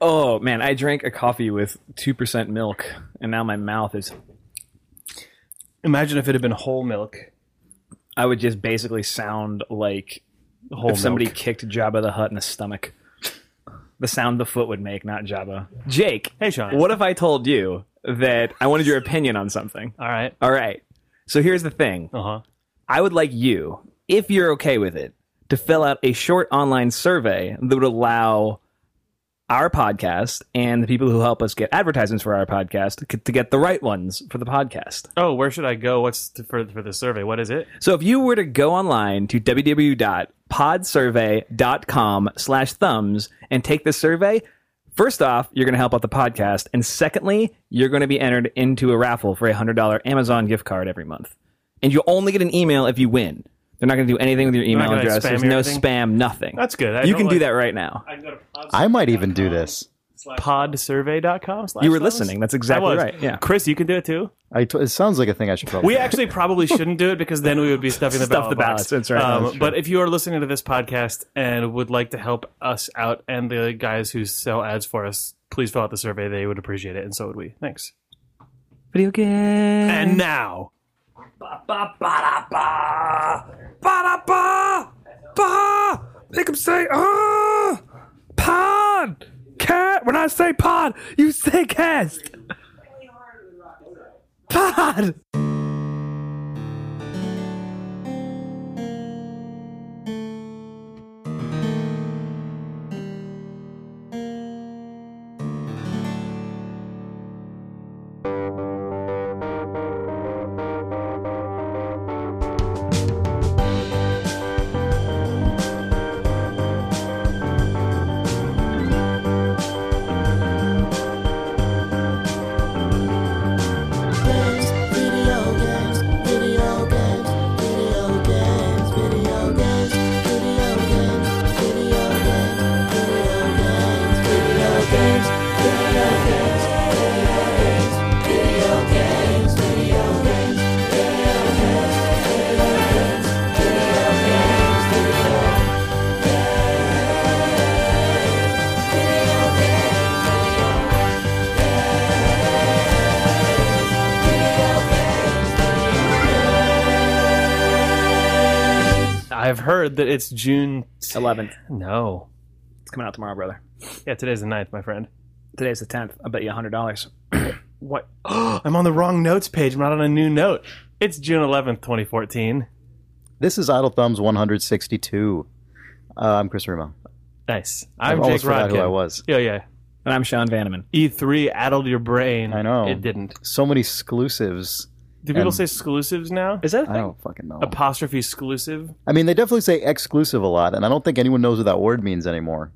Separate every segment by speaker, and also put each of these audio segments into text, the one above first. Speaker 1: Oh man, I drank a coffee with two percent milk, and now my mouth is.
Speaker 2: Imagine if it had been whole milk.
Speaker 1: I would just basically sound like
Speaker 2: Whole
Speaker 1: if somebody
Speaker 2: milk.
Speaker 1: kicked Jabba the Hutt in the stomach. The sound the foot would make, not Jabba. Jake,
Speaker 2: Hey, Sean.
Speaker 1: What if I told you that I wanted your opinion on something?
Speaker 2: All right.
Speaker 1: All right. So here's the thing.
Speaker 2: Uh huh.
Speaker 1: I would like you, if you're okay with it, to fill out a short online survey that would allow our podcast and the people who help us get advertisements for our podcast c- to get the right ones for the podcast.
Speaker 2: Oh, where should I go? What's t for for the survey? What is it?
Speaker 1: So if you were to go online to www.podsurvey.com slash thumbs and take this survey, first off, you're going to help out the podcast. And secondly, you're going to be entered into a raffle for a $100 Amazon gift card every month. And you'll only get an email if you win. They're not going to do anything with your
Speaker 2: not
Speaker 1: email
Speaker 2: gonna
Speaker 1: address.
Speaker 2: spam
Speaker 1: There's
Speaker 2: you or
Speaker 1: no
Speaker 2: anything?
Speaker 1: spam, nothing.
Speaker 2: That's good. I
Speaker 1: you
Speaker 2: don't
Speaker 1: can do
Speaker 2: like-
Speaker 1: that right now.
Speaker 2: I can go to pod-
Speaker 3: I might even do this.
Speaker 2: podsurvey.com. slash
Speaker 1: You were
Speaker 2: thumbs?
Speaker 1: listening. That's
Speaker 2: I
Speaker 1: exactly
Speaker 2: was.
Speaker 1: right. Yeah.
Speaker 2: Chris, you can do it too.
Speaker 3: I t- it sounds like a thing I should probably.
Speaker 2: We
Speaker 3: do.
Speaker 2: actually probably shouldn't do it because then we would be stuffing the
Speaker 1: Stuff
Speaker 2: ballot
Speaker 1: the
Speaker 2: box.
Speaker 1: ballots, that's right,
Speaker 2: Um,
Speaker 1: that's true.
Speaker 2: but if you are listening to this podcast and would like to help us out and the guys who sell ads for us, please fill out the survey. They would appreciate it, and so would we. Thanks.
Speaker 1: Video game.
Speaker 2: And now,
Speaker 1: Make him say, ah, pod, cat. When I say pod, you say cast. Pod.
Speaker 4: games, video games, video games, video games, video games, video games, video games, video games, video games, video games, video games, video games, video games, video games, video games, video games, video games, video games, video games.
Speaker 2: I've heard that it's June.
Speaker 1: 11th.
Speaker 2: No.
Speaker 1: It's coming out tomorrow, brother.
Speaker 2: Yeah, today's the 9th, my friend.
Speaker 1: Today's the 10th. I bet you $100.
Speaker 2: What? I'm on the wrong notes page. I'm not on a new note. It's June 11th, 2014.
Speaker 3: This is Idle Thumbs 162. Uh, I'm Chris Remo.
Speaker 2: Nice.
Speaker 3: I
Speaker 2: I'm Jake
Speaker 3: almost forgot who
Speaker 2: Rodkin.
Speaker 3: I was.
Speaker 2: Yeah, yeah.
Speaker 1: And I'm Sean Vanneman.
Speaker 2: E3 addled your brain.
Speaker 3: I know.
Speaker 2: It didn't.
Speaker 3: So many exclusives.
Speaker 2: Do people
Speaker 3: And-
Speaker 2: say exclusives now?
Speaker 1: Is that a
Speaker 3: I
Speaker 1: thing?
Speaker 3: don't fucking know.
Speaker 2: Apostrophe exclusive.
Speaker 3: I mean, they definitely say exclusive a lot, and I don't think anyone knows what that word means anymore.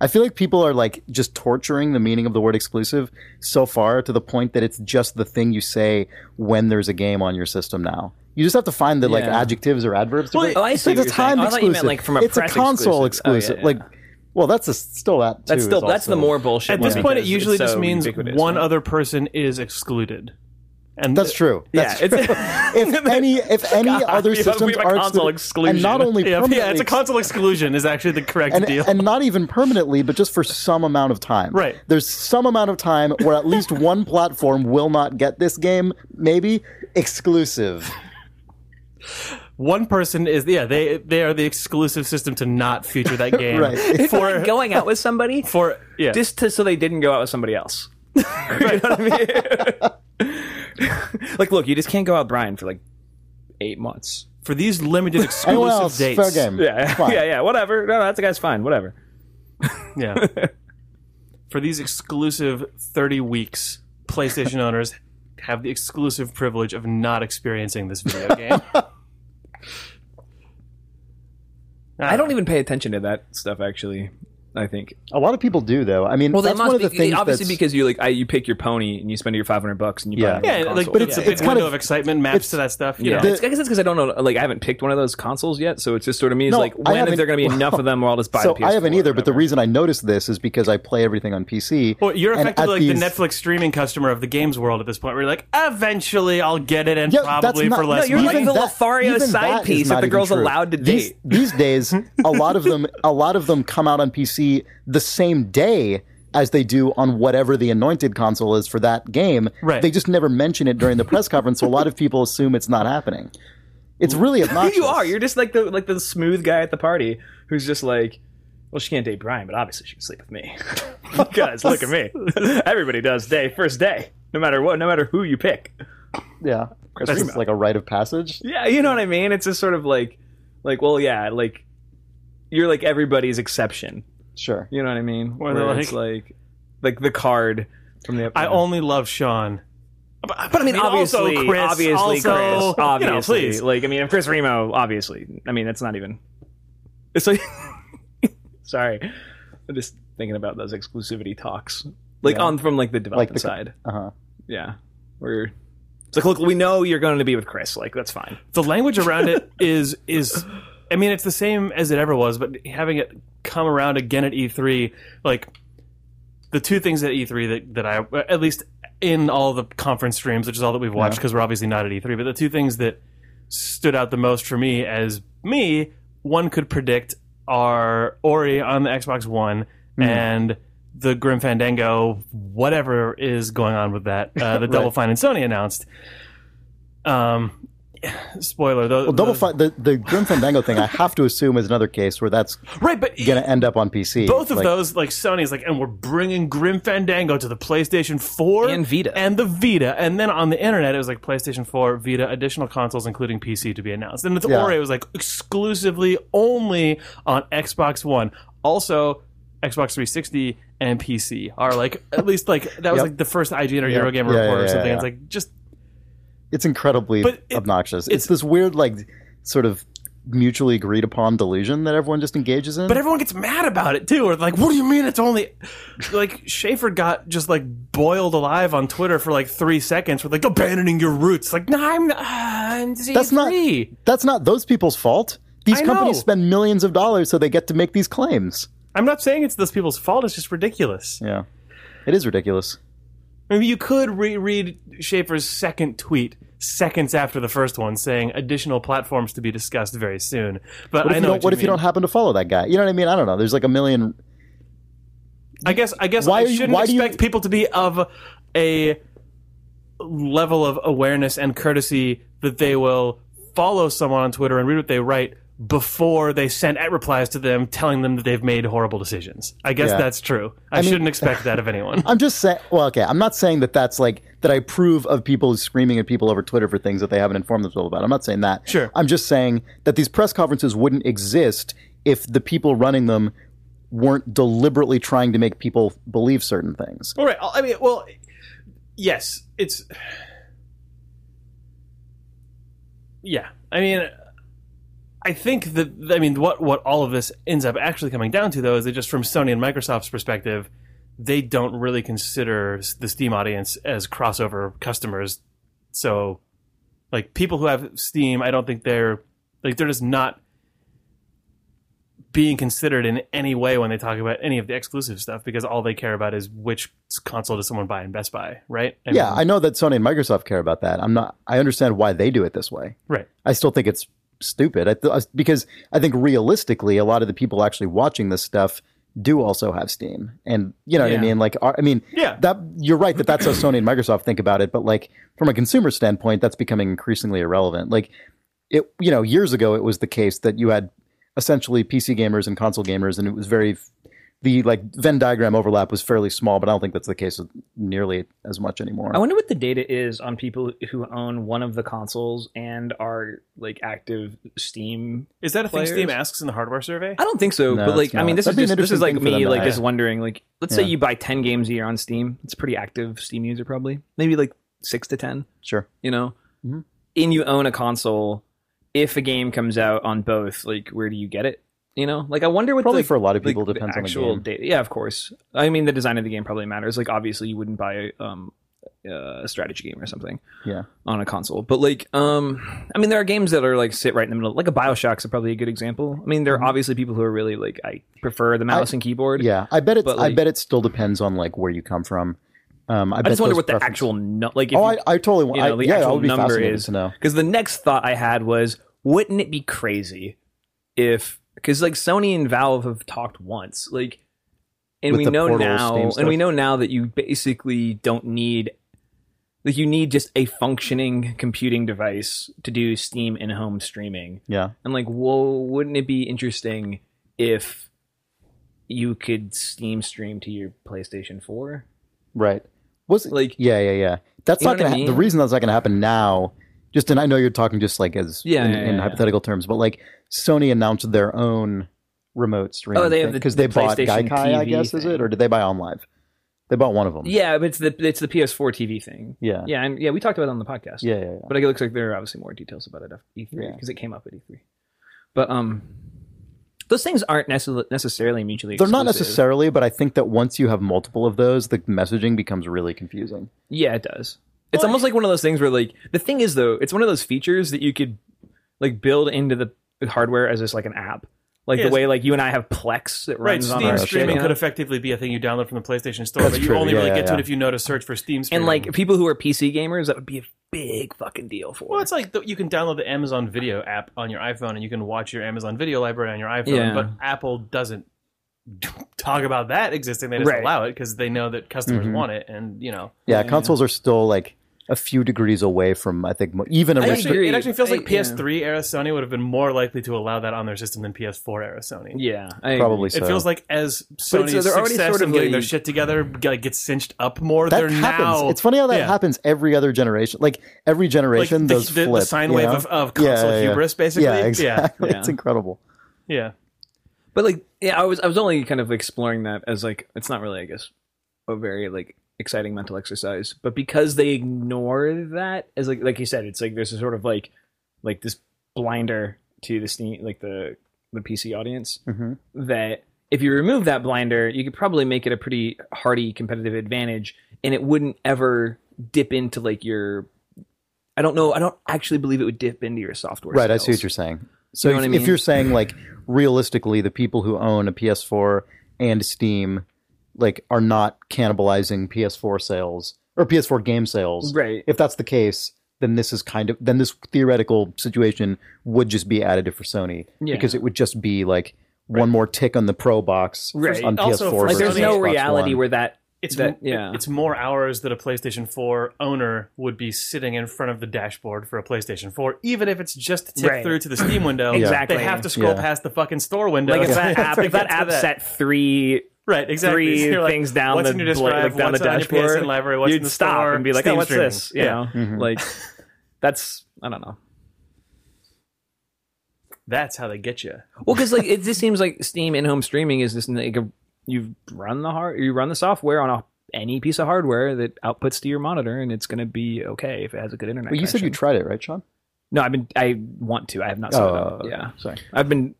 Speaker 3: I feel like people are like just torturing the meaning of the word exclusive so far to the point that it's just the thing you say when there's a game on your system now. You just have to find the like
Speaker 1: Yeah.
Speaker 3: adjectives or adverbs. to
Speaker 1: Well,
Speaker 3: it.
Speaker 1: oh, I see
Speaker 3: it's
Speaker 1: what
Speaker 3: a
Speaker 1: you're saying.
Speaker 3: time
Speaker 1: Oh, I thought you
Speaker 3: exclusive.
Speaker 1: meant, like, from a
Speaker 3: it's
Speaker 1: press
Speaker 3: a console
Speaker 1: exclusive.
Speaker 3: exclusive.
Speaker 1: Oh, yeah, yeah.
Speaker 3: Like, well, that's a, still that. Too
Speaker 1: That's still
Speaker 3: is
Speaker 1: that's the
Speaker 3: also-
Speaker 1: more bullshit.
Speaker 2: At this
Speaker 1: one
Speaker 2: point, it
Speaker 1: because
Speaker 2: ubiquitous. usually
Speaker 1: it's
Speaker 2: just
Speaker 1: so
Speaker 2: means
Speaker 1: ubiquitous,
Speaker 2: one
Speaker 1: right?
Speaker 2: other person is excluded. And
Speaker 3: That's true.
Speaker 1: Yeah,
Speaker 3: That's true.
Speaker 1: it's,
Speaker 3: if any if any
Speaker 1: God,
Speaker 3: other
Speaker 1: we have- we
Speaker 3: systems
Speaker 1: have a
Speaker 3: are
Speaker 1: console
Speaker 3: excluded- and not
Speaker 1: exclusion.
Speaker 2: Yeah,
Speaker 3: only
Speaker 2: yeah, it's
Speaker 3: permanently
Speaker 2: a console exclusion is actually the correct
Speaker 3: and,
Speaker 2: deal.
Speaker 3: and not even permanently, but just for some amount of time.
Speaker 2: Right.
Speaker 3: There's some amount of time where at least one platform will not get this game, maybe exclusive.
Speaker 2: One person is yeah, they they are the exclusive system to not feature that game.
Speaker 3: Right. It's
Speaker 2: For
Speaker 1: going out with somebody
Speaker 2: for yeah.
Speaker 1: just to, so they didn't go out with somebody else. You know what I mean? like, look, you just can't go out with Brian for like eight months.
Speaker 2: for these limited
Speaker 3: Anyone
Speaker 2: exclusive
Speaker 3: else?
Speaker 2: dates.
Speaker 3: Fair game.
Speaker 1: Yeah,
Speaker 3: Fine.
Speaker 1: yeah, yeah. Whatever. No, that's a guy's fine. Whatever.
Speaker 2: Yeah. For these exclusive 30 weeks, PlayStation owners have the exclusive privilege of not experiencing this video game.
Speaker 1: I don't even pay attention to that stuff. Actually, I think.
Speaker 3: A lot of people do, though. I mean,
Speaker 1: Well,
Speaker 3: that's
Speaker 1: that must
Speaker 3: one of
Speaker 1: be
Speaker 3: the things
Speaker 1: obviously
Speaker 3: that's-
Speaker 1: because you like I, you pick your pony and you spend your five hundred bucks and you buy. a
Speaker 2: Yeah,
Speaker 3: Yeah.
Speaker 1: new console.
Speaker 2: like
Speaker 1: yeah,
Speaker 2: but it's,
Speaker 3: Yeah.
Speaker 2: it's,
Speaker 3: It's kind
Speaker 2: window
Speaker 3: of-
Speaker 2: of excitement maps
Speaker 3: it's-
Speaker 2: to that stuff. You
Speaker 1: Yeah,
Speaker 2: know.
Speaker 1: it's, I guess it's because I don't know. Like, I haven't picked one of those consoles yet, so it's just sort of me. It's
Speaker 3: No,
Speaker 1: like,
Speaker 3: I
Speaker 1: when is
Speaker 3: haven't-
Speaker 1: there going to be enough of them? Where I'll just buy.
Speaker 3: So
Speaker 1: the
Speaker 3: I haven't
Speaker 1: PS4 or
Speaker 3: either, but the
Speaker 1: whatever?
Speaker 3: reason I noticed this is because I play everything on PC.
Speaker 2: Well, you're
Speaker 3: and
Speaker 2: effectively
Speaker 3: at
Speaker 2: like
Speaker 3: these-
Speaker 2: the Netflix streaming customer of the games world at this point. Where you're like, eventually I'll get it, and
Speaker 3: Yeah, that's
Speaker 2: probably
Speaker 3: not-
Speaker 2: for less
Speaker 1: No, you're
Speaker 2: money.
Speaker 1: like the
Speaker 3: that-
Speaker 1: Lothario
Speaker 3: even
Speaker 1: side
Speaker 3: that is
Speaker 1: piece that
Speaker 3: not
Speaker 1: the
Speaker 3: even
Speaker 1: girl's
Speaker 3: true.
Speaker 1: allowed to
Speaker 3: these,
Speaker 1: date.
Speaker 3: These days, a lot of them, a lot of them come out on PC the same day as they do on whatever the anointed console is for that game.
Speaker 2: Right.
Speaker 3: They just never mention it during the press conference, so a lot of people assume it's not happening. It's really obnoxious.
Speaker 1: you are. You're just like the like the smooth guy at the party who's just like, well, she can't date Brian, but obviously she can sleep with me. Guys, look at me. Everybody does day first day, no matter what, no matter who you pick.
Speaker 3: yeah. It's
Speaker 1: Remo.
Speaker 3: just like a rite of passage.
Speaker 1: Yeah, you know what I mean. It's just sort of like, like, well, yeah, like you're like everybody's exception.
Speaker 3: Sure.
Speaker 1: You know what I mean?
Speaker 2: Or
Speaker 1: Where
Speaker 2: they're
Speaker 1: it's like, like the card from the.
Speaker 2: I only love Sean. But, but
Speaker 1: I mean, obviously,
Speaker 2: also Chris,
Speaker 1: obviously,
Speaker 2: also,
Speaker 1: Chris,
Speaker 2: you
Speaker 1: obviously.
Speaker 2: know, please.
Speaker 1: Like, I mean, if Chris Remo, obviously. I mean, that's not even. It's like, sorry, I'm just thinking about those exclusivity talks, like
Speaker 3: Yeah.
Speaker 1: on from like the development
Speaker 3: the-
Speaker 1: side.
Speaker 3: Uh huh.
Speaker 1: Yeah, where it's like, look, we know you're going to be with Chris. Like, that's fine.
Speaker 2: the language around it is is I mean it's the same as it ever was, but having it come around again at E3, like the two things at E3 that that I at least in all the conference streams, which is all that we've watched because we're obviously not at E3, but the two things that stood out the most for me as me, one could predict are Ori on the Xbox One
Speaker 3: Mm.
Speaker 2: and the Grim Fandango, whatever is going on with that, uh, the Double Fine and Sony announced. Um, spoiler though.
Speaker 3: Well, double fi- the the Grim Fandango thing. I have to assume is another case where that's
Speaker 2: right, but
Speaker 3: gonna end up on PC.
Speaker 2: both of
Speaker 3: Like,
Speaker 2: those, like Sony's, like, and we're bringing Grim Fandango to the PlayStation Four
Speaker 1: And Vita.
Speaker 2: and the Vita, and then on the internet it was like PlayStation Four, Vita, additional consoles including PC to be announced, and it's
Speaker 3: Yeah.
Speaker 2: Ori was like exclusively only on Xbox One, also. Xbox 360 and PC are like at least like that was
Speaker 3: Yep.
Speaker 2: like the first IGN or Eurogamer
Speaker 3: Yeah,
Speaker 2: report
Speaker 3: yeah,
Speaker 2: or
Speaker 3: yeah,
Speaker 2: something.
Speaker 3: yeah.
Speaker 2: It's like just
Speaker 3: It's incredibly
Speaker 2: But it-
Speaker 3: obnoxious. It's,
Speaker 2: it's-
Speaker 3: this weird, like, sort of mutually agreed upon delusion that everyone just engages in.
Speaker 2: But everyone gets mad about it too. Or like, what do you mean it's only like Schaefer got just like boiled alive on Twitter for like three seconds with like abandoning your roots. Like, no, I'm uh, I'm
Speaker 3: That's not-
Speaker 2: Z3.
Speaker 3: That's not those people's fault. These
Speaker 2: I
Speaker 3: companies
Speaker 2: know.
Speaker 3: spend millions of dollars so they get to make these claims.
Speaker 2: I'm not saying it's those people's fault. It's just ridiculous.
Speaker 3: Yeah. It is ridiculous.
Speaker 2: I mean, you could reread Schaefer's second tweet seconds after the first one, saying additional platforms to be discussed very soon. But
Speaker 3: What if,
Speaker 2: I
Speaker 3: you
Speaker 2: know
Speaker 3: don't, what if you don't happen to follow that guy? You know what I mean? I don't know. There's like a million.
Speaker 2: I guess I guess
Speaker 3: Why
Speaker 2: I
Speaker 3: are you-
Speaker 2: shouldn't
Speaker 3: why do you-
Speaker 2: expect people to be of a level of awareness and courtesy that they will follow someone on Twitter and read what they write before they send at replies to them telling them that they've made horrible decisions. I guess
Speaker 3: Yeah.
Speaker 2: that's true. I,
Speaker 3: mean-
Speaker 2: shouldn't expect that of anyone.
Speaker 3: I'm just saying. Well, okay. I'm not saying that that's like that. I approve of people screaming at people over Twitter for things that they haven't informed themselves about. I'm not saying that.
Speaker 2: Sure.
Speaker 3: I'm just saying that these press conferences wouldn't exist if the people running them weren't deliberately trying to make people believe certain things.
Speaker 2: All right. I mean, well, yes, it's. Yeah, I mean, I think that I mean what what all of this ends up actually coming down to though is that just from Sony and Microsoft's perspective, they don't really consider s- the Steam audience as crossover customers. So, like people who have Steam, I don't think they're like they're just not being considered in any way when they talk about any of the exclusive stuff because all they care about is which console does someone buy in Best Buy, right? I
Speaker 3: Yeah,
Speaker 2: mean,
Speaker 3: I know that Sony and Microsoft care about that. I'm not. I understand why they do it this way.
Speaker 2: right.
Speaker 3: I still think it's stupid I th- I- because I think realistically, a lot of the people actually watching this stuff do also have Steam, and you know
Speaker 2: Yeah.
Speaker 3: what I mean. Like, are, I mean,
Speaker 2: Yeah.
Speaker 3: that you're right that that's how Sony and Microsoft think about it. But like from a consumer standpoint, that's becoming increasingly irrelevant. Like it, you know, years ago it was the case that you had essentially PC gamers and console gamers, and it was very the like Venn diagram overlap was fairly small. But I don't think that's the case nearly as much anymore.
Speaker 1: I wonder what the data is on people who own one of the consoles and are like active Steam.
Speaker 2: Is that a
Speaker 1: Players?
Speaker 2: thing Steam asks in the hardware survey?
Speaker 1: I don't think so,
Speaker 3: No,
Speaker 1: but like
Speaker 3: it's
Speaker 1: I mean,
Speaker 3: not.
Speaker 1: this
Speaker 3: That'd be
Speaker 1: is
Speaker 3: an
Speaker 1: just, this is
Speaker 3: interesting
Speaker 1: like
Speaker 3: thing for them
Speaker 1: me
Speaker 3: to
Speaker 1: like
Speaker 3: ask.
Speaker 1: just wondering like let's say
Speaker 3: Yeah.
Speaker 1: you buy ten games a year on Steam. It's a pretty active Steam user probably, maybe like six to ten.
Speaker 3: sure.
Speaker 1: you know
Speaker 3: Mhm.
Speaker 1: and you own a console if a game comes out on both like where do you get it you know like i wonder what
Speaker 3: Probably
Speaker 1: the,
Speaker 3: for a lot of
Speaker 1: like,
Speaker 3: people, depends
Speaker 1: the
Speaker 3: on the
Speaker 1: actual
Speaker 3: game.
Speaker 1: data yeah of course i mean the design of the game probably matters like obviously you wouldn't buy um a strategy game or something
Speaker 3: Yeah.
Speaker 1: on a console but like um i mean there are games that are like sit right in the middle like a bioshock's probably a good example i mean there are obviously people who are really like i prefer the mouse and keyboard
Speaker 3: Mm-hmm. Yeah, I bet it.
Speaker 1: But,
Speaker 3: I
Speaker 1: like-
Speaker 3: bet it still depends on like where you come from. Um, I,
Speaker 1: i
Speaker 3: bet
Speaker 1: just wonder
Speaker 3: those
Speaker 1: what the
Speaker 3: preferences-
Speaker 1: actual no, like if
Speaker 3: Oh,
Speaker 1: you-
Speaker 3: I, I totally want.
Speaker 1: you know,
Speaker 3: I,
Speaker 1: the
Speaker 3: yeah, I
Speaker 1: actual
Speaker 3: would be
Speaker 1: number
Speaker 3: fascinated
Speaker 1: is.
Speaker 3: to know.
Speaker 1: Because the next thought I had was, wouldn't it be crazy if, because like Sony and Valve have talked once, like and
Speaker 3: with
Speaker 1: we
Speaker 3: the
Speaker 1: know
Speaker 3: portals
Speaker 1: now,
Speaker 3: theme
Speaker 1: and we
Speaker 3: stuff.
Speaker 1: know now that you basically don't need, like, you need just a functioning computing device to do Steam in home streaming.
Speaker 3: Yeah.
Speaker 1: And like, whoa, wouldn't it be interesting if you could Steam stream to your PlayStation Four?
Speaker 3: Right. Was it
Speaker 1: Like,
Speaker 3: Yeah, yeah, yeah. That's
Speaker 1: You know
Speaker 3: not
Speaker 1: what
Speaker 3: gonna.
Speaker 1: I
Speaker 3: ha-
Speaker 1: mean?
Speaker 3: the reason that's not gonna happen now. Just and I know you're talking just like as
Speaker 1: Yeah,
Speaker 3: in,
Speaker 1: yeah, yeah,
Speaker 3: in
Speaker 1: yeah.
Speaker 3: hypothetical terms, but like Sony announced their own remote stream.
Speaker 1: Oh, they have the-
Speaker 3: because they
Speaker 1: the
Speaker 3: bought
Speaker 1: PlayStation
Speaker 3: Gaikai, I
Speaker 1: TV
Speaker 3: guess is
Speaker 1: thing.
Speaker 3: it, or did they buy OnLive? They bought one of them.
Speaker 1: yeah, but it's the it's the PS4 TV thing.
Speaker 3: Oh yeah,
Speaker 1: Yeah, and yeah, we talked about it on the podcast.
Speaker 3: yeah, yeah. yeah.
Speaker 1: But like, it looks like there are obviously more details about it after E3
Speaker 3: Yeah.
Speaker 1: because it came up at E3. But um, those things aren't necess- necessarily mutually.
Speaker 3: They're not
Speaker 1: exclusive.
Speaker 3: necessarily, but I think that once you have multiple of those, the messaging becomes really confusing.
Speaker 1: Yeah, it does. It's almost like one of those things where like the thing is though, it's one of those features that you could like build into the hardware as just like an app. Like
Speaker 2: Yes.
Speaker 1: the way like you and I have Plex that
Speaker 2: Right,
Speaker 1: runs on
Speaker 2: Steam
Speaker 1: our
Speaker 2: streaming
Speaker 1: shit,
Speaker 2: could effectively be a thing you download from the PlayStation Store,
Speaker 3: That's
Speaker 2: but you
Speaker 3: true,
Speaker 2: only
Speaker 3: yeah,
Speaker 2: really
Speaker 3: yeah,
Speaker 2: get to
Speaker 3: yeah.
Speaker 2: it if you know to search for Steam streaming.
Speaker 1: And like people who are PC gamers, that would be a big fucking deal for.
Speaker 2: well, it's like the, you can download the Amazon Video app on your iPhone, and you can watch your Amazon Video library on your iPhone.
Speaker 1: Yeah.
Speaker 2: But Apple doesn't talk about that existing; they just
Speaker 1: Right.
Speaker 2: allow it because they know that customers
Speaker 3: Mhm.
Speaker 2: want it, and you know.
Speaker 3: Yeah,
Speaker 1: Yeah.
Speaker 3: consoles are still like a few degrees away from I think mo- even a
Speaker 1: I
Speaker 3: restri-
Speaker 1: agree.
Speaker 2: Actually, it actually feels
Speaker 1: I-
Speaker 2: like PS3 era Sony would have been more likely to allow that on their system than PS4 era Sony.
Speaker 1: yeah, I
Speaker 3: probably so.
Speaker 2: It feels like as
Speaker 1: But it's-
Speaker 2: Sony's
Speaker 1: they're already
Speaker 2: success
Speaker 1: sort of
Speaker 2: in getting their
Speaker 1: like-
Speaker 2: shit together like, gets cinched up more,
Speaker 3: that
Speaker 2: they're
Speaker 3: happens.
Speaker 2: now
Speaker 3: it's funny how that
Speaker 2: Yeah.
Speaker 3: happens every other generation. Like every
Speaker 2: like
Speaker 3: generation,
Speaker 2: the,
Speaker 3: those
Speaker 2: the,
Speaker 3: flip.
Speaker 2: the sine
Speaker 3: you
Speaker 2: wave
Speaker 3: know?
Speaker 2: of, of console
Speaker 3: yeah, yeah.
Speaker 2: hubris, basically.
Speaker 3: yeah, exactly.
Speaker 1: Yeah.
Speaker 3: It's incredible.
Speaker 2: Yeah, yeah.
Speaker 1: But like, yeah, I was I was only kind of exploring that as like it's not really, I guess, a very like exciting mental exercise. But because they ignore that, as like like you said, it's like there's a sort of like like this blinder to the steam like the the PC audience
Speaker 2: Mm-hmm.
Speaker 3: Mhm.
Speaker 1: that if you remove that blinder, you could probably make it a pretty hardy competitive advantage, and it wouldn't ever dip into like your. I don't know. I don't actually believe it would dip into your software.
Speaker 3: Right, I see
Speaker 1: skills.
Speaker 3: what you're saying. So
Speaker 1: know
Speaker 3: if,
Speaker 1: what I
Speaker 3: if you're
Speaker 1: mean?
Speaker 3: saying like realistically, the people who own a PS4 and Steam like are not cannibalizing PS4 sales or PS4 game sales.
Speaker 1: Right.
Speaker 3: If that's the case, then this is kind of then this theoretical situation would just be additive for Sony
Speaker 1: Yeah.
Speaker 3: because it would just be like one more tick on the Pro box
Speaker 1: Right.
Speaker 3: on
Speaker 2: Also,
Speaker 3: PS4.
Speaker 2: for
Speaker 1: Like, there's
Speaker 3: versus
Speaker 2: Sony-
Speaker 1: no
Speaker 3: Xbox
Speaker 1: reality
Speaker 3: One.
Speaker 1: where that
Speaker 2: It's
Speaker 1: That-
Speaker 2: m-
Speaker 1: yeah.
Speaker 2: it's more hours that a PlayStation 4 owner would be sitting in front of the dashboard for a PlayStation 4, even if it's just to tick
Speaker 1: Right.
Speaker 2: through to the Steam window.
Speaker 1: Exactly.
Speaker 2: they have to scroll
Speaker 3: Yeah.
Speaker 2: past the fucking store window.
Speaker 1: Like if that
Speaker 2: to
Speaker 1: app, if
Speaker 2: get
Speaker 1: that
Speaker 2: to
Speaker 1: app
Speaker 2: that.
Speaker 1: set three
Speaker 2: right exactly
Speaker 1: three
Speaker 2: So you're like,
Speaker 1: things down
Speaker 2: what's
Speaker 1: the
Speaker 2: in your
Speaker 1: blo-
Speaker 2: disk drive,
Speaker 1: like down the
Speaker 2: what's on your
Speaker 1: dashboard,
Speaker 2: PSN library, what's
Speaker 1: you'd
Speaker 2: in the
Speaker 1: stop
Speaker 2: store,
Speaker 1: and be like,
Speaker 2: Steam
Speaker 1: "Oh, what's
Speaker 2: streaming."
Speaker 1: this?" You
Speaker 2: Yeah. Mm-hmm.
Speaker 1: know, like that's I don't know.
Speaker 2: that's how they get you.
Speaker 1: Well, because like it just seems like Steam in-home streaming is this like a, you run the hard you run the software on a, any piece of hardware that outputs to your monitor, and it's going to be okay if it has a good internet.
Speaker 3: Well, you said you
Speaker 1: connection.
Speaker 3: tried it, right, Sean?
Speaker 1: no, I've been I want to. I have
Speaker 2: Oh.
Speaker 1: not. Set it up.
Speaker 3: okay.
Speaker 1: Yeah,
Speaker 3: sorry,
Speaker 1: I've been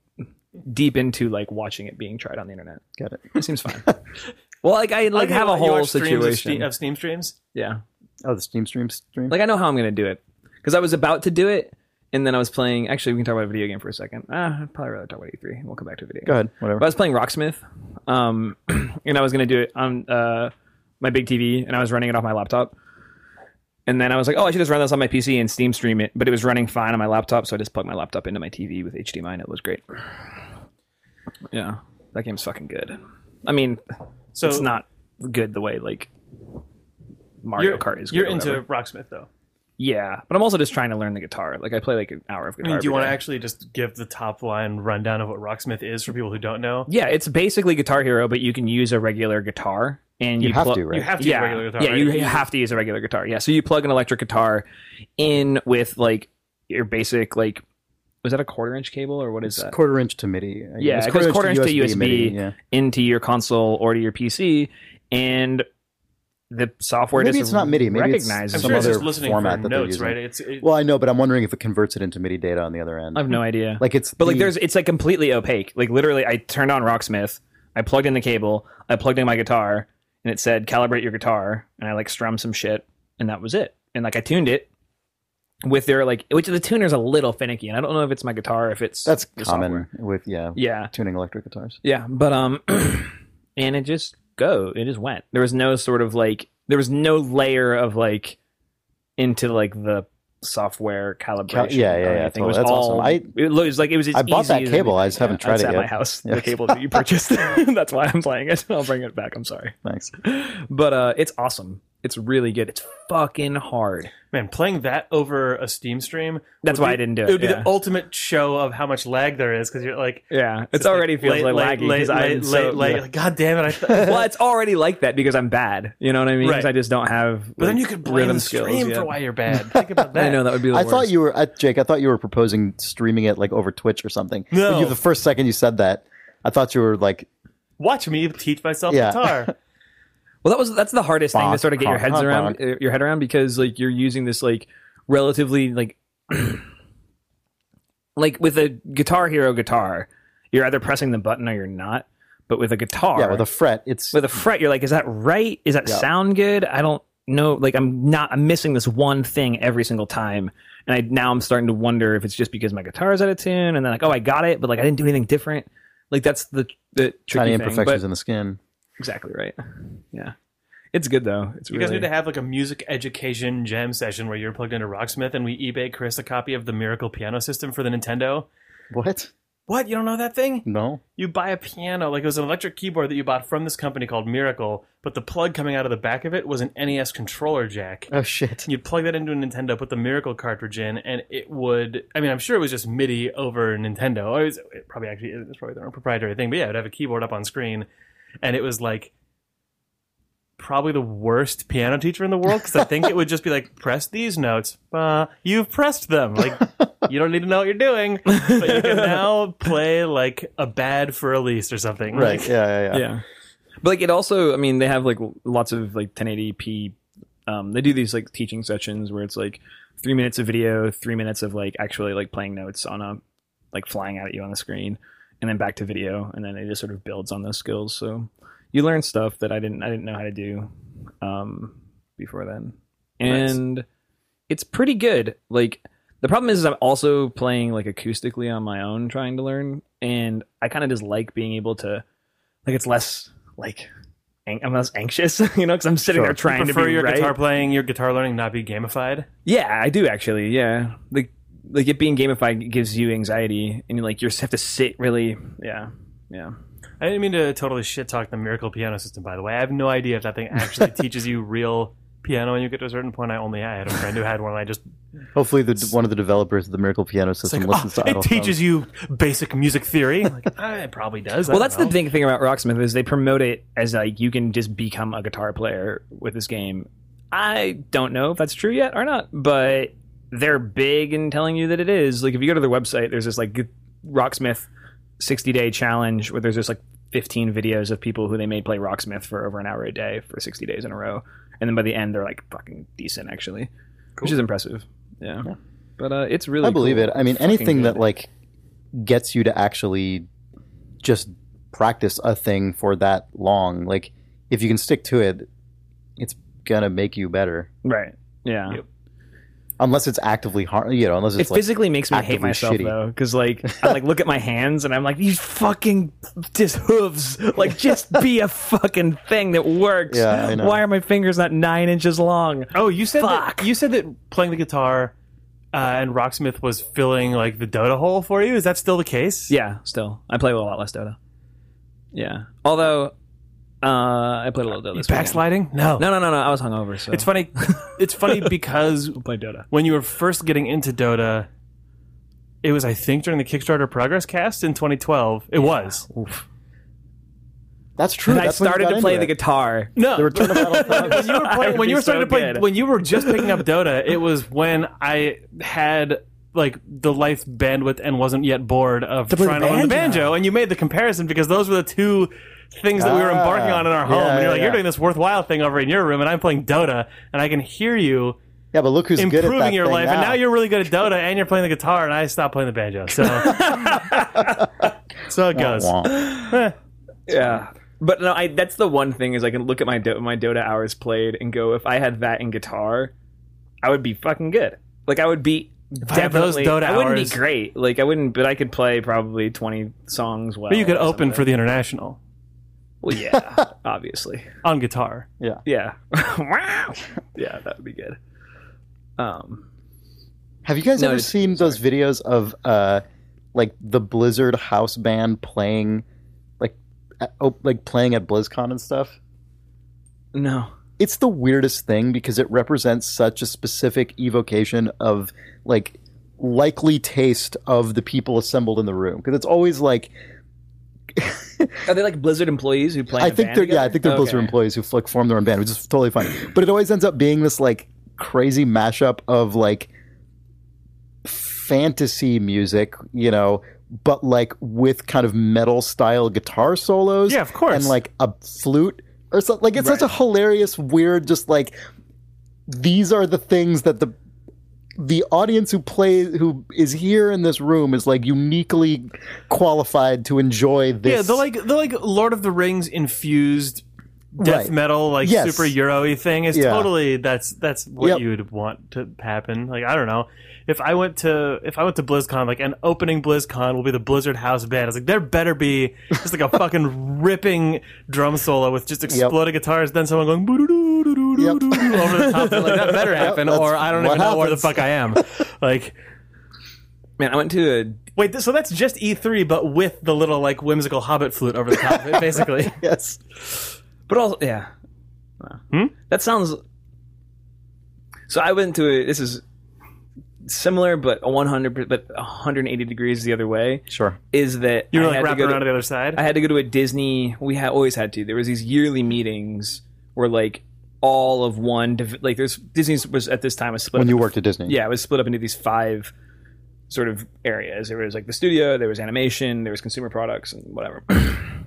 Speaker 1: deep into like watching it being tried on the internet.
Speaker 3: got it.
Speaker 1: It seems fine. well, like I like
Speaker 2: You
Speaker 1: have a
Speaker 2: watch
Speaker 1: whole
Speaker 2: streams of Ste-
Speaker 1: situation.
Speaker 2: of Steam streams.
Speaker 1: yeah.
Speaker 3: Oh, the Steam stream stream.
Speaker 1: Like I know how I'm gonna do it because I was about to do it, and then I was playing. Actually, we can talk about a video game for a second. Ah, I'd probably rather talk about E3. We'll come back to a video.
Speaker 3: Go
Speaker 1: Game.
Speaker 3: ahead, whatever.
Speaker 1: But I was playing Rocksmith, um, and I was gonna do it on uh, my big TV, and I was running it off my laptop. And then I was like, oh, I should just run this on my PC and Steam stream it. But it was running fine on my laptop, so I just plugged my laptop into my TV with HDMI, and it was great. Yeah, that game's fucking good. I mean,
Speaker 2: So
Speaker 1: it's not good the way like Mario
Speaker 2: you're,
Speaker 1: Kart is. Good
Speaker 2: you're
Speaker 1: or whatever.
Speaker 2: into Rocksmith though.
Speaker 1: Yeah, but I'm also just trying to learn the guitar. Like I play like an hour of
Speaker 2: I
Speaker 1: guitar.
Speaker 2: mean, do you
Speaker 1: every
Speaker 2: want to
Speaker 1: day.
Speaker 2: actually just give the top line rundown of what Rocksmith is for people who don't know?
Speaker 1: Yeah, it's basically Guitar Hero, but you can use a regular guitar and you,
Speaker 3: you, have
Speaker 1: plu-
Speaker 3: to, right?
Speaker 2: You have to
Speaker 1: yeah,
Speaker 2: use regular guitar.
Speaker 1: yeah,
Speaker 2: right?
Speaker 1: you have to use a regular guitar. Yeah, so you plug an electric guitar in with like your basic like was that a quarter inch cable or what is
Speaker 3: It's
Speaker 1: that
Speaker 3: quarter inch to MIDI. I
Speaker 1: Yeah,
Speaker 3: guess.
Speaker 1: it goes quarter inch to USB,
Speaker 3: MIDI, yeah.
Speaker 1: into your console or to your PC and the software
Speaker 3: Maybe
Speaker 1: just
Speaker 3: it's not MIDI, maybe it's
Speaker 1: recognizes
Speaker 2: I'm
Speaker 3: some
Speaker 2: sure it's
Speaker 3: other
Speaker 2: just listening
Speaker 3: format
Speaker 2: for
Speaker 3: that they're
Speaker 2: notes,
Speaker 3: using.
Speaker 2: right? It's it,
Speaker 3: Well, I know, but I'm wondering if it converts it into MIDI data on the other end.
Speaker 1: I have no idea.
Speaker 3: like it's
Speaker 1: But like,
Speaker 3: the-
Speaker 1: there's it's like completely opaque. Like literally, I turned on Rocksmith, I plugged in the cable, I plugged in my guitar, and it said calibrate your guitar, and I like strummed some shit, and that was it. And like I tuned it with their like, which the tuner's a little finicky, and I don't know if it's my guitar, if it's
Speaker 3: that's
Speaker 1: the
Speaker 3: common
Speaker 1: software.
Speaker 3: with yeah,
Speaker 1: Yeah,
Speaker 3: tuning electric guitars.
Speaker 1: yeah, but um, and it just go, it just went. There was no sort of like, there was no layer of like into like the software calibration.
Speaker 3: yeah, yeah,
Speaker 1: or
Speaker 3: yeah,
Speaker 1: anything.
Speaker 3: totally.
Speaker 1: It was
Speaker 3: That's
Speaker 1: all,
Speaker 3: awesome. I-
Speaker 1: it was like it was. As
Speaker 3: I bought
Speaker 1: easy
Speaker 3: that
Speaker 1: as
Speaker 3: cable. I
Speaker 1: anything.
Speaker 3: just haven't
Speaker 1: Yeah,
Speaker 3: tried
Speaker 1: it's
Speaker 3: it
Speaker 1: at
Speaker 3: yet.
Speaker 1: my house.
Speaker 3: Yeah.
Speaker 1: The cable that you purchased. That's why I'm playing it. I'll bring it back. I'm sorry,
Speaker 3: Thanks.
Speaker 1: but uh, it's awesome. It's really good. It's fucking hard.
Speaker 2: Man, playing that over a Steam stream.
Speaker 1: That's
Speaker 2: would
Speaker 1: why
Speaker 2: be-
Speaker 1: I didn't do it,
Speaker 2: It would be
Speaker 1: yeah.
Speaker 2: the ultimate show of how much lag there is because you're like,
Speaker 1: Yeah, it's already
Speaker 2: like,
Speaker 1: feels
Speaker 2: late,
Speaker 1: like laggy.
Speaker 2: late,
Speaker 1: 'cause
Speaker 2: late,
Speaker 1: I'm
Speaker 2: late,
Speaker 1: so-
Speaker 2: late, late.
Speaker 1: yeah.
Speaker 2: Like, God damn it! I th-
Speaker 1: well, it's already like that because I'm bad. You know what I mean? 'Cause
Speaker 2: Right.
Speaker 1: I just don't have.
Speaker 2: but then
Speaker 1: like,
Speaker 2: you could blame
Speaker 1: rhythm
Speaker 2: the
Speaker 1: skills,
Speaker 2: stream
Speaker 1: yeah.
Speaker 2: for why you're bad. Think about that.
Speaker 1: I know that would be. The
Speaker 3: I
Speaker 1: worst.
Speaker 3: thought you were, I, Jake. I thought you were proposing streaming it like over Twitch or something.
Speaker 2: No.
Speaker 3: You, the first second you said that, I thought you were like,
Speaker 2: Watch me teach myself
Speaker 3: Yeah.
Speaker 2: guitar.
Speaker 1: Well, that was that's the hardest thing to
Speaker 3: Bonk,
Speaker 1: sort of get your
Speaker 3: bonk,
Speaker 1: heads
Speaker 3: bonk,
Speaker 1: around uh, your head around because like you're using this like relatively like like with a Guitar Hero guitar, you're either pressing the button or you're not. But with a guitar,
Speaker 3: yeah, with a fret. It's
Speaker 1: with a fret, you're like, is that right? Is that
Speaker 3: Yeah.
Speaker 1: sound good? I don't know. Like I'm not. I'm missing this one thing every single time, and I now I'm starting to wonder if it's just because my guitar is out of tune, and then like, oh, I got it, but like I didn't do anything different. Like that's the the tricky
Speaker 3: tiny
Speaker 1: thing.
Speaker 3: imperfections
Speaker 1: but-
Speaker 3: in the skin.
Speaker 1: Exactly right. Yeah, it's good though. It's
Speaker 2: You
Speaker 1: really
Speaker 2: guys need to have like a music education jam session where you're plugged into Rocksmith and we eBay Chris a copy of the Miracle Piano System for the Nintendo.
Speaker 3: What?
Speaker 2: What? You don't know that thing?
Speaker 3: No.
Speaker 2: you buy a piano like it was an electric keyboard that you bought from this company called miracle but the plug coming out of the back of it was an nes controller jack
Speaker 3: Oh shit.
Speaker 2: you'd plug that into a nintendo put the miracle cartridge in and it would i mean i'm sure it was just midi over nintendo Or it's- it probably actually is it's probably their own proprietary thing but yeah it would have a keyboard up on screen and it was like probably the worst piano teacher in the world because i think it would just be like press these notes uh, you've pressed them like you don't need to know what you're doing but you can now play like a bad for Elise or something
Speaker 3: Right.
Speaker 2: Like,
Speaker 3: Yeah, yeah, yeah.
Speaker 1: yeah. But like it also, I mean, they have like lots of like 1080p. Um, they do these like teaching sessions where it's like three minutes of video, three minutes of like actually like playing notes on a like flying out at you on the screen, and then back to video, and then it just sort of builds on those skills. So you learn stuff that I didn't I didn't know how to do um, before then, and it's pretty good. Like the problem is, is I'm also playing like acoustically on my own, trying to learn, and I kind of just like being able to like it's less like ang- I'm less anxious, you know, because I'm sitting
Speaker 3: Sure.
Speaker 1: there
Speaker 3: You
Speaker 1: trying to
Speaker 2: prefer
Speaker 1: be
Speaker 2: your
Speaker 1: right.
Speaker 2: guitar playing your guitar learning not be gamified
Speaker 1: Yeah, I do actually. Yeah, like like it being gamified gives you anxiety, and you like you just have to sit really. Yeah, yeah.
Speaker 2: I didn't mean to totally shit talk the Miracle Piano System, by the way. I have no idea if that thing actually teaches you real piano when you get to a certain point. I only I had a friend who had one, and I just
Speaker 3: Hopefully, the, one of the developers of the Miracle Piano
Speaker 2: it's
Speaker 3: System
Speaker 2: like,
Speaker 3: listens
Speaker 2: "Oh,
Speaker 3: to
Speaker 2: it
Speaker 3: Idle Thumbs.
Speaker 2: teaches you basic music theory. Like, ah, it probably does. I
Speaker 1: Well,
Speaker 2: don't
Speaker 1: that's the
Speaker 2: know.
Speaker 1: thing thing about Rocksmith is they promote it as like you can just become a guitar player with this game. I don't know if that's true yet or not, but they're big in telling you that it is. Like if you go to their website, there's this like Rocksmith 60 day challenge where there's just like 15 videos of people who they made play Rocksmith for over an hour a day for 60 days in a row, and then by the end they're like fucking decent actually, which is impressive. Yeah, but uh, it's really
Speaker 3: I believe
Speaker 1: cool.
Speaker 3: it. I mean,
Speaker 1: It's fucking
Speaker 3: anything that
Speaker 1: good.
Speaker 3: like gets you to actually just practice a thing for that long, like if you can stick to it, it's gonna make you better.
Speaker 1: right. Yeah.
Speaker 2: Yep.
Speaker 3: Unless it's actively hard, you know. Unless
Speaker 1: It
Speaker 3: it's like
Speaker 1: physically makes me hate
Speaker 3: actively
Speaker 1: myself
Speaker 3: shitty.
Speaker 1: though, because like I like look at my hands and I'm like, these fucking just hooves, like just be a fucking thing that works.
Speaker 3: Yeah, I know.
Speaker 1: Why are my fingers not nine inches long?
Speaker 2: Oh, you said
Speaker 1: Fuck.
Speaker 2: that you said that playing the guitar uh, and Rocksmith was filling like the Dota hole for you. Is that still the case?
Speaker 1: Yeah, still I play a lot less Dota. Yeah, although uh, I played a little Dota. This weekend.
Speaker 2: Backsliding? No.
Speaker 1: No, no, no, no. I was hungover, so
Speaker 2: It's funny. it's funny because
Speaker 1: play Dota.
Speaker 2: when you were first getting into Dota, it was I think during the Kickstarter Progress Cast in 2012. It was
Speaker 3: that's true.
Speaker 1: And I
Speaker 3: That's when you
Speaker 1: started
Speaker 3: got
Speaker 1: to
Speaker 3: into
Speaker 1: play the
Speaker 3: it.
Speaker 1: guitar.
Speaker 2: no
Speaker 3: The return of Idle
Speaker 2: when
Speaker 3: Thumbs.
Speaker 2: you were playing,
Speaker 1: I'd
Speaker 2: when
Speaker 1: be
Speaker 2: you were
Speaker 1: so
Speaker 2: starting to play,
Speaker 1: good.
Speaker 2: when you were just picking up Dota, it was when I had like the life bandwidth and wasn't yet bored of
Speaker 1: play the
Speaker 2: trying to learn the
Speaker 1: banjo.
Speaker 2: banjo. And you made the comparison because those were the two things that we were
Speaker 3: Ah,
Speaker 2: embarking on in our home.
Speaker 3: yeah,
Speaker 2: and you're
Speaker 3: yeah,
Speaker 2: like, you're
Speaker 3: yeah.
Speaker 2: doing this worthwhile thing over in your room, and I'm playing Dota, and I can hear you
Speaker 3: Yeah, but look who's good at
Speaker 2: improving
Speaker 3: that
Speaker 2: your
Speaker 3: thing
Speaker 2: life. And now you're really good at Dota, and you're playing the guitar, and I stopped playing the banjo. So. So it goes.
Speaker 3: Womp.
Speaker 1: Yeah. But no, I that's the one thing is I can look at my Do- my Dota hours played and go if I had that in guitar, I would be fucking good. Like I would be
Speaker 2: I had those
Speaker 1: definitely
Speaker 2: Dota
Speaker 1: I wouldn't
Speaker 2: hours-
Speaker 1: be great. Like I wouldn't but I could play probably 20 songs well.
Speaker 2: But you could
Speaker 1: or
Speaker 2: open
Speaker 1: something.
Speaker 2: for the international
Speaker 1: Well, yeah, obviously.
Speaker 2: on guitar.
Speaker 3: Yeah.
Speaker 1: Yeah. wow. Yeah, that would be good. Um
Speaker 3: Have you guys
Speaker 1: No,
Speaker 3: ever
Speaker 1: it's-
Speaker 3: seen those videos of uh, like the Blizzard house band playing, like, at, oh, like playing at BlizzCon and stuff?
Speaker 1: No.
Speaker 3: It's the weirdest thing because it represents such a specific evocation of like likely taste of the people assembled in the room. Because it's always like
Speaker 1: Are they like Blizzard employees who play? in
Speaker 3: I
Speaker 1: a
Speaker 3: think
Speaker 1: band
Speaker 3: they're yeah, I
Speaker 1: together?
Speaker 3: think they're Blizzard
Speaker 1: Okay.
Speaker 3: employees who like form their own band, which is totally fine. But it always ends up being this like crazy mashup of like fantasy music, you know, but like with kind of metal style guitar solos.
Speaker 2: Yeah, of course.
Speaker 3: And like a flute or something. Like it's such a hilarious, weird, just like these are the things that the the audience who plays who is here in this room is like uniquely qualified to enjoy this.
Speaker 2: Yeah, they're like they're like Lord of the Rings infused death
Speaker 3: Right.
Speaker 2: metal, like
Speaker 3: Yes.
Speaker 2: super Euro-y thing. Is
Speaker 3: Yeah.
Speaker 2: totally that's that's what
Speaker 3: Yep.
Speaker 2: you'd want to happen. Like I don't know if I went to if I went to BlizzCon, like an opening BlizzCon will be the Blizzard House Band. It's like there better be just like a fucking ripping drum solo with just exploding guitars, then someone going "Boo-doo-doo-doo-doo-doo-doo" over the top. Like that better happen,
Speaker 3: that's
Speaker 2: or I don't
Speaker 3: what
Speaker 2: even know where the
Speaker 3: happens.
Speaker 2: fuck I am. Like.
Speaker 1: Man, I went to a
Speaker 2: Wait, th- so that's just E3, but with the little like whimsical Hobbit flute over the top of it, basically.
Speaker 3: yes.
Speaker 1: But also, yeah.
Speaker 2: Hmm?
Speaker 1: That sounds. So I went to a, this is similar, but a 100, but 180 degrees the other way.
Speaker 3: Sure.
Speaker 1: Is that
Speaker 2: You were
Speaker 1: I
Speaker 2: like
Speaker 1: had to
Speaker 2: wrapping
Speaker 1: go to-
Speaker 2: around to the other side.
Speaker 1: I had to go to a Disney. We ha- always had to. There was these yearly meetings where like all of one, div- like there's Disney's was at this time was split
Speaker 3: when
Speaker 1: up
Speaker 3: you
Speaker 1: into
Speaker 3: worked at Disney.
Speaker 1: yeah, it was split up into these five sort of areas. There was like the studio, there was animation, there was consumer products, and whatever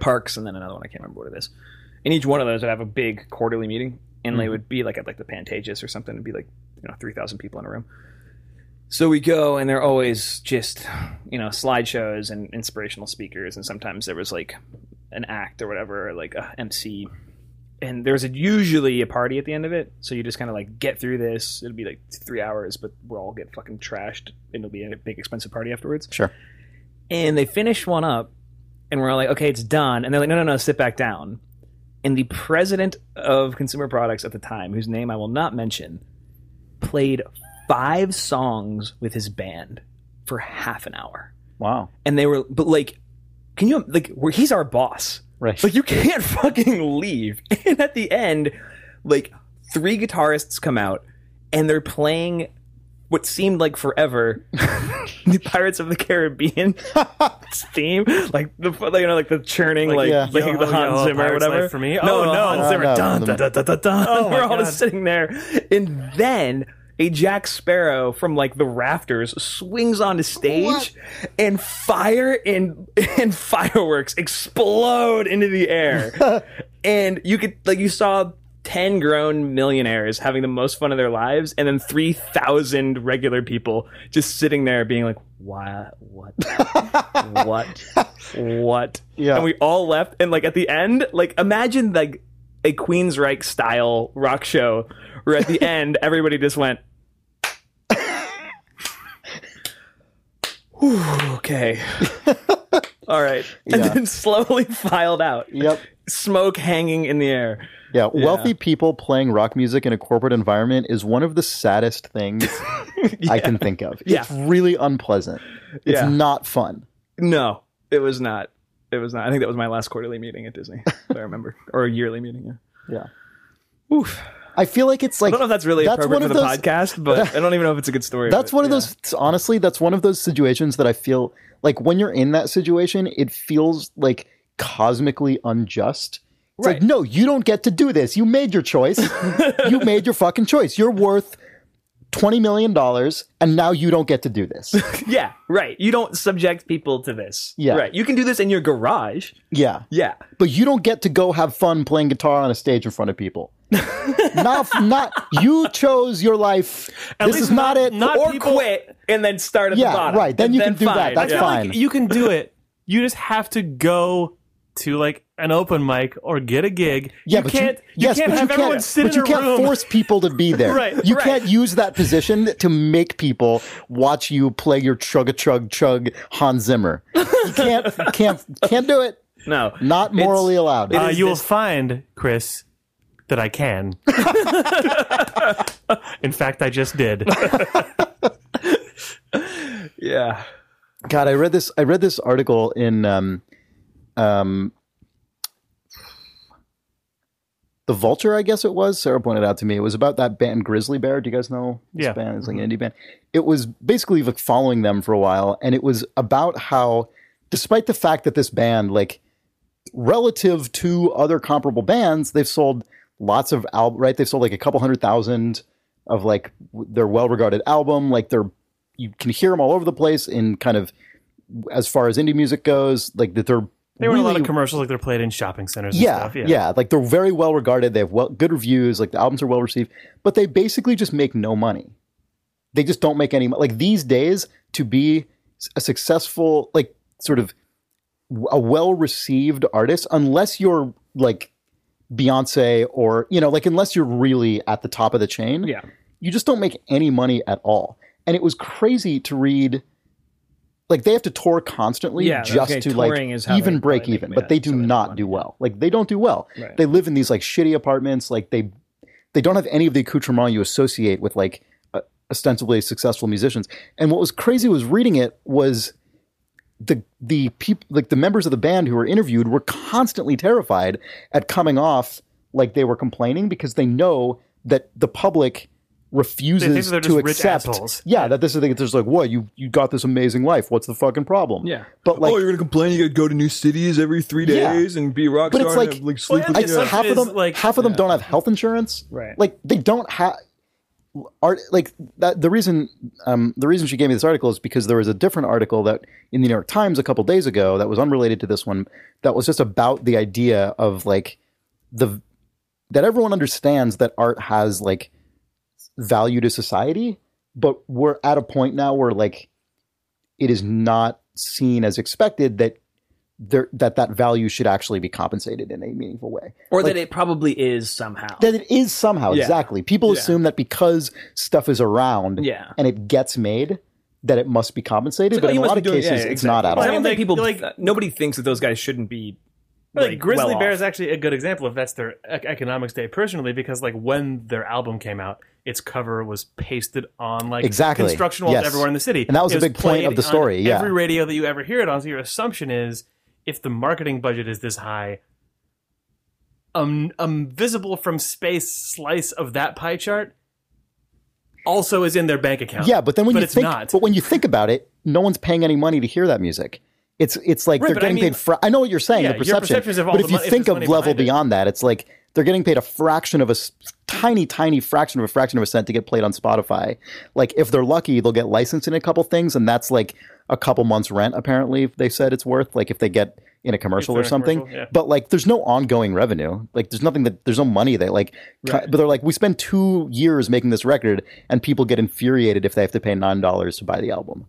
Speaker 1: parks, and then another one I can't remember what it is. And each one of those would have a big quarterly meeting, and they would be like at like the Pantages or something, and be like you know three thousand people in a room. So we go, and they're always just you know slideshows and inspirational speakers, and sometimes there was like an act or whatever, or like a MC and there's a, usually a party at the end of it, so you just kind of like get through this. It'll be like three hours, but we'll all get fucking trashed, and it'll be a big expensive party afterwards.
Speaker 3: Sure.
Speaker 1: And they finish one up, and we're all like, okay, it's done. And they're like, no, no, no, sit back down. And the president of consumer products at the time, whose name I will not mention, played five songs with his band for half an hour,
Speaker 3: Wow.
Speaker 1: and they were, but like, can you like, we he's our boss.
Speaker 3: Right.
Speaker 1: Like you can't fucking leave. And at the end, like three guitarists come out and they're playing what seemed like forever the Pirates of the Caribbean theme, like the like, you know like the churning like like,
Speaker 3: yeah.
Speaker 2: Yo,
Speaker 1: the Hans
Speaker 2: yo, a
Speaker 1: Zimmer or
Speaker 2: Pirate's
Speaker 1: whatever
Speaker 2: Life for me?
Speaker 1: No,
Speaker 2: Oh,
Speaker 1: no,
Speaker 2: no.
Speaker 1: Hans Zimmer.
Speaker 3: No, no,
Speaker 1: dun,
Speaker 3: no.
Speaker 1: dun, dun, dun, dun, dun.
Speaker 2: Oh, my
Speaker 1: We're all
Speaker 2: God.
Speaker 1: just sitting there, and then. A Jack Sparrow from like the rafters swings onto stage, and fire and and fireworks explode into the air, and you could like you saw ten grown millionaires having the most fun of their lives, and then three thousand regular people just sitting there being like, "Why? What? what? What?"
Speaker 3: Yeah.
Speaker 1: And we all left, and like at the end, like imagine like a Queensryche style rock show, where at the end everybody just went. "Whew, okay. All right. And
Speaker 3: Yeah.
Speaker 1: then slowly filed out.
Speaker 3: Yep.
Speaker 1: Smoke hanging in the air.
Speaker 3: Yeah. Wealthy people playing rock music in a corporate environment is one of the saddest things I can think of.
Speaker 1: Yeah.
Speaker 3: It's really unpleasant. It's
Speaker 1: Yeah.
Speaker 3: not fun.
Speaker 1: No, it was not. It was not. I think that was my last quarterly meeting at Disney, if I remember, or a yearly meeting. Yeah.
Speaker 3: Yeah.
Speaker 1: Oof.
Speaker 3: I feel like it's
Speaker 1: I
Speaker 3: like
Speaker 1: don't know if that's really
Speaker 3: That's
Speaker 1: appropriate
Speaker 3: one
Speaker 1: for the
Speaker 3: of those-
Speaker 1: podcast, but I don't even know if it's a good story.
Speaker 3: that's
Speaker 1: but,
Speaker 3: one of
Speaker 1: yeah.
Speaker 3: those honestly, that's one of those situations that I feel like when you're in that situation, it feels like cosmically unjust. It's
Speaker 1: Right.
Speaker 3: like, no, you don't get to do this. You made your choice. you made your fucking choice. You're worth $20 million, and now you don't get to do this.
Speaker 1: Yeah, right. You don't subject people to this.
Speaker 3: Yeah.
Speaker 1: Right. You can do this in your garage.
Speaker 3: Yeah.
Speaker 1: Yeah.
Speaker 3: but you don't get to go have fun playing guitar on a stage in front of people. not, not you chose your life. this
Speaker 2: least
Speaker 3: is not, it.
Speaker 2: not-
Speaker 1: or
Speaker 2: people-
Speaker 1: quit and then start at
Speaker 3: Yeah,
Speaker 1: the bottom.
Speaker 3: right. Then
Speaker 1: And
Speaker 3: you can do that.
Speaker 1: fine.
Speaker 3: That's
Speaker 1: Yeah.
Speaker 2: feel like
Speaker 3: fine.
Speaker 2: you can do it. You just have to go to like an open mic or get a gig.
Speaker 3: yeah,
Speaker 2: you
Speaker 3: but
Speaker 2: can't.
Speaker 3: you, yes,
Speaker 2: can't
Speaker 3: but
Speaker 2: have
Speaker 3: you
Speaker 2: everyone
Speaker 3: can't,
Speaker 2: sit
Speaker 3: but
Speaker 2: in
Speaker 3: you
Speaker 2: a
Speaker 3: can't
Speaker 2: room.
Speaker 3: force people to be there.
Speaker 2: Right,
Speaker 3: you
Speaker 2: right.
Speaker 3: can't use that position to make people watch you play your chug a chug chug Hans Zimmer. You can't, can't, can't do it.
Speaker 1: No.
Speaker 3: Not morally allowed.
Speaker 2: Uh,
Speaker 1: is
Speaker 2: you will
Speaker 1: this-
Speaker 2: find Chris that I can. in fact, I just did.
Speaker 1: Yeah.
Speaker 3: God, I read this. I read this article in um, um, the Vulture, I guess it was. Sarah pointed out to me it was about that band Grizzly Bear. Do you guys know? This
Speaker 2: Yeah.
Speaker 3: band it's like an indie band. It was basically like following them for a while, and it was about how, despite the fact that this band, like, relative to other comparable bands, they've sold lots of album. Right, they've sold like a couple hundred thousand of like w- their well-regarded album. Like they're you can hear them all over the place in kind of as far as indie music goes. Like that they're
Speaker 2: They were in a lot
Speaker 3: really-
Speaker 2: of commercials, like they're played in shopping centers.
Speaker 3: yeah,
Speaker 2: and stuff.
Speaker 3: yeah, Like they're very well regarded. They have well good reviews. Like the albums are well received, but they basically just make no money. They just don't make any money. Like these days, to be s- a successful, like sort of w- a well received artist, unless you're like Beyonce or you know, like unless you're really at the top of the chain,
Speaker 1: Yeah.
Speaker 3: you just don't make any money at all. And it was crazy to read. Like they have to tour constantly
Speaker 1: Yeah,
Speaker 3: just
Speaker 1: okay,
Speaker 3: to
Speaker 1: touring is
Speaker 3: like
Speaker 1: how they-
Speaker 3: even break
Speaker 1: they make
Speaker 3: even,
Speaker 1: money.
Speaker 3: but they
Speaker 1: That's
Speaker 3: do
Speaker 1: how they make
Speaker 3: not
Speaker 1: money.
Speaker 3: do well. Like they don't do well.
Speaker 1: Right.
Speaker 3: They live in these like shitty apartments. Like they they don't have any of the accoutrement you associate with like uh, ostensibly successful musicians. And what was crazy was reading it was the the people like the members of the band who were interviewed were constantly terrified at coming off like they were complaining because they know that the public refuses
Speaker 2: they're
Speaker 3: to
Speaker 2: just rich
Speaker 3: accept
Speaker 2: assholes.
Speaker 3: yeah that this is the thing it's just like what you you got this amazing life what's the fucking problem
Speaker 1: Yeah.
Speaker 3: but like
Speaker 5: Oh, gonna complain you gotta go to new cities every three
Speaker 3: Yeah.
Speaker 5: and be a rock
Speaker 3: But it's like-
Speaker 5: sleep
Speaker 2: Well,
Speaker 3: I,
Speaker 2: Yeah, some
Speaker 3: half of
Speaker 2: is,
Speaker 3: them
Speaker 2: like-
Speaker 3: half of them don't have health insurance
Speaker 1: Right.
Speaker 3: like they don't have art like that the reason um the reason she gave me this article is because there was a different article that in the new york times a couple days ago that was unrelated to this one that was just about the idea of like the that everyone understands that art has like value to society but we're at a point now where like it is not seen as expected that there that that value should actually be compensated in a meaningful way
Speaker 6: or
Speaker 3: Like-
Speaker 6: that it probably is somehow.
Speaker 3: that it is somehow
Speaker 1: Yeah.
Speaker 3: exactly people
Speaker 1: Yeah.
Speaker 3: assume that because stuff is around
Speaker 6: yeah.
Speaker 3: and it gets made that it must be compensated
Speaker 1: So,
Speaker 3: but
Speaker 1: oh,
Speaker 3: in
Speaker 1: you
Speaker 3: a
Speaker 1: must
Speaker 3: lot
Speaker 1: be
Speaker 3: of
Speaker 1: doing-
Speaker 3: cases
Speaker 1: yeah,
Speaker 3: it's
Speaker 1: exactly.
Speaker 3: not at
Speaker 1: Well, I
Speaker 3: all
Speaker 1: don't
Speaker 2: Like-
Speaker 1: think people.
Speaker 2: like-
Speaker 1: uh, nobody thinks that those guys shouldn't be
Speaker 2: Like,
Speaker 1: like,
Speaker 2: Grizzly
Speaker 1: well
Speaker 2: Bear
Speaker 1: off.
Speaker 2: is actually a good example if that's their ec- economics day personally because like when their album came out, its cover was pasted on like
Speaker 3: Exactly.
Speaker 2: construction walls
Speaker 3: Yes.
Speaker 2: everywhere in the city,
Speaker 3: And that was
Speaker 2: It
Speaker 3: a big point
Speaker 2: played
Speaker 3: of the
Speaker 2: on
Speaker 3: story, yeah.
Speaker 2: every radio that you ever hear it on. So your assumption is if the marketing budget is this high, um, um, visible from space slice of that pie chart also is in their bank account.
Speaker 3: yeah but then when
Speaker 2: but
Speaker 3: you
Speaker 2: it's
Speaker 3: think
Speaker 2: not.
Speaker 3: but when you think about it no one's paying any money to hear that music it's it's like
Speaker 2: Right,
Speaker 3: they're
Speaker 2: but I
Speaker 3: getting
Speaker 2: mean-
Speaker 3: paid fra- i know what you're saying
Speaker 2: Yeah,
Speaker 3: the
Speaker 2: your
Speaker 3: perception
Speaker 2: perceptions of all
Speaker 3: but
Speaker 2: the
Speaker 3: if you
Speaker 2: mon- if
Speaker 3: think
Speaker 2: there's
Speaker 3: of
Speaker 2: money
Speaker 3: level
Speaker 2: behind it.
Speaker 3: beyond that it's like they're getting paid a fraction of a s- tiny tiny fraction of a fraction of a cent to get played on spotify like if they're lucky they'll get licensed in a couple things and that's like a couple months rent apparently they said it's worth like if they get in a commercial
Speaker 2: they're
Speaker 3: or
Speaker 2: in a
Speaker 3: something
Speaker 2: commercial, yeah.
Speaker 3: but like there's no ongoing revenue like there's nothing that there's no money that like co- but they're like we spend two years making this record and people get infuriated if they have to pay nine dollars to buy the album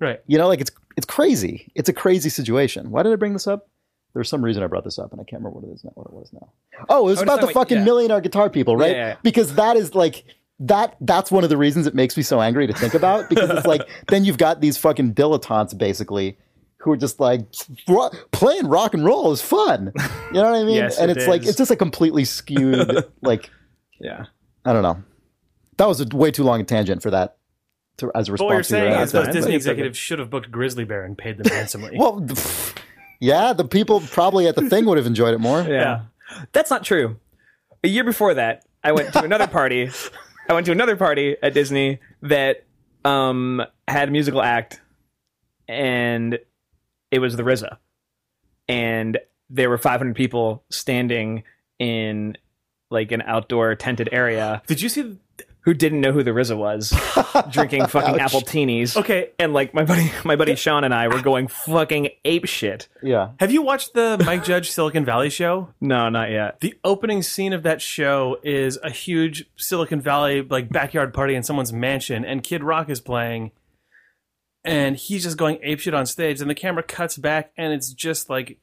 Speaker 2: right.
Speaker 3: you know like it's it's crazy it's a crazy situation why did i bring this up there's some reason i brought this up and i can't remember what it is now what it was now oh it was
Speaker 1: Oh,
Speaker 3: about the
Speaker 1: it's not what-
Speaker 3: fucking
Speaker 1: yeah.
Speaker 3: millionaire guitar people right
Speaker 1: Yeah, yeah, yeah.
Speaker 3: because that is like that that's one of the reasons it makes me so angry to think about because it's like then you've got these fucking dilettantes basically who are just like "Ro- playing rock and roll is fun you know what i mean
Speaker 1: Yes,
Speaker 3: and
Speaker 1: it
Speaker 3: it's like
Speaker 1: is.
Speaker 3: it's just a completely skewed like
Speaker 1: Yeah.
Speaker 3: i don't know that was a way too long a tangent for that to, as
Speaker 2: But
Speaker 3: a response
Speaker 2: what you're
Speaker 3: to your
Speaker 2: saying
Speaker 3: ad.
Speaker 2: is those
Speaker 1: fine.
Speaker 2: Disney
Speaker 1: It's okay.
Speaker 2: executives should have booked Grizzly Bear and paid them handsomely.
Speaker 3: Well, pff, yeah, the people probably at the thing would have enjoyed it more.
Speaker 1: Yeah. That's not true. A year before that, I went to another party. I went to another party at Disney that um, had a musical act, and it was the RZA. And there were 500 people standing in like an outdoor tented area
Speaker 2: Did you see?
Speaker 1: who didn't know who the RZA was, drinking fucking apple teenies.
Speaker 2: Okay,
Speaker 1: And like my buddy, my buddy Sean and I were going fucking ape shit.
Speaker 3: Yeah.
Speaker 2: Have you watched the Mike Judge Silicon Valley show?
Speaker 1: No, not yet.
Speaker 2: The opening scene of that show is a huge Silicon Valley like backyard party in someone's mansion, and Kid Rock is playing, and he's just going apeshit on stage, and the camera cuts back, and it's just like,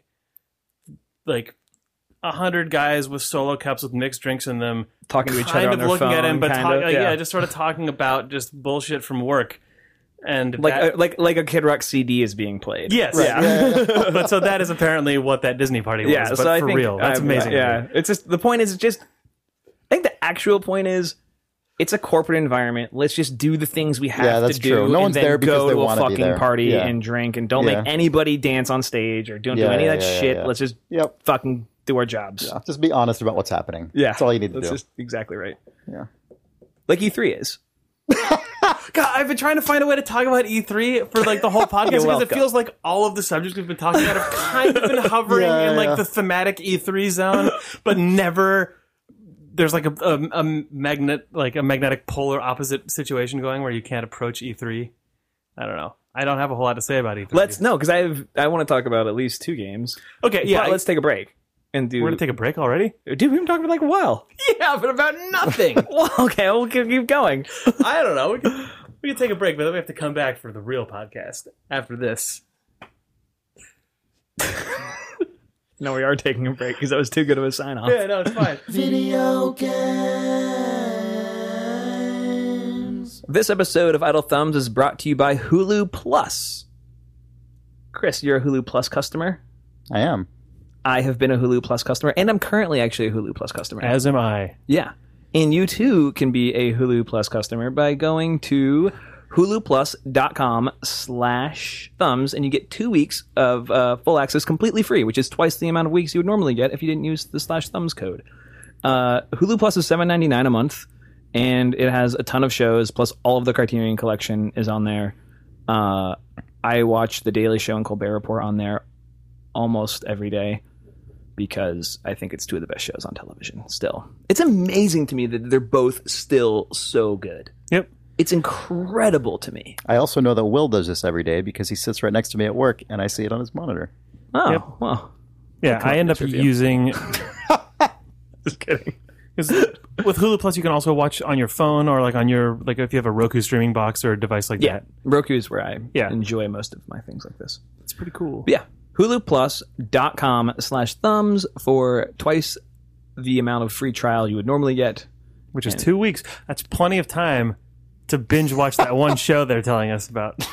Speaker 2: like. A hundred guys with solo cups with mixed drinks in them,
Speaker 1: Talking to each other
Speaker 2: kind
Speaker 1: on
Speaker 2: of
Speaker 1: their
Speaker 2: looking
Speaker 1: phone,
Speaker 2: at him, but
Speaker 1: kind
Speaker 2: talk-
Speaker 1: of,
Speaker 3: uh,
Speaker 2: like, yeah. just sort of talking about just bullshit from work, and
Speaker 1: like
Speaker 2: that-
Speaker 1: uh, like like a Kid Rock CD is being played.
Speaker 2: yes,
Speaker 3: Yeah.
Speaker 2: but so that is apparently what that Disney party was.
Speaker 1: yeah.
Speaker 2: but
Speaker 1: so I
Speaker 2: for
Speaker 1: think
Speaker 2: real, that's
Speaker 1: I'm-
Speaker 2: amazing.
Speaker 1: Yeah, it's just the point is it's just. I think the actual point is it's a corporate environment. Let's just do the things we have
Speaker 3: Yeah, that's
Speaker 1: to do.
Speaker 3: true. No
Speaker 1: and
Speaker 3: one's
Speaker 1: then
Speaker 3: there because
Speaker 1: go
Speaker 3: they
Speaker 1: to a
Speaker 3: wanna be
Speaker 1: fucking
Speaker 3: there.
Speaker 1: party
Speaker 3: Yeah.
Speaker 1: and drink and don't
Speaker 3: Yeah.
Speaker 1: make anybody dance on stage or don't
Speaker 3: Yeah,
Speaker 1: do any
Speaker 3: yeah,
Speaker 1: of that
Speaker 3: yeah,
Speaker 1: shit.
Speaker 3: yeah.
Speaker 1: Let's just
Speaker 3: Yep.
Speaker 1: fucking do our jobs. Yeah.
Speaker 3: Just be honest about what's happening. That's all you need to
Speaker 1: That's
Speaker 3: do.
Speaker 1: just exactly right.
Speaker 3: Yeah.
Speaker 1: Like E3 is.
Speaker 2: God, I've been trying to find a way to talk about E3 for like the whole podcast because it
Speaker 1: welcome.
Speaker 2: feels like all of the subjects we've been talking about have kind of been hovering
Speaker 3: Yeah,
Speaker 2: in like
Speaker 3: yeah.
Speaker 2: the thematic E3 zone, but never. There's like a, a, a magnet, like a magnetic polar opposite situation going where you can't approach E3. I don't know. I don't have a whole lot to say about E E3.
Speaker 1: Let's no, because I have I want to talk about at least two games.
Speaker 2: okay, yeah.
Speaker 1: But let's take a break and do.
Speaker 2: we're gonna take a break already.
Speaker 1: dude, we've been talking for like a while.
Speaker 2: Yeah, but about nothing.
Speaker 1: well, okay, we'll keep keep going.
Speaker 2: I don't know. We can, we can take a break, but then we have to come back for the real podcast after this.
Speaker 1: No, we are taking a break because that was too good of a sign off.
Speaker 2: Yeah, no, it's fine.
Speaker 4: Video games.
Speaker 1: This episode of Idle Thumbs is brought to you by Hulu Plus. Chris, you're a Hulu Plus customer.
Speaker 3: I am.
Speaker 1: I have been a Hulu Plus customer, and I'm currently actually a Hulu Plus customer.
Speaker 2: As am I.
Speaker 1: yeah. And you too can be a Hulu Plus customer by going to huluplus.com slash thumbs, and you get two weeks of uh, full access completely free, which is twice the amount of weeks you would normally get if you didn't use the slash thumbs code. Uh, Hulu Plus is seven ninety nine a month, and it has a ton of shows. Plus, all of the Criterion Collection is on there. Uh, I watch The Daily Show and Colbert Report on there almost every day because I think it's two of the best shows on television. Still, it's amazing to me that they're both still so good.
Speaker 2: Yep.
Speaker 1: It's incredible to me.
Speaker 3: I also know that Will does this every day because he sits right next to me at work and I see it on his monitor.
Speaker 1: Oh
Speaker 2: Yep.
Speaker 1: well,
Speaker 2: Yeah, I end up using.
Speaker 1: just kidding.
Speaker 2: 'cause with Hulu Plus, you can also watch on your phone or like on your like if you have a Roku streaming box or a device like
Speaker 1: Yeah,
Speaker 2: that.
Speaker 1: Roku is where I
Speaker 2: Yeah.
Speaker 1: enjoy most of my things like this.
Speaker 2: It's pretty cool.
Speaker 1: But yeah, huluplus.com slash thumbs for twice the amount of free trial you would normally get.
Speaker 2: Which is two weeks. That's plenty of time to binge watch that one show they're telling us about.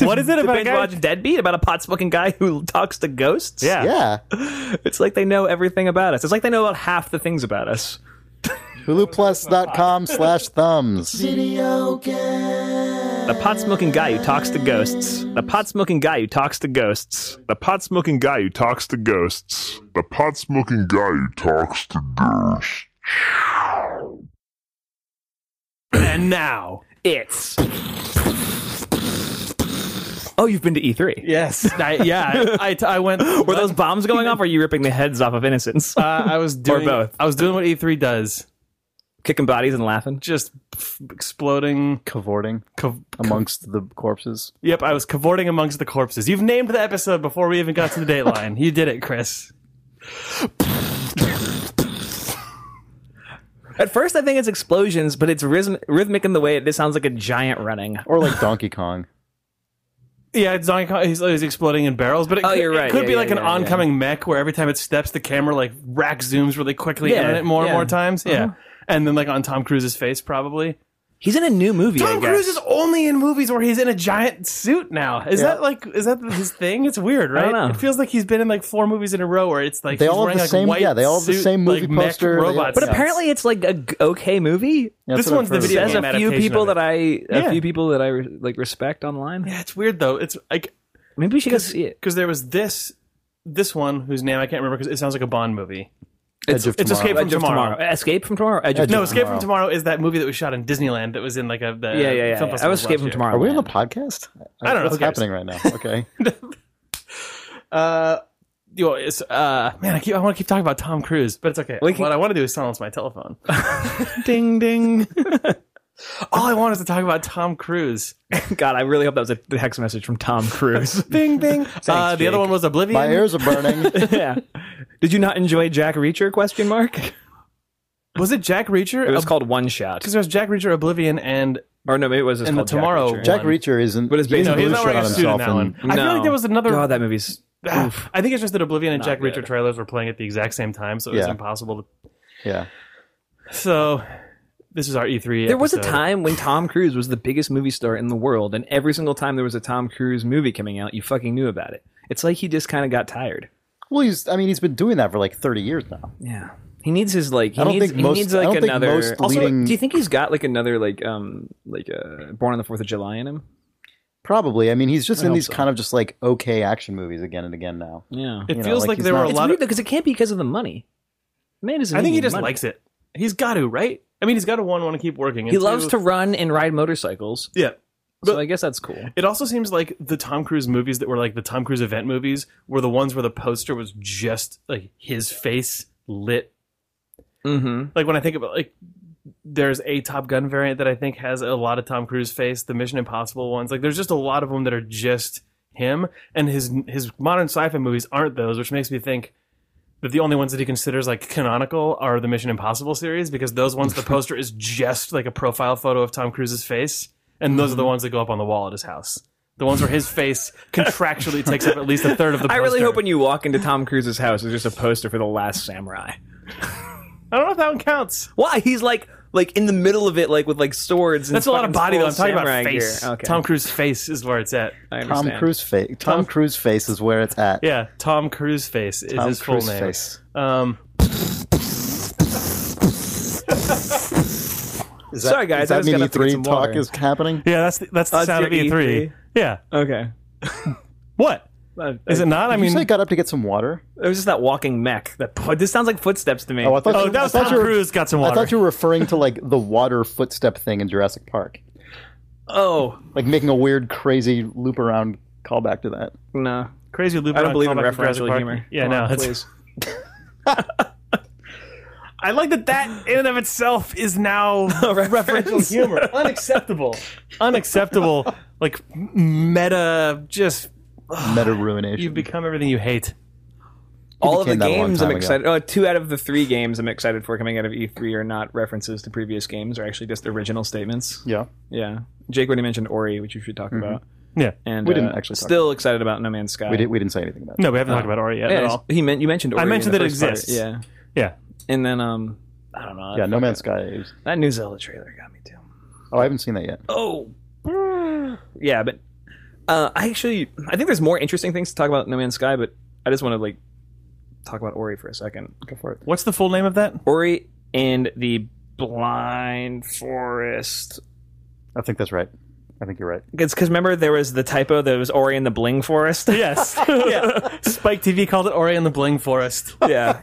Speaker 2: what is it about? a
Speaker 1: Binge
Speaker 2: guy-
Speaker 1: watch Deadbeat about a pot smoking guy who talks to ghosts?
Speaker 2: Yeah.
Speaker 3: Yeah.
Speaker 1: It's like they know everything about us. It's like they know about half the things about us.
Speaker 3: HuluPlus.com slash thumbs.
Speaker 4: Video games.
Speaker 1: The pot smoking guy who talks to ghosts. The pot smoking guy who talks to ghosts. The pot smoking guy who talks to ghosts.
Speaker 7: The pot smoking guy who talks to ghosts.
Speaker 2: And now,
Speaker 1: It's. Oh, you've been to E3.
Speaker 2: yes, I, yeah, I, I went.
Speaker 1: Were those bombs going off? Or are you ripping the heads off of innocents,
Speaker 2: Uh, I was doing
Speaker 1: both.
Speaker 2: I was doing what E3 does,
Speaker 1: kicking bodies and laughing?
Speaker 2: just pff, exploding.
Speaker 3: Cavorting
Speaker 2: cav-
Speaker 3: amongst the corpses.
Speaker 2: yep, I was cavorting amongst the corpses. You've named the episode before we even got to the dateline. you did it, Chris.
Speaker 1: At first, I think it's explosions, but it's rhythm- rhythmic in the way it this sounds like a giant running.
Speaker 3: Or like Donkey Kong.
Speaker 2: Yeah, it's Donkey Kong. He's, he's exploding in barrels, but it,
Speaker 1: Oh,
Speaker 2: could-
Speaker 1: you're
Speaker 2: it
Speaker 1: right.
Speaker 2: could
Speaker 1: Yeah,
Speaker 2: be
Speaker 1: yeah,
Speaker 2: like an
Speaker 1: yeah, yeah.
Speaker 2: oncoming mech where every time it steps, the camera like rack zooms really quickly
Speaker 1: Yeah,
Speaker 2: in on it more
Speaker 1: yeah. Uh-huh.
Speaker 2: and more times. Yeah, and then like on Tom Cruise's face, probably.
Speaker 1: He's in a new movie. I
Speaker 2: Tom
Speaker 1: guess.
Speaker 2: Cruise is only in movies where he's in a giant suit now. Is that like is that his thing? It's weird, right?
Speaker 1: don't know.
Speaker 2: It feels like he's been in like four movies in a row where it's like
Speaker 3: They
Speaker 2: he's
Speaker 3: all have
Speaker 2: wearing
Speaker 3: the
Speaker 2: like
Speaker 3: same-
Speaker 2: white
Speaker 3: yeah, they all have the
Speaker 2: suit,
Speaker 3: same movie
Speaker 2: like, mech
Speaker 3: poster. They-
Speaker 2: robot.
Speaker 3: But
Speaker 1: but
Speaker 2: suits.
Speaker 1: apparently, it's like a g- okay movie.
Speaker 3: That's
Speaker 2: This
Speaker 3: what I've
Speaker 2: one's the
Speaker 3: heard.
Speaker 2: video
Speaker 1: There's
Speaker 2: game
Speaker 1: a few
Speaker 2: adaptation
Speaker 1: people
Speaker 2: of it.
Speaker 1: that I,
Speaker 2: Yeah.
Speaker 1: a few people that I re- like respect online.
Speaker 2: yeah, it's weird though. It's like
Speaker 1: Maybe we should go see it.
Speaker 2: because there was this this one whose name I can't remember because it sounds like a Bond movie.
Speaker 3: Edge of
Speaker 2: it's
Speaker 3: Tomorrow.
Speaker 2: Escape from
Speaker 1: Edge of
Speaker 2: Tomorrow.
Speaker 1: Escape from tomorrow. Edge of
Speaker 2: No,
Speaker 1: Tomorrow.
Speaker 2: Escape from Tomorrow is that movie that was shot in Disneyland that was in like a the
Speaker 1: Yeah, yeah, yeah.
Speaker 2: film
Speaker 1: yeah. I
Speaker 2: festival
Speaker 1: was Escape
Speaker 2: last
Speaker 1: from
Speaker 2: year.
Speaker 1: Tomorrow.
Speaker 3: Are we on
Speaker 1: man.
Speaker 3: the podcast?
Speaker 2: I don't know.
Speaker 3: What's
Speaker 2: Who cares?
Speaker 3: happening right now? Okay.
Speaker 2: Uh, you know, it's, uh, man, I keep I want to keep talking about Tom Cruise, but it's okay.
Speaker 1: We can-
Speaker 2: what I want to do is silence my telephone.
Speaker 1: Ding ding.
Speaker 2: All I want is to talk about Tom Cruise.
Speaker 1: God, I really hope that was a text message from Tom Cruise.
Speaker 2: Bing, bing. uh, the
Speaker 1: Jake.
Speaker 2: other one was Oblivion.
Speaker 3: My ears are burning.
Speaker 1: yeah. Did you not enjoy Jack Reacher? Question mark.
Speaker 2: Was it Jack Reacher?
Speaker 1: It was
Speaker 2: Ob-
Speaker 1: called One Shot.
Speaker 2: because there's Jack Reacher, Oblivion, and
Speaker 1: Or no, maybe it was just
Speaker 2: And the
Speaker 1: called Jack
Speaker 2: Tomorrow
Speaker 1: Reacher.
Speaker 3: Jack Reacher isn't.
Speaker 1: But it's
Speaker 3: he didn't
Speaker 1: basically-
Speaker 2: no, he's
Speaker 1: Blue
Speaker 2: not
Speaker 3: shot
Speaker 2: wearing a
Speaker 3: on
Speaker 2: suit in
Speaker 3: himself
Speaker 2: that one. I feel
Speaker 1: No.
Speaker 2: like there was another.
Speaker 1: God, that movie's.
Speaker 2: Ah,
Speaker 1: Oof.
Speaker 2: I think it's just that Oblivion and Jack
Speaker 1: good.
Speaker 2: Reacher trailers were playing at the exact same time, so it was
Speaker 3: Yeah.
Speaker 2: impossible to
Speaker 3: Yeah.
Speaker 2: So this is our E3.
Speaker 1: There was a
Speaker 2: episode.
Speaker 1: time when Tom Cruise was the biggest movie star in the world, and every single time there was a Tom Cruise movie coming out, you fucking knew about it. It's like he just kind of got tired.
Speaker 3: Well, he's. I mean, he's been doing that for like 30 years now.
Speaker 1: Yeah. He needs his like. He
Speaker 3: I don't
Speaker 1: needs,
Speaker 3: think
Speaker 1: he
Speaker 3: most-
Speaker 1: needs
Speaker 3: I
Speaker 1: like
Speaker 3: don't think
Speaker 1: another.
Speaker 3: most
Speaker 1: also,
Speaker 3: leading-
Speaker 1: do you think he's got like another like um like uh Born on the Fourth of July in him?
Speaker 3: Probably. I mean, he's just
Speaker 1: I
Speaker 3: in
Speaker 1: hope
Speaker 3: these
Speaker 1: so.
Speaker 3: kind of just like okay action movies again and again now.
Speaker 1: Yeah,
Speaker 2: It
Speaker 3: You know,
Speaker 2: feels
Speaker 3: like
Speaker 2: like,
Speaker 3: he's
Speaker 2: there
Speaker 3: not-
Speaker 2: were a
Speaker 1: it's
Speaker 2: lot
Speaker 1: weird
Speaker 2: of.
Speaker 1: though because it can't be because of the money. Man is.
Speaker 2: I think he just likes it. He's got to, right? I mean, he's got to one want to keep working. and
Speaker 1: He loves
Speaker 2: two-
Speaker 1: to run and ride motorcycles,
Speaker 2: Yeah.
Speaker 1: so
Speaker 2: But-
Speaker 1: I guess that's cool.
Speaker 2: It also seems like the Tom Cruise movies that were like the Tom Cruise event movies were the ones where the poster was just like his face lit.
Speaker 1: Mm-hmm.
Speaker 2: Like when I think about like there's a Top Gun variant that I think has a lot of Tom Cruise face, the Mission Impossible ones. Like there's just a lot of them that are just him and his his modern sci-fi movies aren't those, which makes me think that the only ones that he considers like canonical are the Mission Impossible series because those ones the poster is just like a profile photo of Tom Cruise's face, and those are
Speaker 1: Mm-hmm.
Speaker 2: the ones that go up on the wall at his house. The ones where his face contractually takes up at least a third of the.
Speaker 1: I
Speaker 2: Poster.
Speaker 1: really hope when you walk into Tom Cruise's house, there's just a poster for The Last Samurai.
Speaker 2: I don't know if that one counts.
Speaker 1: Why? He's like like in the middle of it, like with like swords. And
Speaker 2: That's a lot of
Speaker 1: fucking
Speaker 2: body though.
Speaker 1: full
Speaker 2: I'm talking
Speaker 1: samurai
Speaker 2: about face.
Speaker 1: gear. Okay.
Speaker 2: Tom Cruise's face is where it's at.
Speaker 1: I
Speaker 3: Tom
Speaker 1: understand.
Speaker 3: Cruise face. Tom, Cruise face is where it's at.
Speaker 2: Yeah, Tom Cruise face is
Speaker 3: Tom
Speaker 2: his
Speaker 3: Cruise
Speaker 2: full name.
Speaker 3: face.
Speaker 2: Um,
Speaker 3: Is
Speaker 1: Sorry, guys,
Speaker 3: Does
Speaker 1: I
Speaker 3: that
Speaker 1: just
Speaker 3: mean
Speaker 1: gotta
Speaker 3: E3
Speaker 1: get some
Speaker 3: talk
Speaker 1: water.
Speaker 3: is happening?
Speaker 2: yeah, that's the, that's the
Speaker 1: That's
Speaker 2: sound
Speaker 1: your
Speaker 2: of E3.
Speaker 1: E3.
Speaker 2: Yeah.
Speaker 1: Okay.
Speaker 2: What
Speaker 1: Uh,
Speaker 2: is it not? I
Speaker 3: Did you
Speaker 2: mean,
Speaker 3: say got up to get some water?
Speaker 1: It was just that walking mech. That pu- this sounds like footsteps to me.
Speaker 3: Oh, I thought
Speaker 2: oh,
Speaker 3: you,
Speaker 2: that
Speaker 3: I
Speaker 2: was
Speaker 3: thought
Speaker 2: Tom
Speaker 3: you were-
Speaker 2: Cruise got some water.
Speaker 3: I thought you were referring to like the water footstep thing in Jurassic Park,
Speaker 1: oh
Speaker 3: like making a weird, crazy loop around callback to that.
Speaker 1: no,
Speaker 2: crazy loop.
Speaker 1: I don't
Speaker 2: around
Speaker 1: believe in
Speaker 2: callback to Jurassic
Speaker 1: referential
Speaker 2: Park.
Speaker 1: humor.
Speaker 2: Yeah,
Speaker 1: Come
Speaker 2: no,
Speaker 1: on,
Speaker 2: it's-
Speaker 1: please.
Speaker 2: I like that. That in and of itself is now referential humor. Unacceptable. Unacceptable. Like meta. Just
Speaker 3: Meta ruination.
Speaker 2: you've become everything you hate.
Speaker 1: all of the
Speaker 3: became that a long
Speaker 1: games I'm
Speaker 3: time ago.
Speaker 1: excited. Oh, two out of the three games I'm excited for coming out of E3 are not references to previous games, are actually just original statements.
Speaker 3: yeah.
Speaker 1: Yeah, Jake already mentioned Ori, which you should talk about.
Speaker 2: Yeah.
Speaker 1: And
Speaker 3: Mm-hmm. We didn't
Speaker 1: uh,
Speaker 3: actually talk
Speaker 1: still excited about No Man's Sky.
Speaker 3: We, did, we didn't say anything about it.
Speaker 2: No, we haven't talked about Ori yet
Speaker 1: Yeah,
Speaker 2: at
Speaker 1: it's-
Speaker 2: all.
Speaker 1: he meant you mentioned. Ori in
Speaker 2: mentioned
Speaker 1: the
Speaker 2: that it
Speaker 1: first part.
Speaker 2: exists.
Speaker 1: Yeah,
Speaker 2: Yeah.
Speaker 1: and then um, I don't know.
Speaker 3: Yeah, No Man's Sky. Is,
Speaker 1: that new Zelda trailer got me too.
Speaker 3: oh, I haven't seen that yet.
Speaker 1: Oh, yeah, but uh, I actually I think there's more interesting things to talk about in No Man's Sky, but I just want to like talk about Ori for a second. Go for it.
Speaker 2: What's the full name of that?
Speaker 1: Ori and the Blind Forest.
Speaker 3: I think that's right. I think you're right.
Speaker 1: It's because remember there was the typo that was Ori and the Bling Forest.
Speaker 2: Yes. yeah. Spike TV called it Ori and the Bling Forest.
Speaker 1: yeah.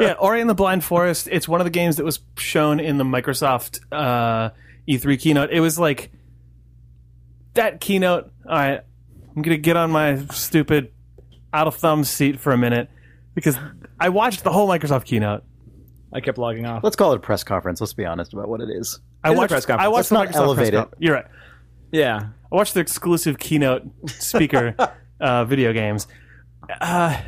Speaker 2: yeah, Ori and the Blind Forest. It's one of the games that was shown in the Microsoft uh, E3 keynote. It was like that keynote. All right, I'm gonna get on my stupid out of thumb seat for a minute because I watched the whole Microsoft keynote.
Speaker 1: I kept logging off.
Speaker 3: Let's call it a press conference. Let's be honest about what it is.
Speaker 2: I
Speaker 1: It is a
Speaker 2: watched.
Speaker 1: press conference.
Speaker 2: I watched
Speaker 3: Let's
Speaker 2: the
Speaker 3: not
Speaker 2: Microsoft
Speaker 3: elevate
Speaker 2: press
Speaker 3: it.
Speaker 2: conference. You're right.
Speaker 1: Yeah.
Speaker 2: I watched the exclusive keynote speaker uh, video games. Uh,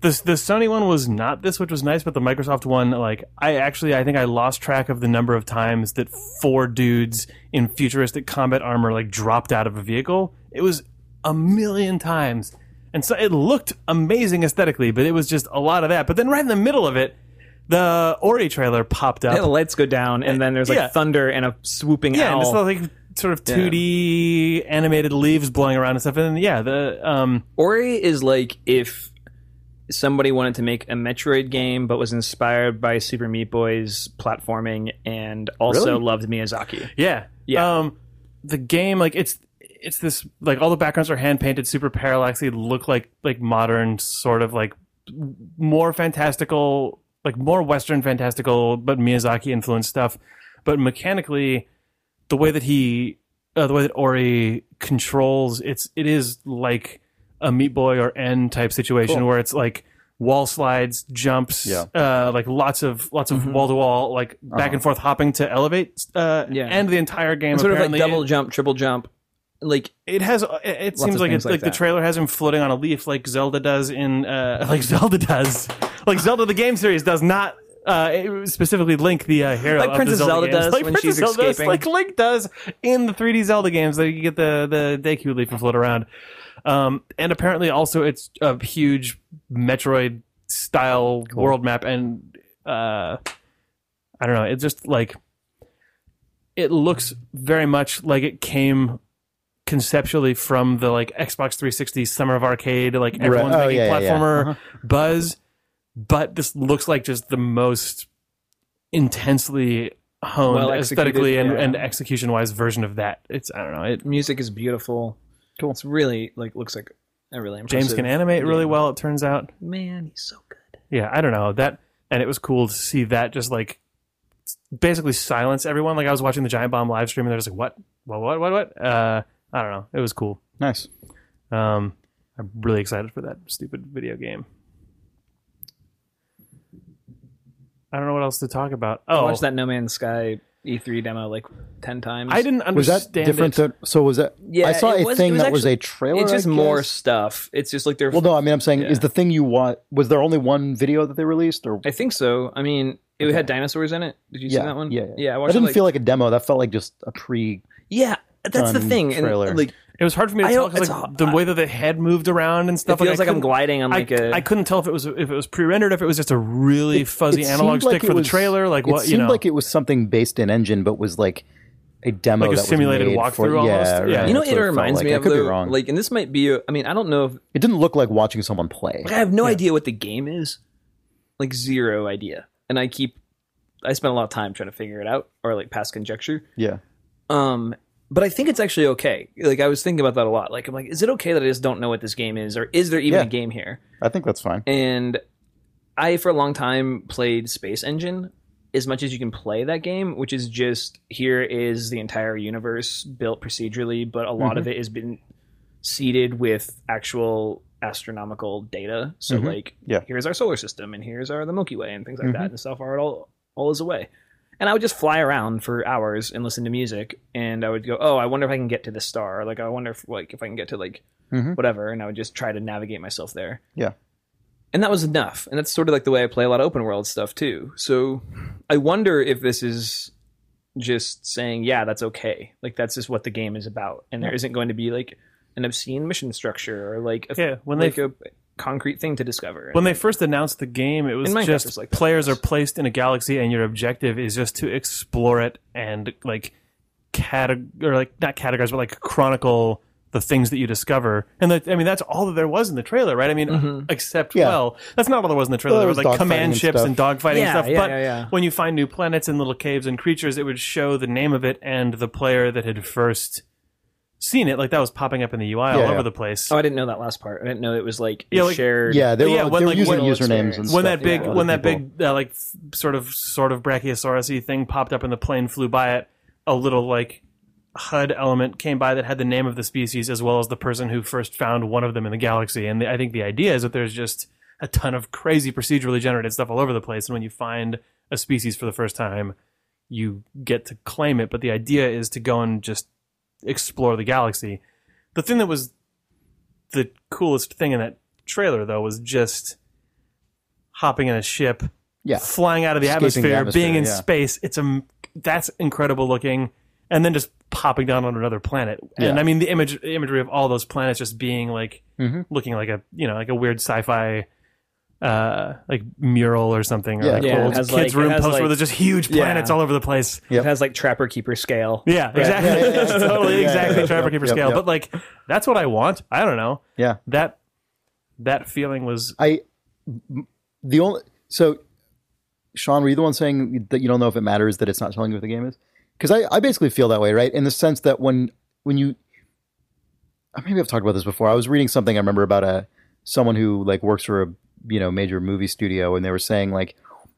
Speaker 2: the the Sony one was not this, which was nice, but the Microsoft one, like I actually I think I lost track of the number of times that four dudes in futuristic combat armor like dropped out of a vehicle. It was a million times, and so it looked amazing aesthetically, but it was just a lot of that. But then right in the middle of it, the Ori trailer popped up.
Speaker 1: Yeah, the lights go down, and then there's like
Speaker 2: Yeah.
Speaker 1: thunder and a swooping
Speaker 2: Yeah,
Speaker 1: owl.
Speaker 2: and it's all, like sort of 2D animated leaves blowing around and stuff. And then, yeah, the um,
Speaker 1: Ori is like if somebody wanted to make a Metroid game but was inspired by Super Meat Boy's platforming and also
Speaker 3: Really?
Speaker 1: loved Miyazaki.
Speaker 2: yeah,
Speaker 1: Yeah.
Speaker 2: um, the game like it's it's this like all the backgrounds are hand painted, super parallaxy, look like like modern sort of like more fantastical, like more Western fantastical, but Miyazaki influenced stuff. But mechanically, the way that he, uh, the way that Ori controls, it's it is like a Meat Boy or N type situation where it's like wall slides, jumps,
Speaker 3: Yeah.
Speaker 2: uh, like lots of lots
Speaker 1: Mm-hmm.
Speaker 2: of wall to wall, like back and forth hopping to elevate, uh,
Speaker 1: Uh-huh. Yeah.
Speaker 2: and the entire game
Speaker 1: And sort of like
Speaker 2: apparently
Speaker 1: double jump, triple jump. Like
Speaker 2: it has. uh, It, it seems
Speaker 1: of
Speaker 2: like
Speaker 1: things
Speaker 2: it's
Speaker 1: like
Speaker 2: like, the
Speaker 1: that.
Speaker 2: trailer has him floating on a leaf, like Zelda does in, uh, like Zelda does, like Zelda the game series does not. Uh, it- specifically, Link the uh, hero,
Speaker 1: Like
Speaker 2: of the
Speaker 1: Princess
Speaker 2: Zelda,
Speaker 1: Zelda
Speaker 2: games.
Speaker 1: does
Speaker 2: like
Speaker 1: when
Speaker 2: Princess
Speaker 1: she's
Speaker 2: Zelda does,
Speaker 1: escaping.
Speaker 2: like Link does in the 3D Zelda games. That you get the the Deku leaf and float around, um, and apparently also it's a huge Metroid style world map, and uh, I don't know, it just like it looks very much like it came conceptually from the like Xbox 360 Summer of Arcade, like everyone's
Speaker 3: Oh,
Speaker 2: making
Speaker 8: Uh-huh.
Speaker 3: yeah, yeah, yeah.
Speaker 2: platformer buzz. but this looks like just the most intensely honed
Speaker 8: Well executed,
Speaker 2: aesthetically and,
Speaker 8: yeah.
Speaker 2: and execution wise version of that. It's I don't know. It,
Speaker 1: Music is beautiful. Cool. It's really like looks like a really impressive.
Speaker 2: James can animate really well. It turns out.
Speaker 1: Man, he's so good.
Speaker 2: Yeah, I don't know that, and it was cool to see that just like s- basically silence everyone. Like I was watching the Giant Bomb live stream, and they're just like, "What? What? What? What? What?" Uh, I don't know. It was cool.
Speaker 3: Nice.
Speaker 2: Um, I'm really excited for that stupid video game. I don't know what else to talk about.
Speaker 1: I
Speaker 2: Oh,
Speaker 1: watched that No Man's Sky E3 demo like ten times.
Speaker 2: I didn't
Speaker 3: Was
Speaker 2: understand.
Speaker 3: that different?
Speaker 2: it.
Speaker 3: Than, so was that?
Speaker 1: Yeah,
Speaker 3: I saw
Speaker 1: it
Speaker 3: a
Speaker 1: was-
Speaker 3: thing
Speaker 1: it was
Speaker 3: that was
Speaker 1: actually-
Speaker 3: a trailer.
Speaker 1: It's just
Speaker 3: I
Speaker 1: more
Speaker 3: guess?
Speaker 1: stuff. It's just like they're.
Speaker 3: Well, no, I mean, I'm saying, is
Speaker 1: Yeah.
Speaker 3: the thing you want? Was there only one video that they released, or
Speaker 1: I think so. I mean, it had dinosaurs in it. Did you see
Speaker 3: Yeah,
Speaker 1: that one?
Speaker 3: yeah, yeah.
Speaker 1: yeah. I
Speaker 3: that
Speaker 1: watched it,
Speaker 3: didn't
Speaker 1: like,
Speaker 3: feel like a demo? That felt like just a pre.
Speaker 1: Yeah, that's the
Speaker 3: done
Speaker 1: thing. And,
Speaker 3: trailer.
Speaker 1: like,
Speaker 2: It was hard for me to
Speaker 1: I
Speaker 2: tell
Speaker 1: don't-
Speaker 2: 'cause,
Speaker 1: it's
Speaker 2: like,
Speaker 1: a-
Speaker 2: the way that the head moved around and
Speaker 1: it
Speaker 2: stuff.
Speaker 1: feels
Speaker 2: like,
Speaker 1: like
Speaker 2: I
Speaker 1: I'm
Speaker 2: couldn't-
Speaker 1: gliding on
Speaker 2: I,
Speaker 1: like a.
Speaker 2: I couldn't tell if it was if it was pre-rendered, if it was just a really fuzzy
Speaker 3: It
Speaker 2: analog
Speaker 3: seemed like
Speaker 2: stick
Speaker 3: it
Speaker 2: for
Speaker 3: was-
Speaker 2: the trailer, like
Speaker 3: it
Speaker 2: what you
Speaker 3: seemed
Speaker 2: know,
Speaker 3: like it was something based in engine, but was like a demo,
Speaker 2: Like a
Speaker 3: that was
Speaker 2: simulated
Speaker 3: made
Speaker 2: walkthrough
Speaker 3: for,
Speaker 2: almost?
Speaker 3: Yeah,
Speaker 2: Yeah.
Speaker 3: right,
Speaker 1: you know,
Speaker 3: that's
Speaker 1: it
Speaker 3: what felt
Speaker 1: reminds
Speaker 3: like.
Speaker 1: me
Speaker 3: I
Speaker 1: of
Speaker 3: could be
Speaker 1: though,
Speaker 3: wrong.
Speaker 1: like, and this might be. I mean, I don't know if
Speaker 3: it didn't look like watching someone play.
Speaker 1: Like, I have no idea what the game is. Like zero idea. And I keep I spend a lot of time trying to figure it out or like past conjecture.
Speaker 3: Yeah,
Speaker 1: Um but I think it's actually okay. Like I was thinking about that a lot. Like I'm like, is it okay that I just don't know what this game is, or is there even
Speaker 3: Yeah.
Speaker 1: a game here?
Speaker 3: I think that's fine.
Speaker 1: And I for a long time played Space Engine as much as you can play that game, which is just here is the entire universe built procedurally, but a lot of it has been seeded with actual astronomical data. So like
Speaker 3: Yeah.
Speaker 1: here's our solar system and here's our the Milky Way and things like that and so far it all all is away. And I would just fly around for hours and listen to music and I would go, Oh, I wonder if I can get to this star. Like I wonder if like if I can get to like
Speaker 3: Mhm.
Speaker 1: whatever and I would just try to navigate myself there and that was enough and that's sort of like the way i play a lot of open world stuff too so i wonder if this is just saying yeah that's okay like that's just what the game is about and there isn't going to be like an obscene mission structure or like a,
Speaker 2: yeah. When they
Speaker 1: like a concrete thing to discover
Speaker 2: when they first announced the game, it was
Speaker 1: And Minecraft
Speaker 2: just
Speaker 1: is like that,
Speaker 2: players
Speaker 1: yes.
Speaker 2: are placed in a galaxy, and your objective is just to explore it and like categ- or like not categorize, but like chronicle the things that you discover. And that, I mean, that's all that there was in the trailer, right? I mean,
Speaker 1: Mm-hmm.
Speaker 2: except
Speaker 3: Yeah.
Speaker 2: well, that's not all there was in the trailer.
Speaker 3: Well,
Speaker 2: there was
Speaker 3: there was
Speaker 2: like
Speaker 3: dogfighting
Speaker 2: command
Speaker 3: and
Speaker 2: ships
Speaker 3: stuff.
Speaker 2: and dogfighting
Speaker 1: Yeah,
Speaker 2: stuff.
Speaker 1: yeah,
Speaker 2: but
Speaker 1: yeah, yeah.
Speaker 2: when you find new planets and little caves and creatures, it would show the name of it and the player that had first seen it. Like that was popping up in the UI all
Speaker 3: Yeah,
Speaker 2: over
Speaker 3: yeah.
Speaker 2: the place.
Speaker 1: oh i didn't know that last part i didn't know it was like a
Speaker 2: Yeah, like-
Speaker 1: shared
Speaker 3: Yeah, they
Speaker 2: But
Speaker 3: were,
Speaker 2: yeah,
Speaker 3: like,
Speaker 2: when,
Speaker 3: they were
Speaker 2: like,
Speaker 3: using
Speaker 2: when-
Speaker 3: usernames and
Speaker 2: when
Speaker 3: stuff
Speaker 2: that big
Speaker 3: for other
Speaker 2: when that
Speaker 3: people.
Speaker 2: big uh, like f- sort of sort of brachiosaurus thing popped up and the plane flew by it a little like hud element came by that had the name of the species as well as the person who first found one of them in the galaxy and the, i think the idea is that there's just a ton of crazy procedurally generated stuff all over the place and when you find a species for the first time you get to claim it but the idea is to go and just explore the galaxy the thing that was the coolest thing in that trailer though was just hopping in a ship
Speaker 3: Yeah.
Speaker 2: flying out of the
Speaker 3: Escaping
Speaker 2: atmosphere,
Speaker 3: the
Speaker 2: being in
Speaker 3: atmosphere, yeah.
Speaker 2: space it's a that's incredible looking and then just popping down on another planet and
Speaker 3: Yeah.
Speaker 2: i mean the image the imagery of all those planets just being like
Speaker 3: Mm-hmm.
Speaker 2: looking like a you know like a weird sci-fi uh like mural or something or
Speaker 3: Yeah.
Speaker 2: like
Speaker 3: Yeah, it
Speaker 2: old
Speaker 1: has,
Speaker 2: kids
Speaker 1: like- it
Speaker 2: room
Speaker 1: has,
Speaker 2: poster where
Speaker 1: like-
Speaker 2: there's just huge
Speaker 1: Yeah.
Speaker 2: planets all over the place
Speaker 1: it has like trapper keeper scale
Speaker 2: yeah, exactly.
Speaker 3: Yeah, yeah, yeah.
Speaker 2: It's totally
Speaker 3: Yeah, yeah,
Speaker 2: exactly
Speaker 3: yeah.
Speaker 2: trapper
Speaker 3: Yep,
Speaker 2: keeper
Speaker 3: yep,
Speaker 2: scale.
Speaker 3: yep.
Speaker 2: But like that's what I want. I don't know.
Speaker 3: Yeah.
Speaker 2: That that feeling was
Speaker 3: I the only so Sean, were you the one saying that you don't know if it matters that it's not telling you what the game is? Because I, I basically feel that way, right? In the sense that when when you maybe I've talked about this before. I was reading something I remember about a someone who like works for a you know major movie studio, and they were saying like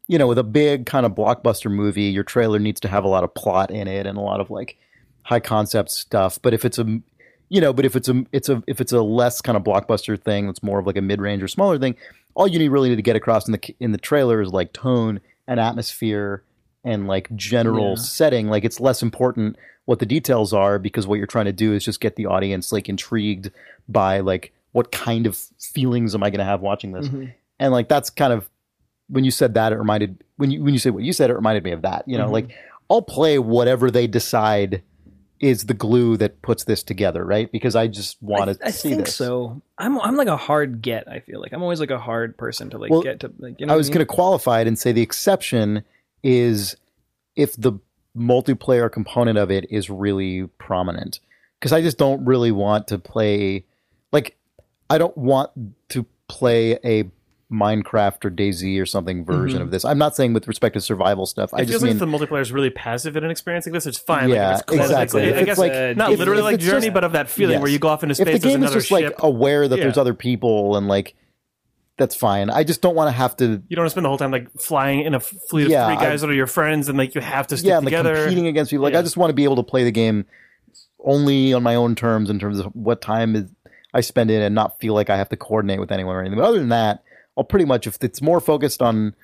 Speaker 3: you know with a big kind of blockbuster movie, your trailer needs to have a lot of plot in it and a lot of like high concept stuff. But if it's a you know, but if it's a it's a if it's a less kind of blockbuster thing, that's more of like a mid range or smaller thing. All you need really need to get across in the in the trailer is like tone and atmosphere and like general setting. Like it's less important what the details are because what you're trying to do is just get the audience like intrigued by like what kind of feelings am I going to have watching
Speaker 1: Mm-hmm.
Speaker 3: this,
Speaker 6: Mm-hmm.
Speaker 3: and like that's kind of when you said that it reminded when you when you said what you said it reminded me of that. You know,
Speaker 1: Mm-hmm.
Speaker 3: like I'll play whatever they decide is the glue that puts this together, right? Because I just want to
Speaker 1: I
Speaker 3: see
Speaker 1: think
Speaker 3: this.
Speaker 1: so. I'm I'm like a hard get. I feel like I'm always like a hard person to like
Speaker 3: Well,
Speaker 1: get to. Like, you know
Speaker 3: I
Speaker 1: what
Speaker 3: was
Speaker 2: Mm-hmm.
Speaker 1: mean?
Speaker 3: going to qualify it and say the exception is if the multiplayer component of it is really prominent. Because I just don't really want to play, like, I don't want to play a Minecraft or DayZ or something version of this. I'm not saying with respect to survival stuff. I
Speaker 2: Mm-hmm. It
Speaker 3: just
Speaker 2: feels
Speaker 3: mean
Speaker 2: like the multiplayer is really passive in an experience like this. It's fine.
Speaker 3: Yeah,
Speaker 2: like if it's close,
Speaker 3: exactly.
Speaker 2: Like,
Speaker 3: If
Speaker 2: I
Speaker 3: it's
Speaker 2: guess uh,
Speaker 3: like-
Speaker 2: not
Speaker 3: if-
Speaker 2: literally
Speaker 3: if
Speaker 2: like
Speaker 3: it's
Speaker 2: Journey,
Speaker 3: just-
Speaker 2: but of that feeling
Speaker 3: Yes.
Speaker 2: where you go off into
Speaker 3: if
Speaker 2: space
Speaker 3: the
Speaker 2: there's
Speaker 3: game is
Speaker 2: another
Speaker 3: just
Speaker 2: ship.
Speaker 3: like aware that there's
Speaker 2: Yeah.
Speaker 3: other people and like that's fine. I just don't want to have to
Speaker 2: you don't want to spend the whole time like flying in a f- fleet of
Speaker 3: Yeah,
Speaker 2: three
Speaker 3: I-
Speaker 2: guys that are your friends, and like you have to stick
Speaker 3: yeah, and, like
Speaker 2: together.
Speaker 3: competing against people. Like
Speaker 2: Yeah.
Speaker 3: I just want to be able to play the game only on my own terms in terms of what time is I spend in and not feel like I have to coordinate with anyone or anything. But other than that, I'll pretty much if it's more focused on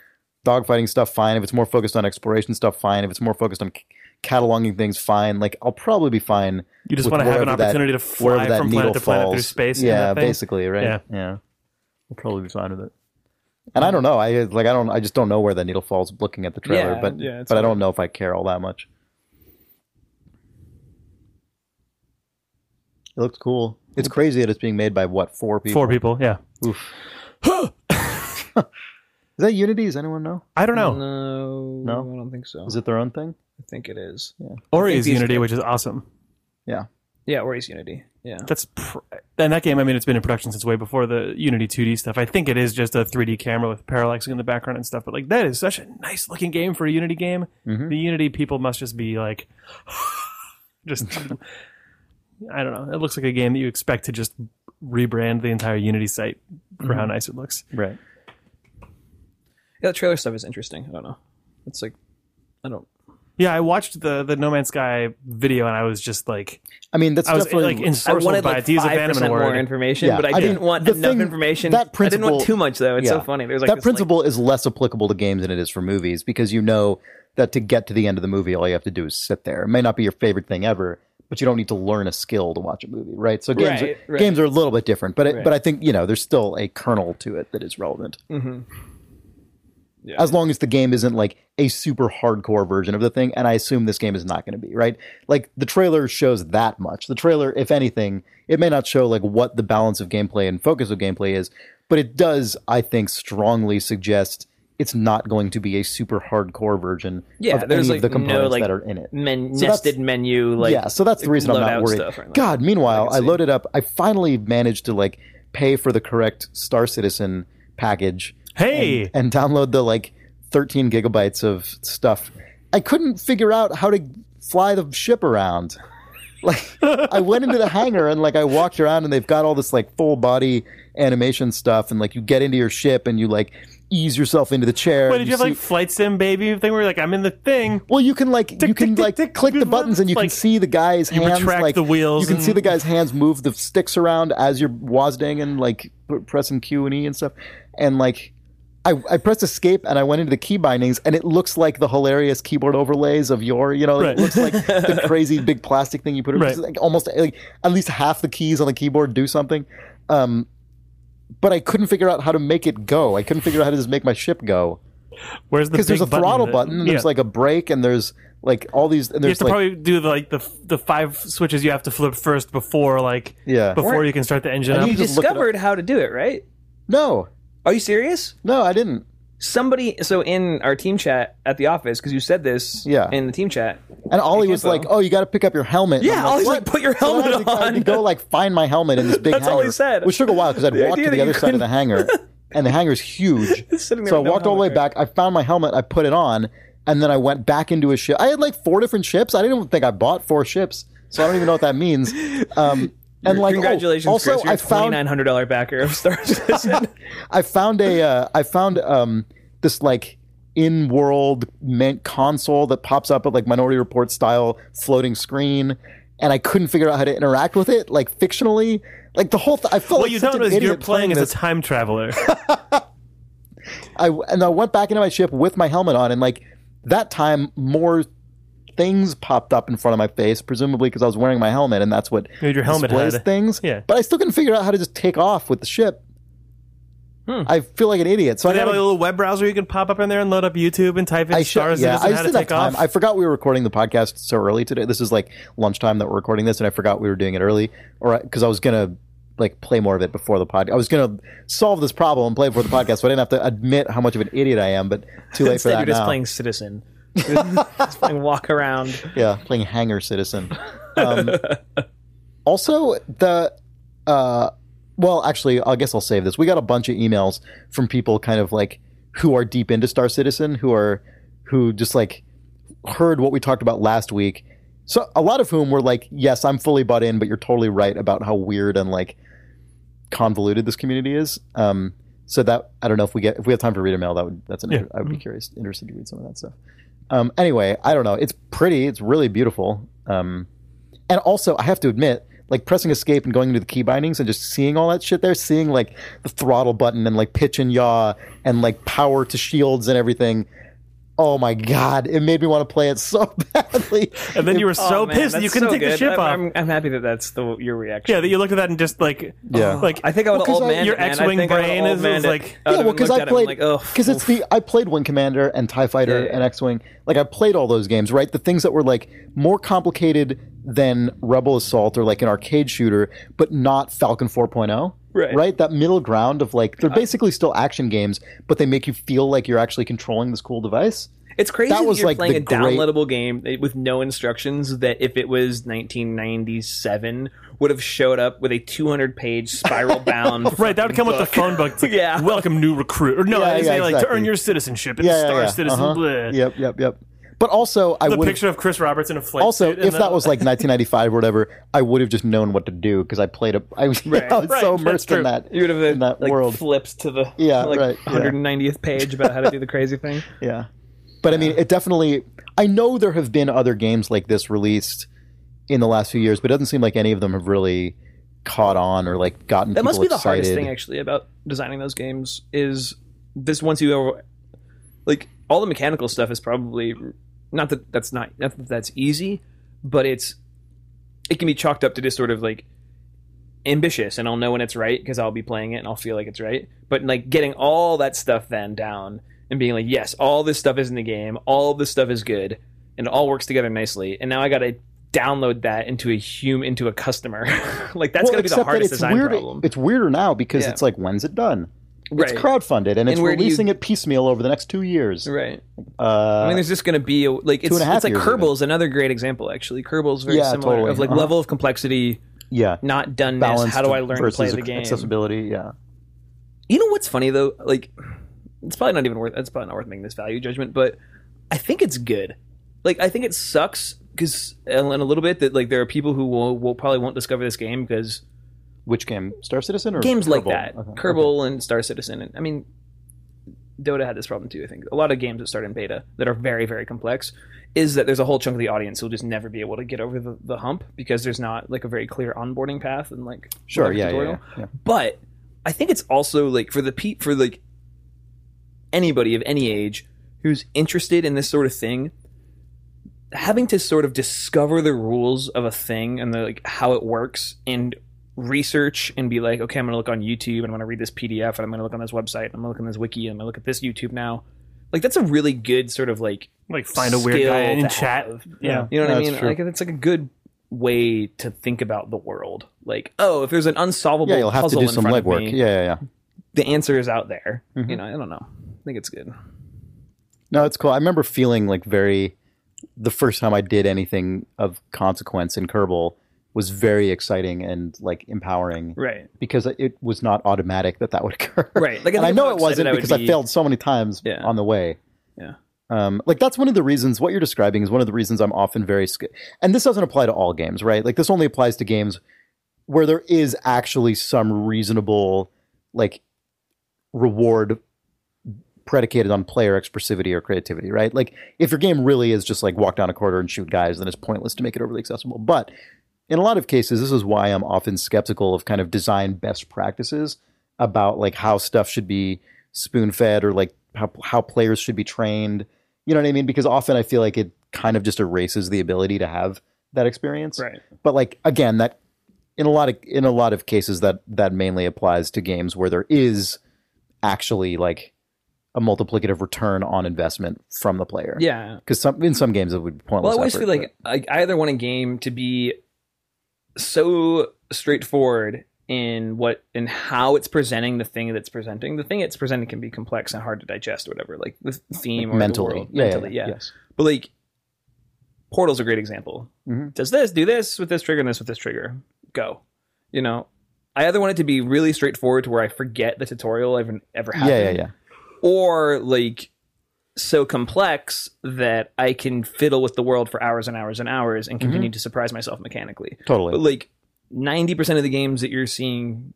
Speaker 3: dogfighting stuff, fine. If it's more focused on exploration stuff, fine. If it's more focused on c- cataloging things, fine. Like I'll probably be fine.
Speaker 2: you just
Speaker 3: with
Speaker 2: want to have an
Speaker 3: wherever that-
Speaker 2: opportunity to
Speaker 3: wherever
Speaker 2: fly
Speaker 3: that
Speaker 2: from
Speaker 3: needle
Speaker 2: planet to planet through
Speaker 3: falls.
Speaker 2: space. in
Speaker 3: Yeah,
Speaker 2: that thing.
Speaker 3: basically, right?
Speaker 2: Yeah.
Speaker 3: I'll probably be fine with it. And I don't know. I like I don't I just don't know where that needle falls looking at the trailer,
Speaker 6: Yeah,
Speaker 3: but
Speaker 6: yeah, it's
Speaker 3: but I don't know if I care all that much. It looks cool. It's crazy that it's being made by what, four people?
Speaker 2: Four people. Yeah,
Speaker 3: Is that Unity? Does anyone know?
Speaker 2: I don't
Speaker 1: Mm,
Speaker 2: know.
Speaker 6: No,
Speaker 3: No?
Speaker 6: I don't think so.
Speaker 3: Is it their own thing?
Speaker 6: I think it is.
Speaker 2: Or is
Speaker 6: these-
Speaker 2: Unity, which is awesome.
Speaker 6: Yeah, or is Unity. Yeah.
Speaker 2: That's pr- and that game. I mean, it's been in production since way before the Unity 2D stuff. I think it is just a 3D camera with parallaxing in the background and stuff. But like, that is such a nice looking game for a Unity game.
Speaker 6: Mm-hmm.
Speaker 3: Mhm.
Speaker 2: The Unity people must just be like, just I don't know. It looks like a game that you expect to just rebrand the entire Unity site for
Speaker 6: Mm-hmm.
Speaker 2: how nice it looks.
Speaker 3: Right.
Speaker 6: Yeah, the trailer stuff is interesting. I don't know. It's like, I don't.
Speaker 2: Yeah, I watched the the No Man's Sky video and I was just like,
Speaker 3: I mean, that's
Speaker 2: I was
Speaker 3: definitely
Speaker 2: like ensorcelled
Speaker 6: I wanted
Speaker 2: by
Speaker 6: like
Speaker 2: it. To use a
Speaker 6: five
Speaker 2: Bannerman
Speaker 6: percent more
Speaker 2: word.
Speaker 6: information,
Speaker 3: Yeah,
Speaker 6: but I,
Speaker 3: I
Speaker 6: didn't
Speaker 3: did.
Speaker 6: want
Speaker 3: The
Speaker 6: enough
Speaker 3: thing-
Speaker 6: information.
Speaker 3: that
Speaker 6: I didn't
Speaker 3: principle-
Speaker 6: want too much though. It's so
Speaker 3: yeah.
Speaker 6: funny. There's like
Speaker 3: that
Speaker 6: this, like-
Speaker 3: principle is less applicable to games than it is for movies because you know that to get to the end of the movie, all you have to do is sit there. It may not be your favorite thing ever, but you don't need to learn a skill to watch a movie, right? So games,
Speaker 6: Right,
Speaker 3: are,
Speaker 6: right.
Speaker 3: games are a little bit different, but it, but I think you know there's still a kernel to it that is relevant. As long as the game isn't like a super hardcore version of the thing, and I assume this game is not going to be, right? Like the trailer shows that much. The trailer, if anything, it may not show like what the balance of gameplay and focus of gameplay is, but it does, I think, strongly suggest it's not going to be a super hardcore version
Speaker 6: Yeah,
Speaker 3: of
Speaker 6: there's,
Speaker 3: any
Speaker 6: like,
Speaker 3: of the
Speaker 6: no,
Speaker 3: components
Speaker 6: like,
Speaker 3: that are in it
Speaker 6: men-
Speaker 3: So that's-
Speaker 6: nested menu. Like
Speaker 3: yeah, so that's the reason I'm not
Speaker 6: loadout
Speaker 3: worried.
Speaker 6: stuff, right? Like-
Speaker 3: God, meanwhile, I, loaded up. I finally managed to like pay for the correct Star Citizen package
Speaker 2: Hey,
Speaker 3: and download the like 13 gigabytes of stuff. I couldn't figure out how to fly the ship around. Like I went into the hangar and like I walked around and they've got all this like full body animation stuff and like you get into your ship and you like ease yourself into the chair.
Speaker 2: Wait,
Speaker 3: and
Speaker 2: did you have
Speaker 3: see-
Speaker 2: like flight sim baby thing where you're like I'm in the thing?
Speaker 3: Well, you can like you can
Speaker 2: tick,
Speaker 3: like
Speaker 2: tick,
Speaker 3: click the
Speaker 2: tick,
Speaker 3: buttons and you can
Speaker 2: like,
Speaker 3: see the guy's
Speaker 2: you
Speaker 3: hands
Speaker 2: retract
Speaker 3: like
Speaker 2: the wheels
Speaker 3: You can see
Speaker 2: and-
Speaker 3: the guy's hands move the sticks around as you're wasding and like p- pressing Q and E and stuff. And like I, I pressed escape and I went into the key bindings and it looks like the hilarious keyboard overlays of your you know
Speaker 2: Right.
Speaker 3: it looks like the crazy big plastic thing you put.
Speaker 2: Right.
Speaker 3: It's Like almost like at least half the keys on the keyboard do something. Um, but I couldn't figure out how to make it go. I couldn't figure out how to just make my ship go
Speaker 2: Where's the
Speaker 3: because there's a
Speaker 2: big button
Speaker 3: throttle
Speaker 2: that-
Speaker 3: button and there's
Speaker 2: Yeah.
Speaker 3: like a brake and there's like all these and
Speaker 2: you have
Speaker 3: there's
Speaker 2: to
Speaker 3: like
Speaker 2: probably do the, like the the five switches you have to flip first before like
Speaker 3: Yeah.
Speaker 2: before you can start the engine up.
Speaker 6: you
Speaker 3: just look it up.
Speaker 6: discovered how to do it, right?
Speaker 3: no
Speaker 6: Are you serious?
Speaker 3: no i didn't
Speaker 6: Somebody, so in our team chat at the office, because you said this,
Speaker 3: Yeah.
Speaker 6: in the team chat.
Speaker 3: and ollie was like oh you got to pick up your helmet And
Speaker 6: Yeah,
Speaker 3: I'm
Speaker 6: Ollie's
Speaker 3: "What?"
Speaker 6: like, put your
Speaker 3: So I had
Speaker 6: helmet
Speaker 3: to- I had to
Speaker 6: on.
Speaker 3: go like find my helmet in this big
Speaker 6: That's all
Speaker 3: hangar
Speaker 6: he said.
Speaker 3: which took a while because i'd
Speaker 6: The
Speaker 3: walked
Speaker 6: idea
Speaker 3: to the
Speaker 6: that
Speaker 3: other
Speaker 6: you
Speaker 3: side of the hangar and the hangar's huge
Speaker 6: sitting there
Speaker 3: so i
Speaker 6: with no
Speaker 3: walked all the way
Speaker 6: helmet,
Speaker 3: back i found my helmet i put it on and then i went back into a ship i had like four different ships i didn't even think i bought four ships so i don't even know what that means um and like oh,
Speaker 6: Congratulations,
Speaker 3: also
Speaker 6: Chris. You're
Speaker 3: i
Speaker 6: a
Speaker 3: found
Speaker 6: $2,900 backer of Star Citizen.
Speaker 3: I found a uh, I found um this like in world meant console that pops up at like Minority Report style floating screen, and I couldn't figure out how to interact with it like fictionally. Like the whole, th- I felt
Speaker 2: what
Speaker 3: like
Speaker 2: you
Speaker 3: such
Speaker 2: don't
Speaker 3: an
Speaker 2: know is you're
Speaker 3: idiot
Speaker 2: playing as a
Speaker 3: this.
Speaker 2: time traveler.
Speaker 3: I and I went back into my ship with my helmet on, and like that time more things popped up in front of my face, presumably because I was wearing my helmet, and that's what
Speaker 2: Made your helmet
Speaker 3: displays
Speaker 2: head.
Speaker 3: things.
Speaker 2: Yeah.
Speaker 3: but I still couldn't figure out how to just take off with the ship.
Speaker 2: Hmm.
Speaker 3: I feel like an idiot. So I
Speaker 2: they have
Speaker 3: gotta
Speaker 2: a little web browser you can pop up in there and load up YouTube and type in
Speaker 3: should-
Speaker 2: stars and
Speaker 3: I
Speaker 2: how to
Speaker 3: didn't have
Speaker 2: take off.
Speaker 3: time. I forgot we were recording the podcast so early today. This is like lunchtime that we're recording this, and I forgot we were doing it early, or because I was gonna like play more of it before the podcast. I was gonna solve this problem and play it before the podcast, so I didn't have to admit how much of an idiot I am. But too late for
Speaker 6: Instead,
Speaker 3: that
Speaker 6: you're just
Speaker 3: now.
Speaker 6: playing Citizen. just playing walk around.
Speaker 3: yeah, playing Hanger Citizen. Um, also, the uh, well, actually, I guess I'll save this. We got a bunch of emails from people kind of like who are deep into Star Citizen, who are who just like heard what we talked about last week. So a lot of whom were like, "Yes, I'm fully bought in, but you're totally right about how weird and like convoluted this community is." Um, so that I don't know if we get if we have time to read a mail. That would that's an
Speaker 2: Yeah.
Speaker 3: inter- I would be curious interested to read some of that stuff. Um, anyway, I don't know. It's pretty. It's really beautiful. Um, and also, I have to admit, like pressing escape and going into the key bindings and just seeing all that shit there, seeing like the throttle button and like pitch and yaw and like power to shields and everything. Oh my god, it made me want to play it so badly.
Speaker 2: And then you were so
Speaker 1: Oh, man,
Speaker 2: pissed that
Speaker 1: that's
Speaker 2: you couldn't
Speaker 1: so
Speaker 2: take the
Speaker 1: good.
Speaker 2: ship
Speaker 1: I'm,
Speaker 2: off.
Speaker 1: I'm, I'm happy that that's the your reaction.
Speaker 2: yeah, that you looked at that and just like,
Speaker 3: Yeah.
Speaker 2: like
Speaker 1: Oh, I think I would
Speaker 3: Well, 'cause
Speaker 1: old
Speaker 3: I-
Speaker 1: man.
Speaker 3: Your
Speaker 1: it, man. I
Speaker 2: X-wing
Speaker 1: think I would've
Speaker 2: brain
Speaker 1: old
Speaker 2: is- is
Speaker 1: manned it.
Speaker 2: like-
Speaker 1: I
Speaker 3: yeah,
Speaker 1: would've
Speaker 3: well, because
Speaker 1: looked
Speaker 3: I
Speaker 1: at him
Speaker 3: played
Speaker 1: like, oh,
Speaker 3: because it's the I played Wing Commander and Tie Fighter
Speaker 1: yeah.
Speaker 3: and X Wing. Like I played all those games, right? The things that were like more complicated than Rebel Assault or like an arcade shooter, but not Falcon 4.0.
Speaker 1: Right.
Speaker 3: Right. That middle ground of like they're basically still action games, but they make you feel like you're actually controlling this cool device.
Speaker 1: It's crazy
Speaker 3: That
Speaker 1: that,
Speaker 3: was,
Speaker 1: you're
Speaker 3: like,
Speaker 1: playing
Speaker 3: the
Speaker 1: a
Speaker 3: great-
Speaker 1: downloadable game that- with no instructions that if it was 1997 would have showed up with a 200 page spiral bound
Speaker 2: Right, that would come with the phone book. It's like,
Speaker 1: Yeah.
Speaker 2: Welcome, new recruit. Or no,
Speaker 3: Yeah,
Speaker 2: I
Speaker 3: yeah,
Speaker 2: say, like to
Speaker 3: exactly.
Speaker 2: earn your citizenship. It's
Speaker 3: Yeah, yeah,
Speaker 2: Star
Speaker 3: yeah.
Speaker 2: Citizen.
Speaker 3: Uh-huh.
Speaker 2: Blah.
Speaker 3: Yep, yep, yep. But also, I
Speaker 2: The
Speaker 3: would
Speaker 2: picture of Chris Roberts in a flight.
Speaker 3: also
Speaker 2: suit and
Speaker 3: if
Speaker 2: the-
Speaker 3: that was like 1995 or whatever, I would have just known what to do because I played a. I was, I was
Speaker 2: Right,
Speaker 3: so
Speaker 2: that's
Speaker 3: immersed in
Speaker 2: true.
Speaker 3: that
Speaker 1: you would have
Speaker 3: in that
Speaker 1: like
Speaker 3: world.
Speaker 1: flips to the
Speaker 3: Yeah,
Speaker 1: like
Speaker 3: right, yeah.
Speaker 1: 190th page about how to do the crazy thing
Speaker 3: Yeah. But I mean, it definitely. I know there have been other games like this released in the last few years, but it doesn't seem like any of them have really caught on or like gotten.
Speaker 1: that must
Speaker 3: people
Speaker 1: be the hardest
Speaker 3: excited.
Speaker 1: thing actually about designing those games is this once you over like all the mechanical stuff is probably not that that's not, not that that's easy but it's it can be chalked up to just sort of like ambitious and i'll know when it's right because i'll be playing it and i'll feel like it's right but like getting all that stuff then down and being like yes all this stuff is in the game all this stuff is good and it all works together nicely and now i gotta download that into a hum into a customer like that's
Speaker 3: well,
Speaker 1: gonna be
Speaker 3: except
Speaker 1: the
Speaker 3: that
Speaker 1: hardest
Speaker 3: it's
Speaker 1: design
Speaker 3: weird,
Speaker 1: problem
Speaker 3: It's weirder now because
Speaker 1: Yeah.
Speaker 3: it's like, when's it done?
Speaker 1: right
Speaker 3: It's crowdfunded and it's
Speaker 1: where do you-
Speaker 3: releasing it piecemeal over the next two years.
Speaker 1: right
Speaker 3: Uh,
Speaker 1: I mean, there's just going to be a, like it's,
Speaker 3: and a half
Speaker 1: it's like
Speaker 3: years
Speaker 1: Kerbal's another great example actually. Kerbal's very
Speaker 3: Yeah,
Speaker 1: similar
Speaker 3: totally.
Speaker 1: of like
Speaker 3: Uh-huh.
Speaker 1: level of complexity,
Speaker 3: yeah.
Speaker 1: not doneness.
Speaker 3: Balance.
Speaker 1: how do I learn to
Speaker 3: versus
Speaker 1: play the
Speaker 3: ac-
Speaker 1: game?
Speaker 3: Accessibility. Yeah.
Speaker 1: You know what's funny though? Like it's probably not even worth. It's probably not worth making this value judgment, but I think it's good. Like I think it sucks because in a little bit that like there are people who will, will probably won't discover this game because
Speaker 3: Which game? Star Citizen or
Speaker 1: games like
Speaker 3: Kerbal?
Speaker 1: that,
Speaker 3: Okay.
Speaker 1: Kerbal and Star Citizen, and I mean, Dota had this problem too. I think a lot of games that start in beta that are very very complex is that there's a whole chunk of the audience who'll just never be able to get over the, the hump because there's not like a very clear onboarding path and like
Speaker 3: Sure.
Speaker 1: whatever
Speaker 3: Yeah, yeah,
Speaker 1: tutorial.
Speaker 3: yeah, yeah.
Speaker 1: But I think it's also like for the pe- for like anybody of any age who's interested in this sort of thing having to sort of discover the rules of a thing and the like how it works and research and be like okay i'm gonna look on youtube and i'm gonna read this pdf and i'm gonna look on this website and i'm gonna look on this wiki and i'm gonna look at this youtube now like that's a really good sort of like
Speaker 2: like find a weird
Speaker 1: skill
Speaker 2: guy in
Speaker 1: to
Speaker 2: chat.
Speaker 1: have.
Speaker 2: Yeah.
Speaker 1: you know what
Speaker 3: No,
Speaker 1: I
Speaker 3: that's
Speaker 1: mean?
Speaker 3: true.
Speaker 1: Like it's like a good way to think about the world. Like, oh, if there's an unsolvable
Speaker 3: Yeah, you'll have to
Speaker 1: puzzle
Speaker 3: do
Speaker 1: in
Speaker 3: some
Speaker 1: front of
Speaker 3: legwork.
Speaker 1: me,
Speaker 3: Yeah, yeah, yeah.
Speaker 1: the answer is out there. You know, I don't know. I think it's good.
Speaker 3: No, it's cool. I remember feeling like very the first time I did anything of consequence in Kerbal was very exciting and like empowering
Speaker 1: Right.
Speaker 3: because it was not automatic that that would occur.
Speaker 1: Right. Like, I think
Speaker 3: and I know
Speaker 1: how
Speaker 3: it
Speaker 1: excited
Speaker 3: wasn't
Speaker 1: I would
Speaker 3: because I
Speaker 1: be-
Speaker 3: failed so many times
Speaker 1: Yeah.
Speaker 3: on the way.
Speaker 1: Yeah.
Speaker 3: Um, like that's one of the reasons what you're describing is one of the reasons I'm often very sca- and this doesn't apply to all games, right? Like this only applies to games where there is actually some reasonable like reward predicated on player expressivity or creativity, right? Like if your game really is just like walk down a corridor and shoot guys, then it's pointless to make it overly accessible. But in a lot of cases, this is why I'm often skeptical of kind of design best practices about like how stuff should be spoon fed or like how, how players should be trained. You know what I mean? Because often I feel like it kind of just erases the ability to have that experience.
Speaker 1: Right.
Speaker 3: But like again, that in a lot of in a lot of cases that that mainly applies to games where there is actually like a multiplicative return on investment from the player.
Speaker 1: Yeah.
Speaker 3: Because some in some games it would be pointless.
Speaker 1: Well, I always
Speaker 3: effort,
Speaker 1: feel like I, I either want a game to be so straightforward in what in how it's presenting the thing that's presenting. The thing it's presenting can be complex and hard to digest, or whatever. Like the
Speaker 3: but
Speaker 1: theme or
Speaker 3: mentally.
Speaker 1: the world.
Speaker 3: Yeah, yeah,
Speaker 1: mentally, yeah.
Speaker 3: Yes.
Speaker 1: But like, Portal's a great example.
Speaker 3: Mhm.
Speaker 1: Does this, do this with this trigger, and this with this trigger. Go. You know, I either want it to be really straightforward to where I forget the tutorial even ever happened,
Speaker 3: Yeah, yeah, yeah.
Speaker 1: or like so complex that I can fiddle with the world for hours and hours and hours and
Speaker 3: Mm-hmm.
Speaker 1: continue to surprise myself mechanically. But
Speaker 3: Totally.
Speaker 1: like ninety percent of the games that you're seeing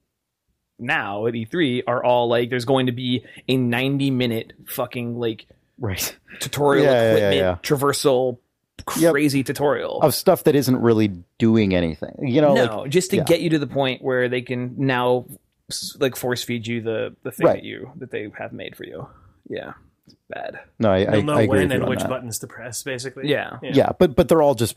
Speaker 1: now at E3 are all like there's going to be a ninety minute fucking like
Speaker 3: Right.
Speaker 1: tutorial
Speaker 3: Yeah, yeah,
Speaker 1: equipment
Speaker 3: yeah,
Speaker 1: traversal
Speaker 3: Yep.
Speaker 1: crazy tutorial.
Speaker 3: Of stuff that isn't really doing anything. You know, like
Speaker 1: no, just to
Speaker 3: yeah.
Speaker 1: get you to the point where they can now s- like force feed you the the thing
Speaker 3: Right.
Speaker 1: that you that they have made for you. Yeah, it's bad.
Speaker 3: no, I, I,
Speaker 2: You'll know
Speaker 3: I
Speaker 2: when
Speaker 3: agree with you
Speaker 2: and
Speaker 3: on
Speaker 2: which
Speaker 3: that.
Speaker 2: buttons to press, basically.
Speaker 1: Yeah.
Speaker 2: Yeah.
Speaker 3: Yeah, but but they're all just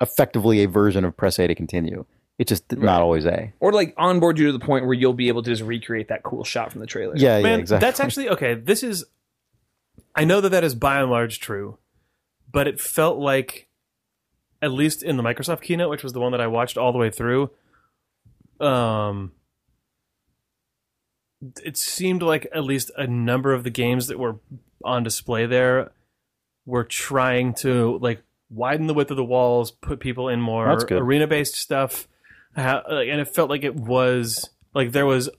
Speaker 3: effectively a version of press A to continue. It's just not always A.
Speaker 1: Or like onboard you to the point where you'll be able to just recreate that cool shot from the trailer.
Speaker 3: Yeah, yeah,
Speaker 2: Man,
Speaker 3: exactly.
Speaker 2: that's actually okay. This is, I know that that is by and large true, but it felt like, at least in the Microsoft keynote, which was the one that I watched all the way through, um, it seemed like at least a number of the games that were on display there were trying to like widen the width of the walls, put people in more
Speaker 3: That's good.
Speaker 2: arena-based stuff, how, like, and it felt like it was like there was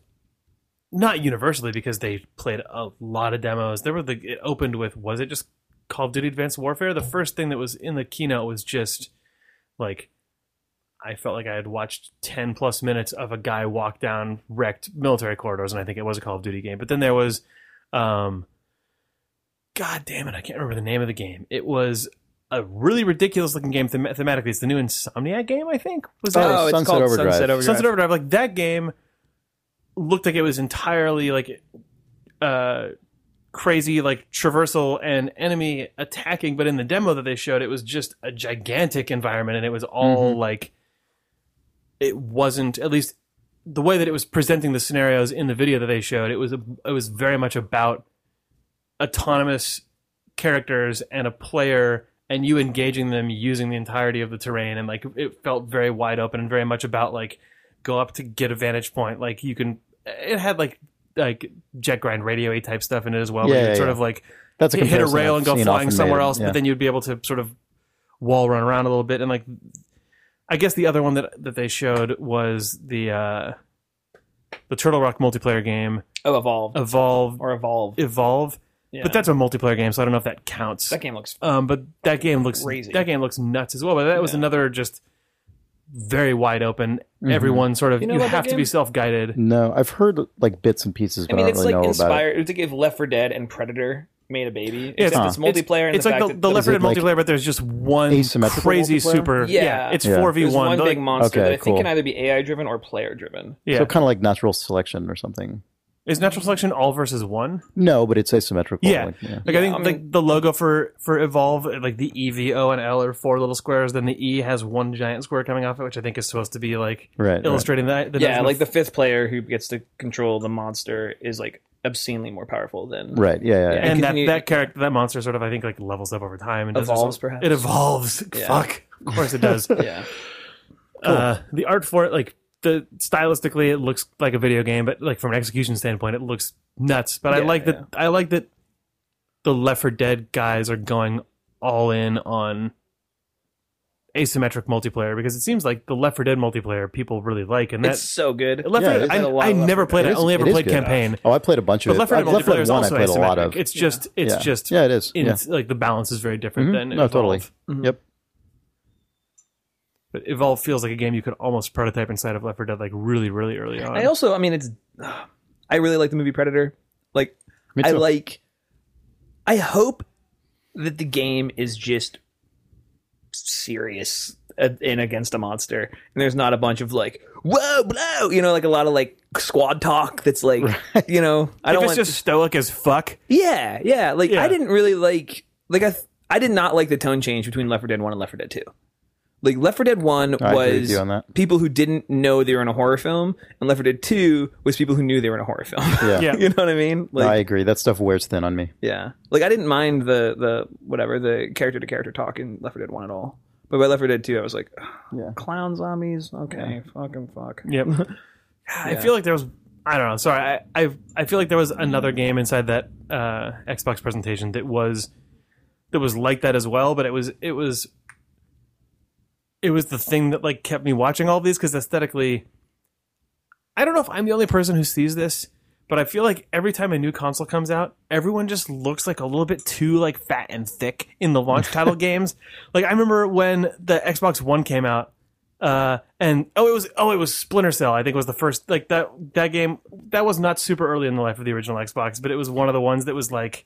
Speaker 2: not universally because they played a lot of demos. There were the it opened with was it just Call of Duty Advanced Warfare? The first thing that was in the keynote was just like I felt like I had watched ten plus minutes of a guy walk down wrecked military corridors, and I think it was a Call of Duty game. But then there was, um, God damn it, I can't remember the name of the game. It was a really ridiculous looking game them- thematically. It's the new Insomniac game, I think. Was that it?
Speaker 3: Oh,
Speaker 1: Oh, it's
Speaker 3: Sunset
Speaker 1: called
Speaker 3: Overdrive.
Speaker 1: Sunset Overdrive.
Speaker 2: Sunset Overdrive, like that game looked like it was entirely like uh crazy like traversal and enemy attacking, but in the demo that they showed it was just a gigantic environment and it was all like it wasn't at least the way that it was presenting the scenarios in the video that they showed, it was a, it was very much about autonomous characters and a player and you engaging them using the entirety of the terrain and like it felt very wide open and very much about like go up to get a vantage point like you can it had like like jet grind radio type stuff in it as well where
Speaker 3: Yeah,
Speaker 2: you
Speaker 3: yeah,
Speaker 2: could sort
Speaker 3: yeah.
Speaker 2: of like
Speaker 3: That's a
Speaker 2: hit a
Speaker 3: comparison
Speaker 2: rail
Speaker 3: I've
Speaker 2: and go
Speaker 3: seen
Speaker 2: flying
Speaker 3: often
Speaker 2: somewhere
Speaker 3: made.
Speaker 2: else
Speaker 3: Yeah.
Speaker 2: but then you'd be able to sort of wall run around a little bit and like i guess the other one that that they showed was the uh the turtle rock multiplayer game
Speaker 1: Oh, evolve
Speaker 2: evolve
Speaker 1: or evolve.
Speaker 2: evolve
Speaker 1: Yeah.
Speaker 2: but that's a multiplayer game so i don't know if that counts
Speaker 1: that game looks.
Speaker 2: um, but that game looks
Speaker 1: Crazy.
Speaker 2: that game looks nuts as well. But that was
Speaker 1: Yeah.
Speaker 2: another just very wide open.
Speaker 3: Mm-hmm.
Speaker 2: Everyone sort of you,
Speaker 1: know about that
Speaker 2: have to be
Speaker 1: game?
Speaker 2: self guided.
Speaker 3: No, I've heard like bits and pieces,
Speaker 1: I
Speaker 3: but I,
Speaker 1: mean,
Speaker 3: don't
Speaker 1: it's like
Speaker 3: really know about it.
Speaker 1: inspired. It's like if Left 4 Dead and Predator made a baby. except it's
Speaker 2: it's-
Speaker 1: multiplayer. and
Speaker 2: It's
Speaker 1: the
Speaker 2: like
Speaker 1: fact
Speaker 2: the,
Speaker 1: that
Speaker 2: the Leopard
Speaker 3: it like
Speaker 2: multiplayer, but there's just one
Speaker 3: asymmetrical
Speaker 2: crazy
Speaker 3: multiplayer?
Speaker 2: super.
Speaker 1: Yeah.
Speaker 2: it's
Speaker 3: Yeah.
Speaker 2: four v
Speaker 1: There's one
Speaker 2: one.
Speaker 1: big monster
Speaker 3: Okay,
Speaker 1: that I
Speaker 3: cool.
Speaker 1: think can either be AI driven or player driven.
Speaker 2: Yeah,
Speaker 3: So kind of like natural selection or something.
Speaker 2: is natural selection all versus one?
Speaker 3: No, but it's asymmetrical.
Speaker 2: Yeah.
Speaker 3: like, yeah.
Speaker 2: Like I think
Speaker 1: I mean-
Speaker 2: like the logo for for evolve, like the E V O and L are four little squares. Then the E has one giant square coming off it, which I think is supposed to be like
Speaker 3: Right, right.
Speaker 2: illustrating that. The
Speaker 1: Yeah,
Speaker 2: notion of
Speaker 1: like the fifth player who gets to control the monster is like obscenely more powerful than
Speaker 3: Right. Yeah. Yeah. yeah.
Speaker 2: and that,
Speaker 1: continue-
Speaker 2: that character, that monster, sort of, I think, like levels up over time and does
Speaker 1: Evolves,
Speaker 2: itself-
Speaker 1: perhaps?
Speaker 2: It evolves.
Speaker 1: Yeah.
Speaker 2: Fuck, of course it does.
Speaker 1: Yeah.
Speaker 2: uh, the art for it, like the stylistically, it looks like a video game, but like from an execution standpoint, it looks nuts. But I
Speaker 1: Yeah,
Speaker 2: like that. I like that the Left 4 Dead guys are going all in on asymmetric multiplayer because it seems like the Left 4 Dead multiplayer people really like, and
Speaker 1: It's
Speaker 2: that's
Speaker 1: so good.
Speaker 2: Left
Speaker 3: Yeah,
Speaker 2: 4 Dead.
Speaker 3: it's-
Speaker 2: I,
Speaker 1: a lot
Speaker 2: I
Speaker 1: of Left
Speaker 2: never
Speaker 1: 4
Speaker 2: played.
Speaker 3: It
Speaker 2: it.
Speaker 3: is-
Speaker 2: I only
Speaker 3: it
Speaker 2: ever
Speaker 3: is
Speaker 2: played
Speaker 3: good.
Speaker 2: campaign.
Speaker 3: Oh, I played a bunch of
Speaker 2: But
Speaker 3: it.
Speaker 2: Left 4 Dead
Speaker 3: I- Left 4
Speaker 2: multiplayer
Speaker 3: Dead
Speaker 2: is
Speaker 3: One. I
Speaker 2: also
Speaker 3: played a lot
Speaker 2: asymmetric.
Speaker 3: of.
Speaker 2: It's just it's
Speaker 3: Yeah.
Speaker 2: just
Speaker 3: Yeah, it is.
Speaker 2: in,
Speaker 3: Yeah.
Speaker 2: like the balance is very different
Speaker 3: Mhm.
Speaker 2: than
Speaker 3: No, totally.
Speaker 2: Evolve.
Speaker 3: Yep.
Speaker 2: But Evolve feels like a game you could almost prototype inside of Left 4 Dead like really really early on.
Speaker 1: I also, I mean, it's. I really like the movie Predator. Like,
Speaker 3: Me
Speaker 1: I
Speaker 3: too.
Speaker 1: like. I hope that the game is just serious a- and against a monster, and there's not a bunch of like, whoa, blow, you know, like a lot of like squad talk. That's like, you know, I
Speaker 2: if
Speaker 1: don't
Speaker 2: it's
Speaker 1: want.
Speaker 2: just stoic as fuck.
Speaker 1: yeah, yeah. Like,
Speaker 2: Yeah.
Speaker 1: I didn't really like. Like, I, th- I did not like the tone change between Left 4 Dead One and Left 4 Dead Two. Like Left 4 Dead One
Speaker 3: I agree with
Speaker 1: was
Speaker 3: you on that.
Speaker 1: people who didn't know they were in a horror film, and Left 4 Dead 2 was people who knew they were in a horror film.
Speaker 3: Yeah.
Speaker 2: Yeah.
Speaker 1: you know what I mean? Like,
Speaker 3: I agree. That stuff wears thin on me.
Speaker 1: yeah. Like I didn't mind the the whatever the character to character talk in Left 4 Dead 1 at all. But by Left 4 Dead 2, I was like,
Speaker 3: Yeah.
Speaker 1: clown zombies. Okay, fucking fuck.
Speaker 2: Yep. I feel like there was I don't know. Sorry, I, I I feel like there was another game inside that uh, Xbox presentation that was that was like that as well, but it was it was it was the thing that like kept me watching all these because aesthetically, I don't know if I'm the only person who sees this, but I feel like every time a new console comes out, everyone just looks like a little bit too like fat and thick in the launch title games. Like I remember when the Xbox One came out, uh, and oh it was oh it was Splinter Cell. I think was the first like that that game that was not super early in the life of the original Xbox, but it was one of the ones that was like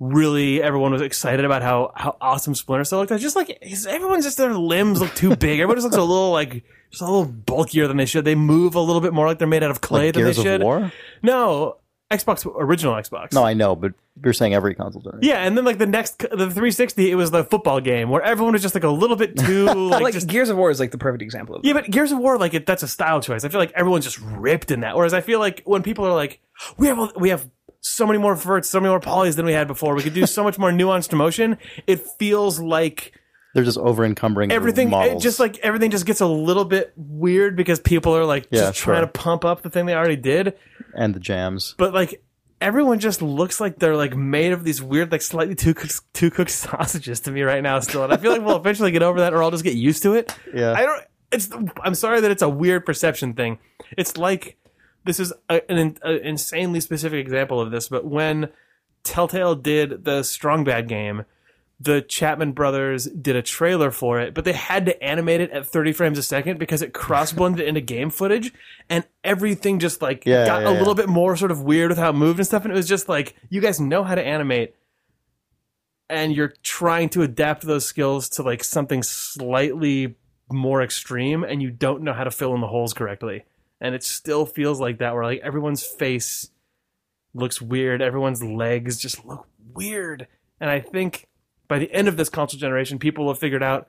Speaker 2: really everyone was excited about how how awesome Splinter Cell looked. I just like is- everyone's just their limbs look too big. Everyone just looks a little like just a little bulkier than they should. They move a little bit more like they're made out of clay
Speaker 3: Like
Speaker 2: than
Speaker 3: Gears
Speaker 2: they should.
Speaker 3: of War?
Speaker 2: No, Xbox original Xbox.
Speaker 3: No, I know, but you're saying every console does. it.
Speaker 2: yeah, and then like the next the 360, it was the football game where everyone was just like a little bit too like,
Speaker 1: Like
Speaker 2: just
Speaker 1: Gears of War is like the perfect example of that.
Speaker 2: yeah, but Gears of War like it, that's a style choice. I feel like everyone's just ripped in that. Whereas I feel like when people are like, we have all, we have so many more verts, so many more polys than we had before. We could do so much more nuanced emotion. It feels like
Speaker 3: They're just over encumbering
Speaker 2: everything it
Speaker 3: models.
Speaker 2: just like everything just gets a little bit weird because people are like
Speaker 3: Yeah,
Speaker 2: just trying
Speaker 3: sure.
Speaker 2: to pump up the thing they already did
Speaker 3: and the jams.
Speaker 2: but like everyone just looks like they're like made of these weird like slightly too cooked, too cooked sausages to me right now still and i feel like we'll eventually get over that or i'll just get used to it
Speaker 3: Yeah.
Speaker 2: i don't it's i'm sorry that it's a weird perception thing it's like this is a, an, in- a insanely specific example of this but when telltale did the strong bad game the Chapman brothers did a trailer for it, but they had to animate it at 30 frames a second because it cross blended into game footage and everything just like
Speaker 3: Yeah,
Speaker 2: got
Speaker 3: yeah,
Speaker 2: a
Speaker 3: yeah.
Speaker 2: little bit more sort of weird with how it moved and stuff. And it was just like, you guys know how to animate and you're trying to adapt those skills to like something slightly more extreme and you don't know how to fill in the holes correctly. And it still feels like that where like everyone's face looks weird, everyone's legs just look weird. And I think by the end of this console generation, people have figured out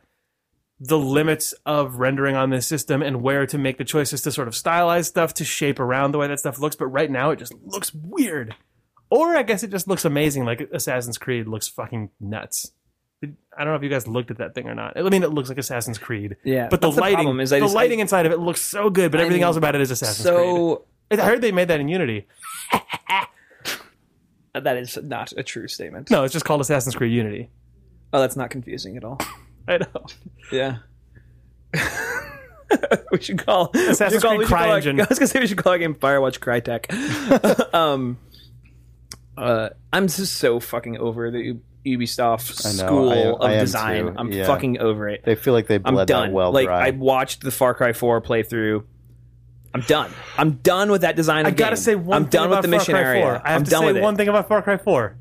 Speaker 2: the limits of rendering on this system and where to make the choices to sort of stylize stuff to shape around the way that stuff looks. But right now, it just looks weird. Or I guess it just looks amazing, like Assassin's Creed looks fucking nuts. I don't know if you guys looked at that thing or not. I mean, it looks like Assassin's Creed.
Speaker 1: Yeah,
Speaker 2: But the
Speaker 1: that's the
Speaker 2: lighting,
Speaker 1: problem is I
Speaker 2: the
Speaker 1: just-
Speaker 2: lighting inside of it looks so good, but everything
Speaker 1: I'm
Speaker 2: else about it is Assassin's Creed.
Speaker 1: So
Speaker 2: I heard they made that in Unity.
Speaker 1: uh, that is not a true statement.
Speaker 2: No, it's just called Assassin's Creed Unity.
Speaker 1: Oh, that's not confusing at all.
Speaker 2: I know.
Speaker 1: Yeah. we should call we should
Speaker 2: Assassin's
Speaker 1: call-
Speaker 2: Creed
Speaker 1: we should call our-
Speaker 2: CryEngine.
Speaker 1: I was gonna say we should call our game Firewatch Crytek. um, uh, I'm just so fucking over the U- Ubisoft
Speaker 3: I know,
Speaker 1: school
Speaker 3: I-
Speaker 1: of
Speaker 3: I am
Speaker 1: design.
Speaker 3: too,
Speaker 1: I'm
Speaker 3: yeah.
Speaker 1: fucking over it.
Speaker 3: They feel like they
Speaker 1: I'm
Speaker 3: bled
Speaker 1: done.
Speaker 3: that well
Speaker 1: like
Speaker 3: dry.
Speaker 1: I watched the Far Cry 4 playthrough. I'm done. I'm done with that design. Of
Speaker 2: I gotta
Speaker 1: game.
Speaker 2: say one.
Speaker 1: I'm
Speaker 2: thing
Speaker 1: done
Speaker 2: about
Speaker 1: with the
Speaker 2: Far
Speaker 1: mission
Speaker 2: Cry
Speaker 1: area.
Speaker 2: 4. I have
Speaker 1: am
Speaker 2: to
Speaker 1: done
Speaker 2: say
Speaker 1: with it.
Speaker 2: one thing about Far Cry Four.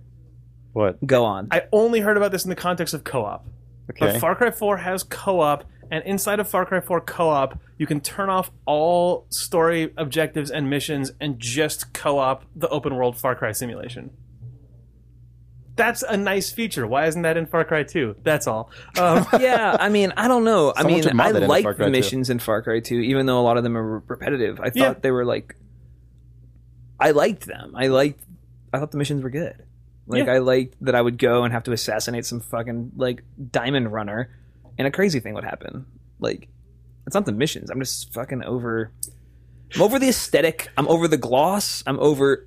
Speaker 3: what?
Speaker 1: Go on.
Speaker 2: I only heard about this in the context of co-op.
Speaker 3: Okay.
Speaker 2: But Far Cry 4 has co-op, and inside of Far Cry 4 co-op, you can turn off all story objectives and missions and just co-op the open world Far Cry simulation. That's a nice feature. Why isn't that in Far Cry 2? That's all. Um,
Speaker 1: yeah, I mean, I don't know. I
Speaker 3: Someone should
Speaker 1: mean,
Speaker 3: mod
Speaker 1: I
Speaker 3: that into Far
Speaker 1: like
Speaker 3: Cry
Speaker 1: the
Speaker 3: 2.
Speaker 1: missions in Far Cry 2, even though a lot of them are repetitive. I thought
Speaker 2: Yeah.
Speaker 1: they were like, I liked them. I liked, I thought the missions were good. Like,
Speaker 2: Yeah.
Speaker 1: I liked that I would go and have to assassinate some fucking like diamond runner, and a crazy thing would happen. Like, it's not the missions. I'm just fucking over. I'm over the aesthetic. I'm over the gloss. I'm over.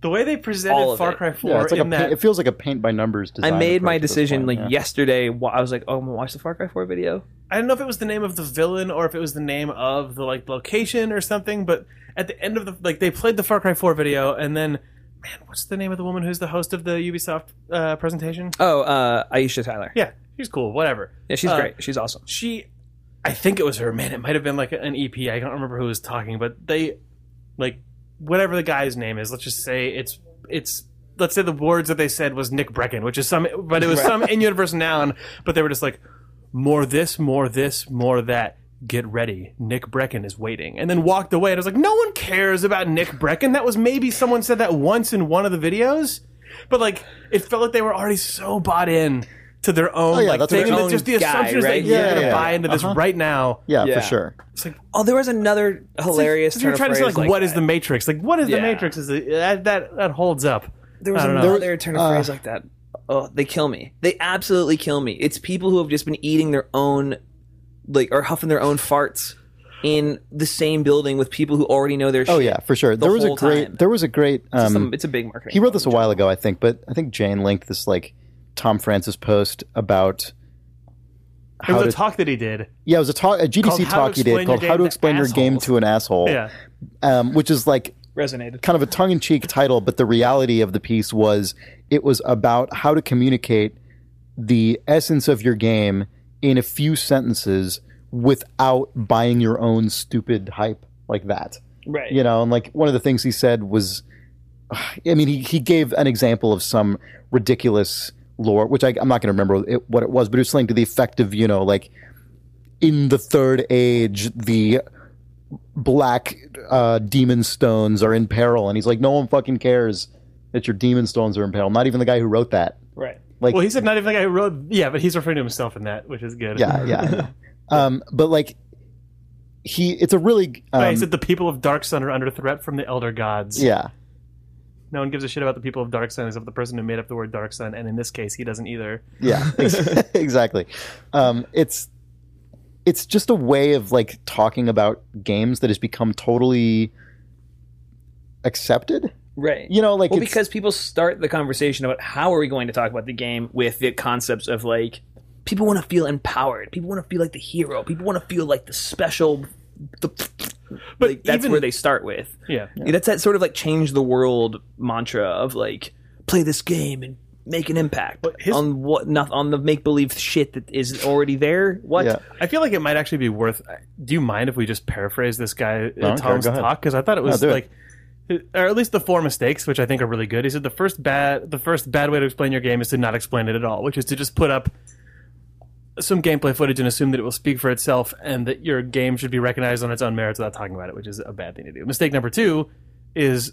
Speaker 2: the way they
Speaker 1: All
Speaker 2: presented
Speaker 1: of
Speaker 2: Far
Speaker 1: it.
Speaker 2: Cry 4
Speaker 3: Yeah, it's like a
Speaker 2: in that
Speaker 3: paint, it feels like a paint by numbers design.
Speaker 1: I made my
Speaker 3: approach at this
Speaker 1: decision
Speaker 3: point,
Speaker 1: like
Speaker 3: yeah.
Speaker 1: yesterday. wh- I was like, oh, I'm gonna watch the Far Cry 4 video.
Speaker 2: I don't know if it was the name of the villain or if it was the name of the like location or something, but at the end of the like they played the Far Cry 4 video and then man, what's the name of the woman who's the host of the Ubisoft uh, presentation?
Speaker 1: Oh, uh, Aisha Tyler.
Speaker 2: Yeah, she's cool, whatever.
Speaker 1: Yeah, she's
Speaker 2: Uh,
Speaker 1: great. She's awesome.
Speaker 2: She I think it was her, man, it might have been like an EP. I don't remember who was talking, but they like whatever the guy's name is, let's just say it's it's let's say the words that they said was Nick Brecken, which is some but it was some in universe noun, but they were just like more this, more this, more that. Get ready. Nick Brecken is waiting. And then walked away. And I was like, no one cares about Nick Brecken. That was maybe someone said that once in one of the videos. But like, it felt like they were already so bought in to their own
Speaker 3: Oh, yeah,
Speaker 2: like
Speaker 3: that's
Speaker 2: thing.
Speaker 3: their
Speaker 2: and
Speaker 1: own
Speaker 2: just the
Speaker 1: guy,
Speaker 2: assumptions
Speaker 1: right?
Speaker 2: that you're
Speaker 3: Yeah,
Speaker 2: going to
Speaker 3: yeah,
Speaker 2: buy
Speaker 3: yeah.
Speaker 2: into this
Speaker 1: Uh-huh.
Speaker 2: right now.
Speaker 3: yeah,
Speaker 1: Yeah.
Speaker 3: for sure.
Speaker 2: It's like,
Speaker 1: Oh, there was another hilarious
Speaker 2: If you're
Speaker 1: turn
Speaker 2: trying
Speaker 1: of
Speaker 2: to say
Speaker 1: phrase.
Speaker 2: like, what is
Speaker 1: that.
Speaker 2: the Matrix? Like, what is the
Speaker 1: Yeah.
Speaker 2: Matrix? Is it, that, that that holds up?
Speaker 1: There was
Speaker 2: I don't know.
Speaker 1: another turn
Speaker 3: Uh.
Speaker 1: of phrase like that. Oh, they kill me. They absolutely kill me. It's people who have just been eating their own, like, or huffing their own farts in the same building with people who already know their.
Speaker 3: Oh
Speaker 1: shit.
Speaker 3: yeah, for sure. there was a
Speaker 1: whole
Speaker 3: great.
Speaker 1: time.
Speaker 3: There was a great.
Speaker 1: It's,
Speaker 3: Um,
Speaker 1: some- it's a big marketing.
Speaker 3: he wrote this a while ago, I think, but I think Jane linked this like Tom Francis post about
Speaker 2: It
Speaker 3: how
Speaker 2: was
Speaker 3: to
Speaker 2: a talk that he did.
Speaker 3: yeah it was a talk a
Speaker 2: Called
Speaker 3: GDC
Speaker 2: How to
Speaker 3: talk he
Speaker 2: Explain Your
Speaker 3: did called
Speaker 2: Game
Speaker 3: how to
Speaker 2: to
Speaker 3: explain your game
Speaker 2: Assholes.
Speaker 3: to an asshole
Speaker 2: Yeah.
Speaker 3: um, which is like
Speaker 6: Resonated.
Speaker 3: kind of a tongue-in-cheek title, but the reality of the piece was it was about how to communicate the essence of your game in a few sentences without buying your own stupid hype like that.
Speaker 6: Right.
Speaker 3: You know, and like one of the things he said was, I mean, he, he gave an example of some ridiculous lore, which I, I'm not going to remember it, what it was, but it was something to the effect of, you know, like in the third age, the black uh, demon stones are in peril. And he's like, no one fucking cares that your demon stones are in peril. Not even the guy who wrote that.
Speaker 6: Right.
Speaker 3: Like,
Speaker 2: Well, he said not even the guy who wrote. Yeah, but he's referring to himself in that, which is good.
Speaker 3: yeah, yeah. I know. um, but like, he, it's a really, um,
Speaker 2: Right, he said the people of Dark Sun are under threat from the Elder Gods.
Speaker 3: yeah.
Speaker 2: No one gives a shit about the people of Dark Sun except the person who made up the word Dark Sun, and in this case, he doesn't either.
Speaker 3: Yeah, ex- exactly. Um, it's it's just a way of like talking about games that has become totally accepted.
Speaker 6: Right.
Speaker 3: You know, like
Speaker 6: well,
Speaker 3: it's-
Speaker 6: because people start the conversation about how are we going to talk about the game with the concepts of like people want to feel empowered, people want to feel like the hero, people want to feel like the special. The,
Speaker 2: But
Speaker 6: like, that's
Speaker 2: even-
Speaker 6: where they start with.
Speaker 2: Yeah.
Speaker 6: That's that sort of like change the world mantra of like play this game and make an impact
Speaker 2: his-
Speaker 6: on what not on the make believe shit that is already there. What
Speaker 3: Yeah.
Speaker 2: I feel like it might actually be worth. Do you mind if we just paraphrase this guy
Speaker 3: don't
Speaker 2: uh, Tom's
Speaker 3: care, go ahead.
Speaker 2: talk? Because I thought it was
Speaker 3: do it.
Speaker 2: like, uh, or at least the four mistakes, which I think are really good. He said the first bad, the first bad way to explain your game is to not explain it at all, which is to just put up some gameplay footage and assume that it will speak for itself and that your game should be recognized on its own merits without talking about it, which is a bad thing to do. Mistake number two is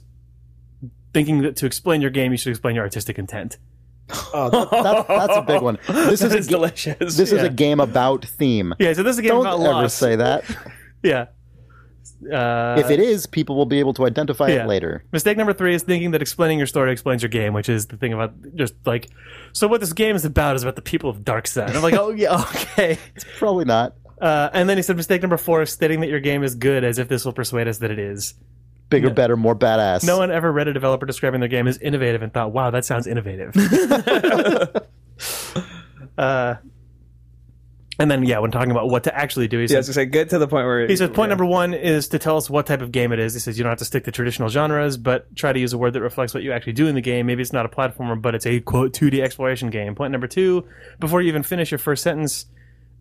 Speaker 2: thinking that to explain your game, you should explain your artistic intent.
Speaker 3: that, that's a big one. This is a ga-
Speaker 6: delicious.
Speaker 3: this is a game about theme.
Speaker 2: Yeah, so this is a game
Speaker 3: Don't
Speaker 2: about
Speaker 3: ever
Speaker 2: loss.
Speaker 3: say that.
Speaker 2: yeah. Uh,
Speaker 3: if it is, people will be able to identify
Speaker 2: Yeah.
Speaker 3: it later.
Speaker 2: Mistake number three is thinking that explaining your story explains your game, which is the thing about just like, so what this game is about is about the people of Dark Sun. I'm like, oh yeah, okay.
Speaker 3: Probably not.
Speaker 2: Uh, and then he said mistake number four is stating that your game is good as if this will persuade us that it is.
Speaker 3: Bigger, better, more badass.
Speaker 2: No one ever read a developer describing their game as innovative and thought, wow, that sounds innovative. uh, and then yeah, when talking about what to actually do, he
Speaker 1: Yeah,
Speaker 2: says,
Speaker 1: so say get to the point where
Speaker 2: He says point number one is to tell us what type of game it is. He says you don't have to stick to traditional genres, but try to use a word that reflects what you actually do in the game. Maybe it's not a platformer, but it's a quote 2D exploration game. Point number two, before you even finish your first sentence,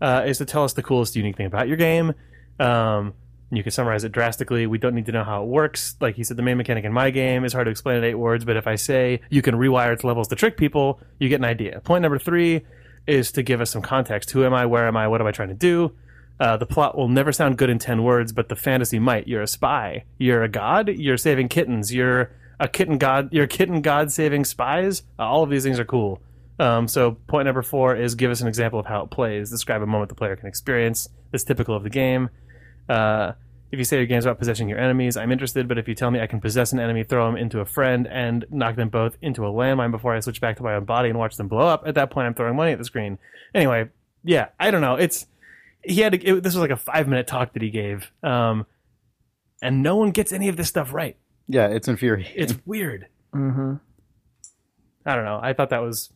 Speaker 2: uh, is to tell us the coolest, unique thing about your game. Um, and you can summarize it drastically. We don't need to know how it works. Like he said, the main mechanic in my game is hard to explain in eight words, but if I say you can rewire its levels to trick people, you get an idea. Point number three is to give us some context. Who am I? Where am I? What am I trying to do? Uh, the plot will never sound good in 10 words, but the fantasy might. You're a spy. You're a god. You're saving kittens. You're a kitten god. You're a kitten god saving spies. Uh, all of these things are cool. Um, so, point number four is give us an example of how it plays. Describe a moment the player can experience that's typical of the game. Uh, if you say your game's about possessing your enemies, I'm interested, but if you tell me I can possess an enemy, throw him into a friend, and knock them both into a landmine before I switch back to my own body and watch them blow up, at that point I'm throwing money at the screen. Anyway, yeah, I don't know. It's he had to, it, this was like a five minute talk that he gave, um, and no one gets any of this stuff right.
Speaker 3: Yeah, it's infuriating.
Speaker 2: It's weird. Mm-hmm. I don't know. I thought that was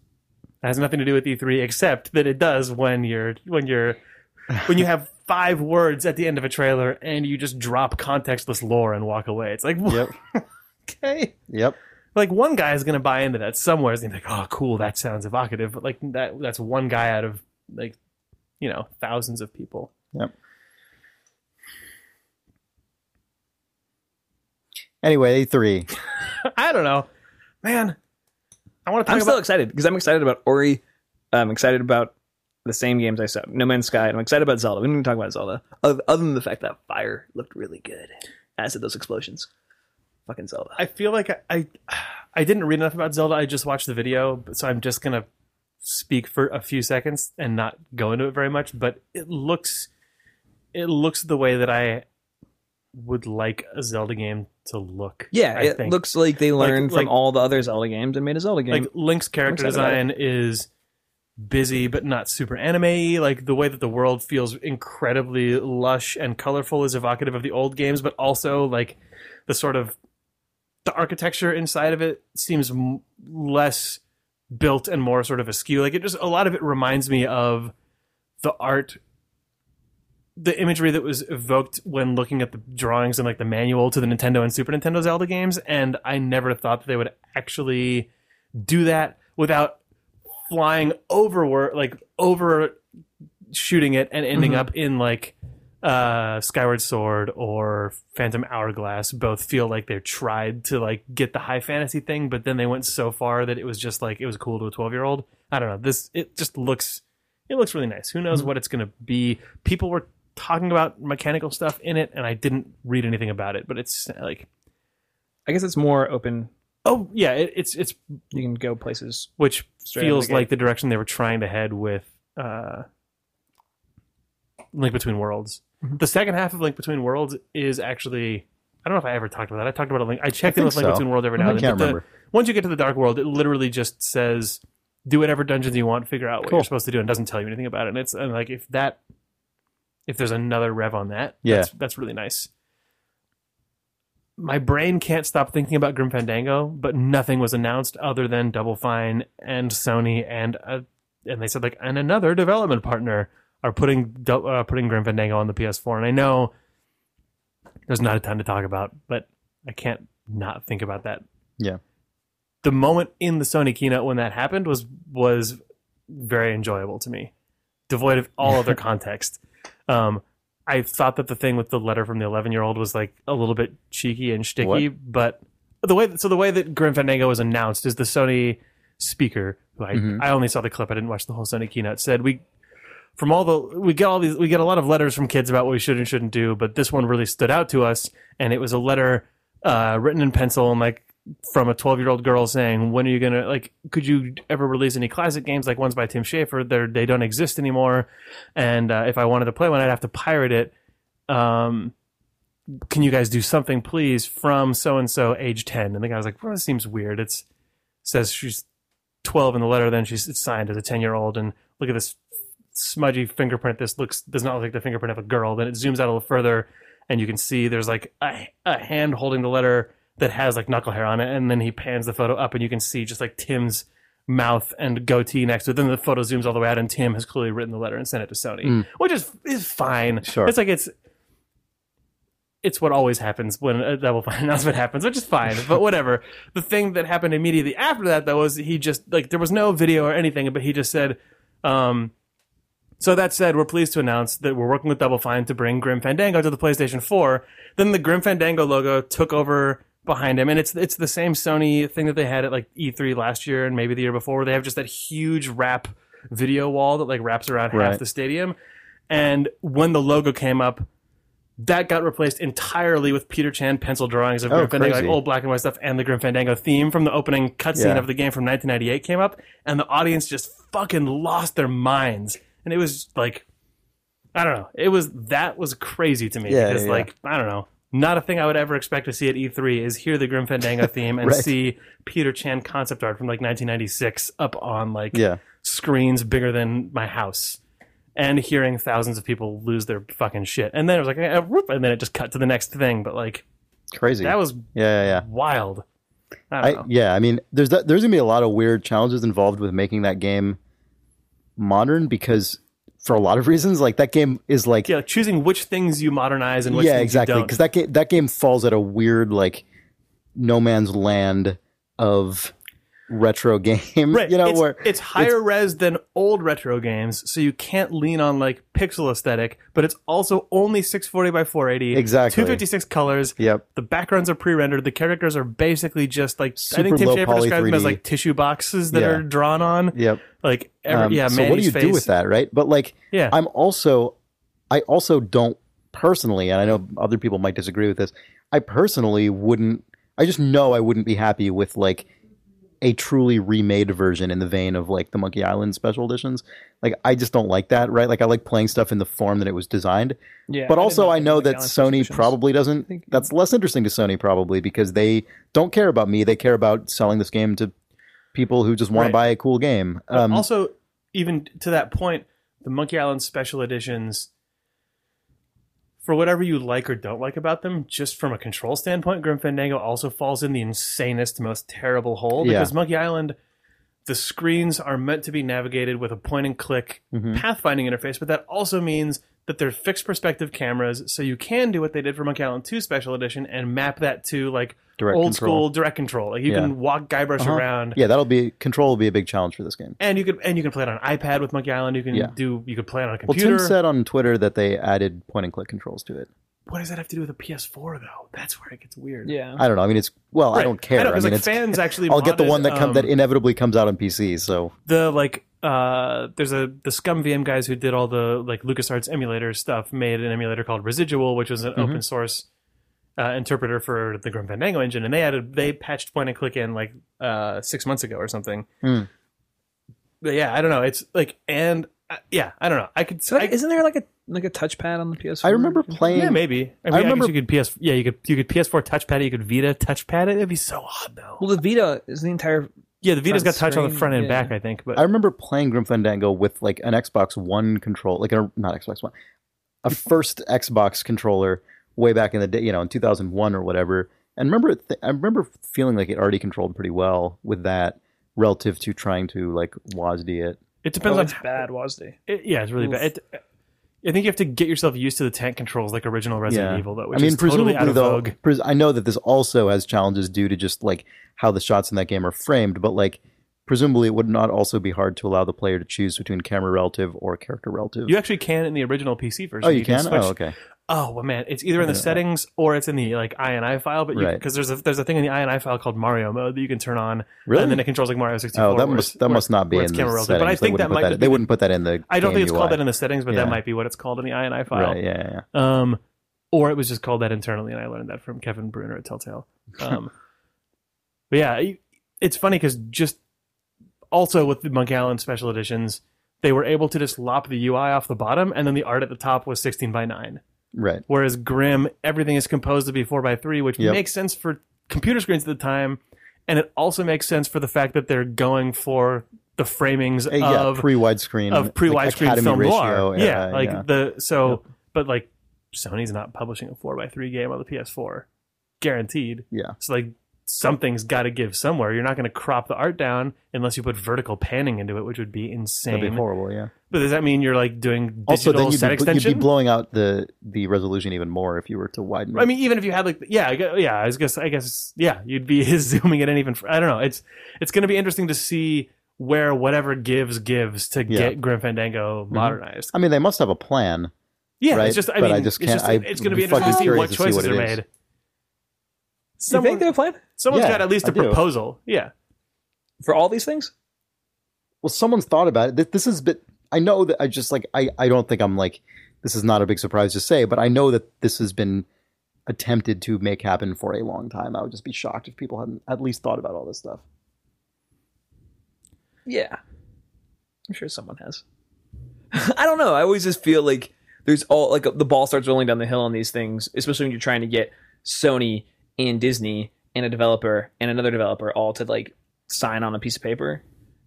Speaker 2: that has nothing to do with E3 except that it does when you're when you're when you have five words at the end of a trailer and you just drop contextless lore and walk away. It's like
Speaker 3: Yep.
Speaker 2: okay.
Speaker 3: Yep.
Speaker 2: Like one guy is gonna buy into that somewhere. He's gonna be like, oh, cool, that sounds evocative. But like that that's one guy out of like you know thousands of people.
Speaker 3: Anyway, A3.
Speaker 2: I don't know, man. I want to talk
Speaker 1: I'm
Speaker 2: about.
Speaker 1: still excited because I'm excited about Ori. I'm excited about the same games I saw. No Man's Sky. and I'm excited about Zelda. We didn't even talk about Zelda. Oth- Other than the fact that fire looked really good. As did those explosions. Fucking Zelda.
Speaker 2: I feel like I, I I didn't read enough about Zelda. I just watched the video, but- so I'm just gonna speak for a few seconds and not go into it very much. But it looks it looks the way that I would like a Zelda game to look.
Speaker 1: Yeah,
Speaker 2: I
Speaker 1: it
Speaker 2: think.
Speaker 1: looks like they learned
Speaker 2: like-
Speaker 1: from all the other Zelda games and made a Zelda game.
Speaker 2: like Link's character
Speaker 1: excited about
Speaker 2: design is busy but not super anime like the way that the world feels incredibly lush and colorful is evocative of the old games but also like the sort of the architecture inside of it seems m- less built and more sort of askew like it just a lot of it reminds me of the art the imagery that was evoked when looking at the drawings and like the manual to the Nintendo and Super Nintendo Zelda games, and I never thought that they would actually do that without flying over wor- like over shooting it and ending up in like uh Skyward Sword or Phantom Hourglass both feel like they tried to like get the high fantasy thing but then they went so far that it was just like it was cool to a 12 year old I don't know this it just looks it looks really nice who knows what it's going to be people were talking about mechanical stuff in it and I didn't read anything about it but it's like
Speaker 6: I guess it's more open.
Speaker 2: oh yeah it, it's it's
Speaker 6: You can go places.
Speaker 2: which
Speaker 6: Straight out of
Speaker 2: feels
Speaker 6: the gate.
Speaker 2: like the direction they were trying to head with uh, Link Between Worlds.
Speaker 6: Mm-hmm.
Speaker 2: The second half of Link Between Worlds is actually I don't know if I ever talked about that. I talked about it. Link, I checked in
Speaker 3: think
Speaker 2: with Link
Speaker 3: so.
Speaker 2: Between Worlds every
Speaker 3: I
Speaker 2: now and then.
Speaker 3: can't
Speaker 2: but the-
Speaker 3: remember.
Speaker 2: once you get to the Dark World, it literally just says do whatever dungeons you want, figure out what
Speaker 3: Cool.
Speaker 2: you're supposed to do, and it doesn't tell you anything about it. And it's and like if that if there's another rev on that,
Speaker 3: Yeah.
Speaker 2: that's, that's really nice. My brain can't stop thinking about Grim Fandango, but nothing was announced other than Double Fine and Sony and uh, and they said like and another development partner are putting Dou- uh, putting Grim Fandango on the PS4. And I know there's not a ton to talk about, but I can't not think about that.
Speaker 3: Yeah.
Speaker 2: The moment in the Sony keynote when that happened was was very enjoyable to me, devoid of all other context. Um, I thought that the thing with the letter from the 11 year old was like a little bit cheeky and shticky, but the way so the way that Grim Fandango was announced is the Sony speaker who I,
Speaker 3: Mhm.
Speaker 2: I only saw the clip I didn't watch the whole Sony keynote said we from all the we get all these we get a lot of letters from kids about what we should and shouldn't do but this one really stood out to us and it was a letter uh, written in pencil and like from a 12 year old girl saying when are you gonna like could you ever release any classic games like ones by tim schafer They're, they don't exist anymore and uh, if i wanted to play one i'd have to pirate it um, can you guys do something please from so and so age 10 and the guy was like well this seems weird it's says she's 12 in the letter then she's it's signed as a 10 year old and look at this smudgy fingerprint this looks does not look like the fingerprint of a girl then it zooms out a little further and you can see there's like a, a hand holding the letter that has like knuckle hair on it and then he pans the photo up and you can see just like tim's mouth and goatee next to it then the photo zooms all the way out and tim has clearly written the letter and sent it to sony which is is fine
Speaker 3: Sure.
Speaker 2: it's like it's it's what always happens when a double fine announcement happens, which is fine, but whatever. the thing that happened immediately after that, though, was he just, like, there was no video or anything, but he just said, um, so that said, we're pleased to announce that we're working with Double Fine to bring Grim Fandango to the PlayStation 4. Then the Grim Fandango logo took over behind him, and it's it's the same Sony thing that they had at like E3 last year and maybe the year before, where they have just that huge wrap video wall that like wraps around half
Speaker 3: Right.
Speaker 2: the stadium. And when the logo came up, that got replaced entirely with Peter Chan pencil drawings of
Speaker 3: Oh,
Speaker 2: Grim Fandango, like
Speaker 3: crazy.
Speaker 2: old black and white stuff, and the Grim Fandango theme from the opening cutscene
Speaker 3: Yeah.
Speaker 2: of the game from 1998 came up, and the audience just fucking lost their minds. And it was like, I don't know, it was that was crazy to me
Speaker 3: Yeah,
Speaker 2: because
Speaker 3: yeah, yeah.
Speaker 2: like I don't know, not a thing I would ever expect to see at E3 is hear the Grim Fandango theme and
Speaker 3: Right.
Speaker 2: see Peter Chan concept art from like 1996 up on like
Speaker 3: Yeah.
Speaker 2: screens bigger than my house and hearing thousands of people lose their fucking shit. And then it was like, eh, whoop, and then it just cut to the next thing. But like,
Speaker 3: Crazy.
Speaker 2: that was
Speaker 3: yeah, yeah, yeah.
Speaker 2: wild. I don't
Speaker 3: I,
Speaker 2: know.
Speaker 3: yeah, I mean, there's that, there's gonna be a lot of weird challenges involved with making that game modern because for a lot of reasons, like that game is like
Speaker 2: Yeah, like choosing which things you modernize and which
Speaker 3: yeah,
Speaker 2: things
Speaker 3: exactly.
Speaker 2: you don't.
Speaker 3: Because that game that game falls at a weird like no man's land of retro game.
Speaker 2: Right.
Speaker 3: You know
Speaker 2: it's,
Speaker 3: where
Speaker 2: it's higher res than old retro games, so you can't lean on like pixel aesthetic, but it's also only 640 by 480.
Speaker 3: Exactly.
Speaker 2: 256 colors.
Speaker 3: Yep.
Speaker 2: The backgrounds are pre-rendered. The characters are basically just like I
Speaker 3: Super
Speaker 2: think Tim
Speaker 3: low
Speaker 2: Schafer
Speaker 3: poly
Speaker 2: described them as
Speaker 3: 3D.
Speaker 2: like tissue boxes that
Speaker 3: Yeah.
Speaker 2: are drawn on.
Speaker 3: Yep.
Speaker 2: Like every,
Speaker 3: Um,
Speaker 2: yeah,
Speaker 3: so what do
Speaker 2: Manny's
Speaker 3: you
Speaker 2: face.
Speaker 3: do with that, right? But like
Speaker 2: Yeah.
Speaker 3: I'm also I also don't personally, and I know other people might disagree with this. I personally wouldn't. I just know I wouldn't be happy with like a truly remade version in the vein of like the Monkey Island special editions. Like I just don't like that, right? Like I like playing stuff in the form that it was designed.
Speaker 6: Yeah.
Speaker 3: but
Speaker 6: did
Speaker 3: also
Speaker 6: not
Speaker 3: I
Speaker 6: think
Speaker 3: know
Speaker 6: of
Speaker 3: that
Speaker 6: Galaxy
Speaker 3: Sony
Speaker 6: Solutions.
Speaker 3: probably doesn't. That's less interesting to Sony probably because they don't care about me. They care about selling this game to people who just want
Speaker 2: Right.
Speaker 3: to buy a cool game.
Speaker 2: But
Speaker 3: Um,
Speaker 2: also, even to that point, the Monkey Island special editions, for whatever you like or don't like about them, just from a control standpoint, Grim Fandango also falls in the insanest, most terrible hole
Speaker 3: Yeah.
Speaker 2: because Monkey Island. the screens are meant to be navigated with a point and click
Speaker 3: mm-hmm,
Speaker 2: pathfinding interface, but that also means that they're fixed perspective cameras, so you can do what they did for Monkey Island 2 Special Edition and map that to like
Speaker 3: Direct
Speaker 2: old
Speaker 3: control.
Speaker 2: school direct control. Like you
Speaker 3: Yeah. Uh-huh.
Speaker 2: can walk Guybrush around.
Speaker 3: Yeah, that'll be control will be a big challenge for this game.
Speaker 2: And you could and you can play it on an iPad with Monkey Island. You can
Speaker 3: Yeah.
Speaker 2: do you could play it on a
Speaker 3: Well,
Speaker 2: computer.
Speaker 3: Tim said on Twitter that they added point and click controls to it.
Speaker 2: what does that have to do with a PS4 though? That's where it gets weird.
Speaker 6: Yeah.
Speaker 3: I don't know. I mean, it's well, I
Speaker 2: Right.
Speaker 3: don't care. I,
Speaker 2: know, 'cause,
Speaker 3: mean,
Speaker 2: like,
Speaker 3: it's
Speaker 2: fans actually.
Speaker 3: I'll get the
Speaker 2: modded,
Speaker 3: one that come
Speaker 2: um,
Speaker 3: that inevitably comes out on PC. So
Speaker 2: the like uh there's a the scum vm guys who did all the like lucasarts emulator stuff made an emulator called residual which was an
Speaker 3: Mm-hmm.
Speaker 2: open source uh, interpreter for the grim fandango engine and they added they patched point and click in like uh six months ago or something
Speaker 3: Hmm.
Speaker 2: but yeah i don't know it's like and uh, yeah i don't know i could
Speaker 6: So that,
Speaker 2: I,
Speaker 6: isn't there like a like a touchpad on the PS4?
Speaker 3: I remember playing.
Speaker 2: yeah maybe i, mean, I
Speaker 3: remember-
Speaker 2: guess you could ps yeah you could you could ps4 touchpad it you could vita touchpad it it'd be so odd though
Speaker 6: Well, the Vita is the entire.
Speaker 2: yeah the vita's got
Speaker 6: front
Speaker 2: touch on the
Speaker 6: screen,
Speaker 2: front and
Speaker 6: yeah.
Speaker 2: back i think but
Speaker 3: I remember playing Grim Fandango with like an Xbox One control, like a not Xbox One, a first Xbox controller way back in the day, you know, in 2001 or whatever. And remember, it th- I remember feeling like it already controlled pretty well with that relative to trying to like WASD it.
Speaker 2: it depends
Speaker 6: Oh,
Speaker 2: on
Speaker 6: it's bad, WASD.
Speaker 2: It, yeah, it's really
Speaker 6: Oof.
Speaker 2: bad. It, I think you have to get yourself used to the tank controls like original Resident
Speaker 3: Yeah.
Speaker 2: Evil, though,
Speaker 3: I
Speaker 2: which
Speaker 3: mean,
Speaker 2: is totally
Speaker 3: presumably
Speaker 2: out of
Speaker 3: though,
Speaker 2: vogue.
Speaker 3: pres- I know that this also has challenges due to just like how the shots in that game are framed, but like presumably it would not also be hard to allow the player to choose between camera relative or character relative.
Speaker 2: You actually can in the original PC version.
Speaker 3: oh, you, can.
Speaker 2: switch-
Speaker 3: Oh, okay.
Speaker 2: Oh, well, man, it's either in the settings or it's in the like INI file, but
Speaker 3: Right.
Speaker 2: because there's a there's a thing in the INI file called Mario mode that you can turn on,
Speaker 3: Really?
Speaker 2: and then it controls like Mario 64.
Speaker 3: Oh, that
Speaker 2: where
Speaker 3: must
Speaker 2: it's-
Speaker 3: that
Speaker 2: where it's-
Speaker 3: must not be
Speaker 2: where
Speaker 3: in
Speaker 2: it's
Speaker 3: the
Speaker 2: camera
Speaker 3: camera
Speaker 2: relative. But I think that
Speaker 3: put
Speaker 2: might
Speaker 3: that
Speaker 2: be
Speaker 3: in- they wouldn't put that in the.
Speaker 2: I don't
Speaker 3: game
Speaker 2: think it's called
Speaker 3: UI.
Speaker 2: that in the settings, but
Speaker 3: Yeah.
Speaker 2: that might be what it's called in the INI file.
Speaker 3: Right, yeah, yeah, yeah.
Speaker 2: Um, or it was just called that internally, and I learned that from Kevin Bruner at Telltale. Um, but yeah, you- it's funny because just also with the Monk Island special editions, they were able to just lop the UI off the bottom, and then the art at the top was 16 by 9.
Speaker 3: right.
Speaker 2: Whereas Grim, everything is composed to be 4 by 3, which
Speaker 3: Yep.
Speaker 2: makes sense for computer screens at the time, and it also makes sense for the fact that they're going for the framings
Speaker 3: Hey, Uh, yeah,
Speaker 2: of
Speaker 3: pre widescreen
Speaker 2: of pre
Speaker 3: like,
Speaker 2: widescreen
Speaker 3: Academy
Speaker 2: film
Speaker 3: ratio.
Speaker 2: noir. Yeah, like
Speaker 3: yeah.
Speaker 2: the so, but like Sony's not publishing a four by three game on the PS4, guaranteed.
Speaker 3: Yeah.
Speaker 2: So like something's got to give somewhere. You're not going to crop the art down unless you put vertical panning into it, which would be insane.
Speaker 3: that'd be horrible. Yeah.
Speaker 2: but does that mean you're like doing digital
Speaker 3: Also, then you'd
Speaker 2: set
Speaker 3: be, bl- you'd
Speaker 2: extension?
Speaker 3: be blowing out the the resolution even more if you were to widen. it.
Speaker 2: I mean, even if you had like, yeah, I gue- yeah, I was guess, I guess, yeah, you'd be zooming it in even. fr- I don't know. It's it's going to be interesting to see where whatever gives gives to
Speaker 3: Yeah. Mm-hmm.
Speaker 2: get Grim Fandango modernized.
Speaker 3: I mean, they must have a plan.
Speaker 2: Yeah,
Speaker 3: right?
Speaker 2: it's just. I
Speaker 3: But
Speaker 2: mean,
Speaker 3: I just
Speaker 2: it's
Speaker 3: can't-
Speaker 2: just.
Speaker 3: I'd
Speaker 2: it's going to
Speaker 3: be
Speaker 2: be interesting to
Speaker 3: fucking
Speaker 2: see
Speaker 3: curious
Speaker 2: what
Speaker 3: to see
Speaker 2: choices
Speaker 3: what
Speaker 2: are
Speaker 3: it is.
Speaker 2: made.
Speaker 6: You think
Speaker 2: Someone,
Speaker 6: they have a plan
Speaker 2: someone's
Speaker 3: Yeah,
Speaker 2: got at least
Speaker 3: I
Speaker 2: a
Speaker 3: do.
Speaker 2: proposal. Yeah,
Speaker 6: for all these things?
Speaker 3: Well, someone's thought about it. Th- This is, but I know that I just like I I don't think I'm like this is not a big surprise to say, but I know that this has been attempted to make happen for a long time. I would just be shocked if people hadn't at least thought about all this stuff.
Speaker 6: Yeah, I'm sure someone has.
Speaker 1: I don't know. I always just feel like there's all like the ball starts rolling down the hill on these things, especially when you're trying to get Sony and Disney and a developer and another developer all to like sign on a piece of paper.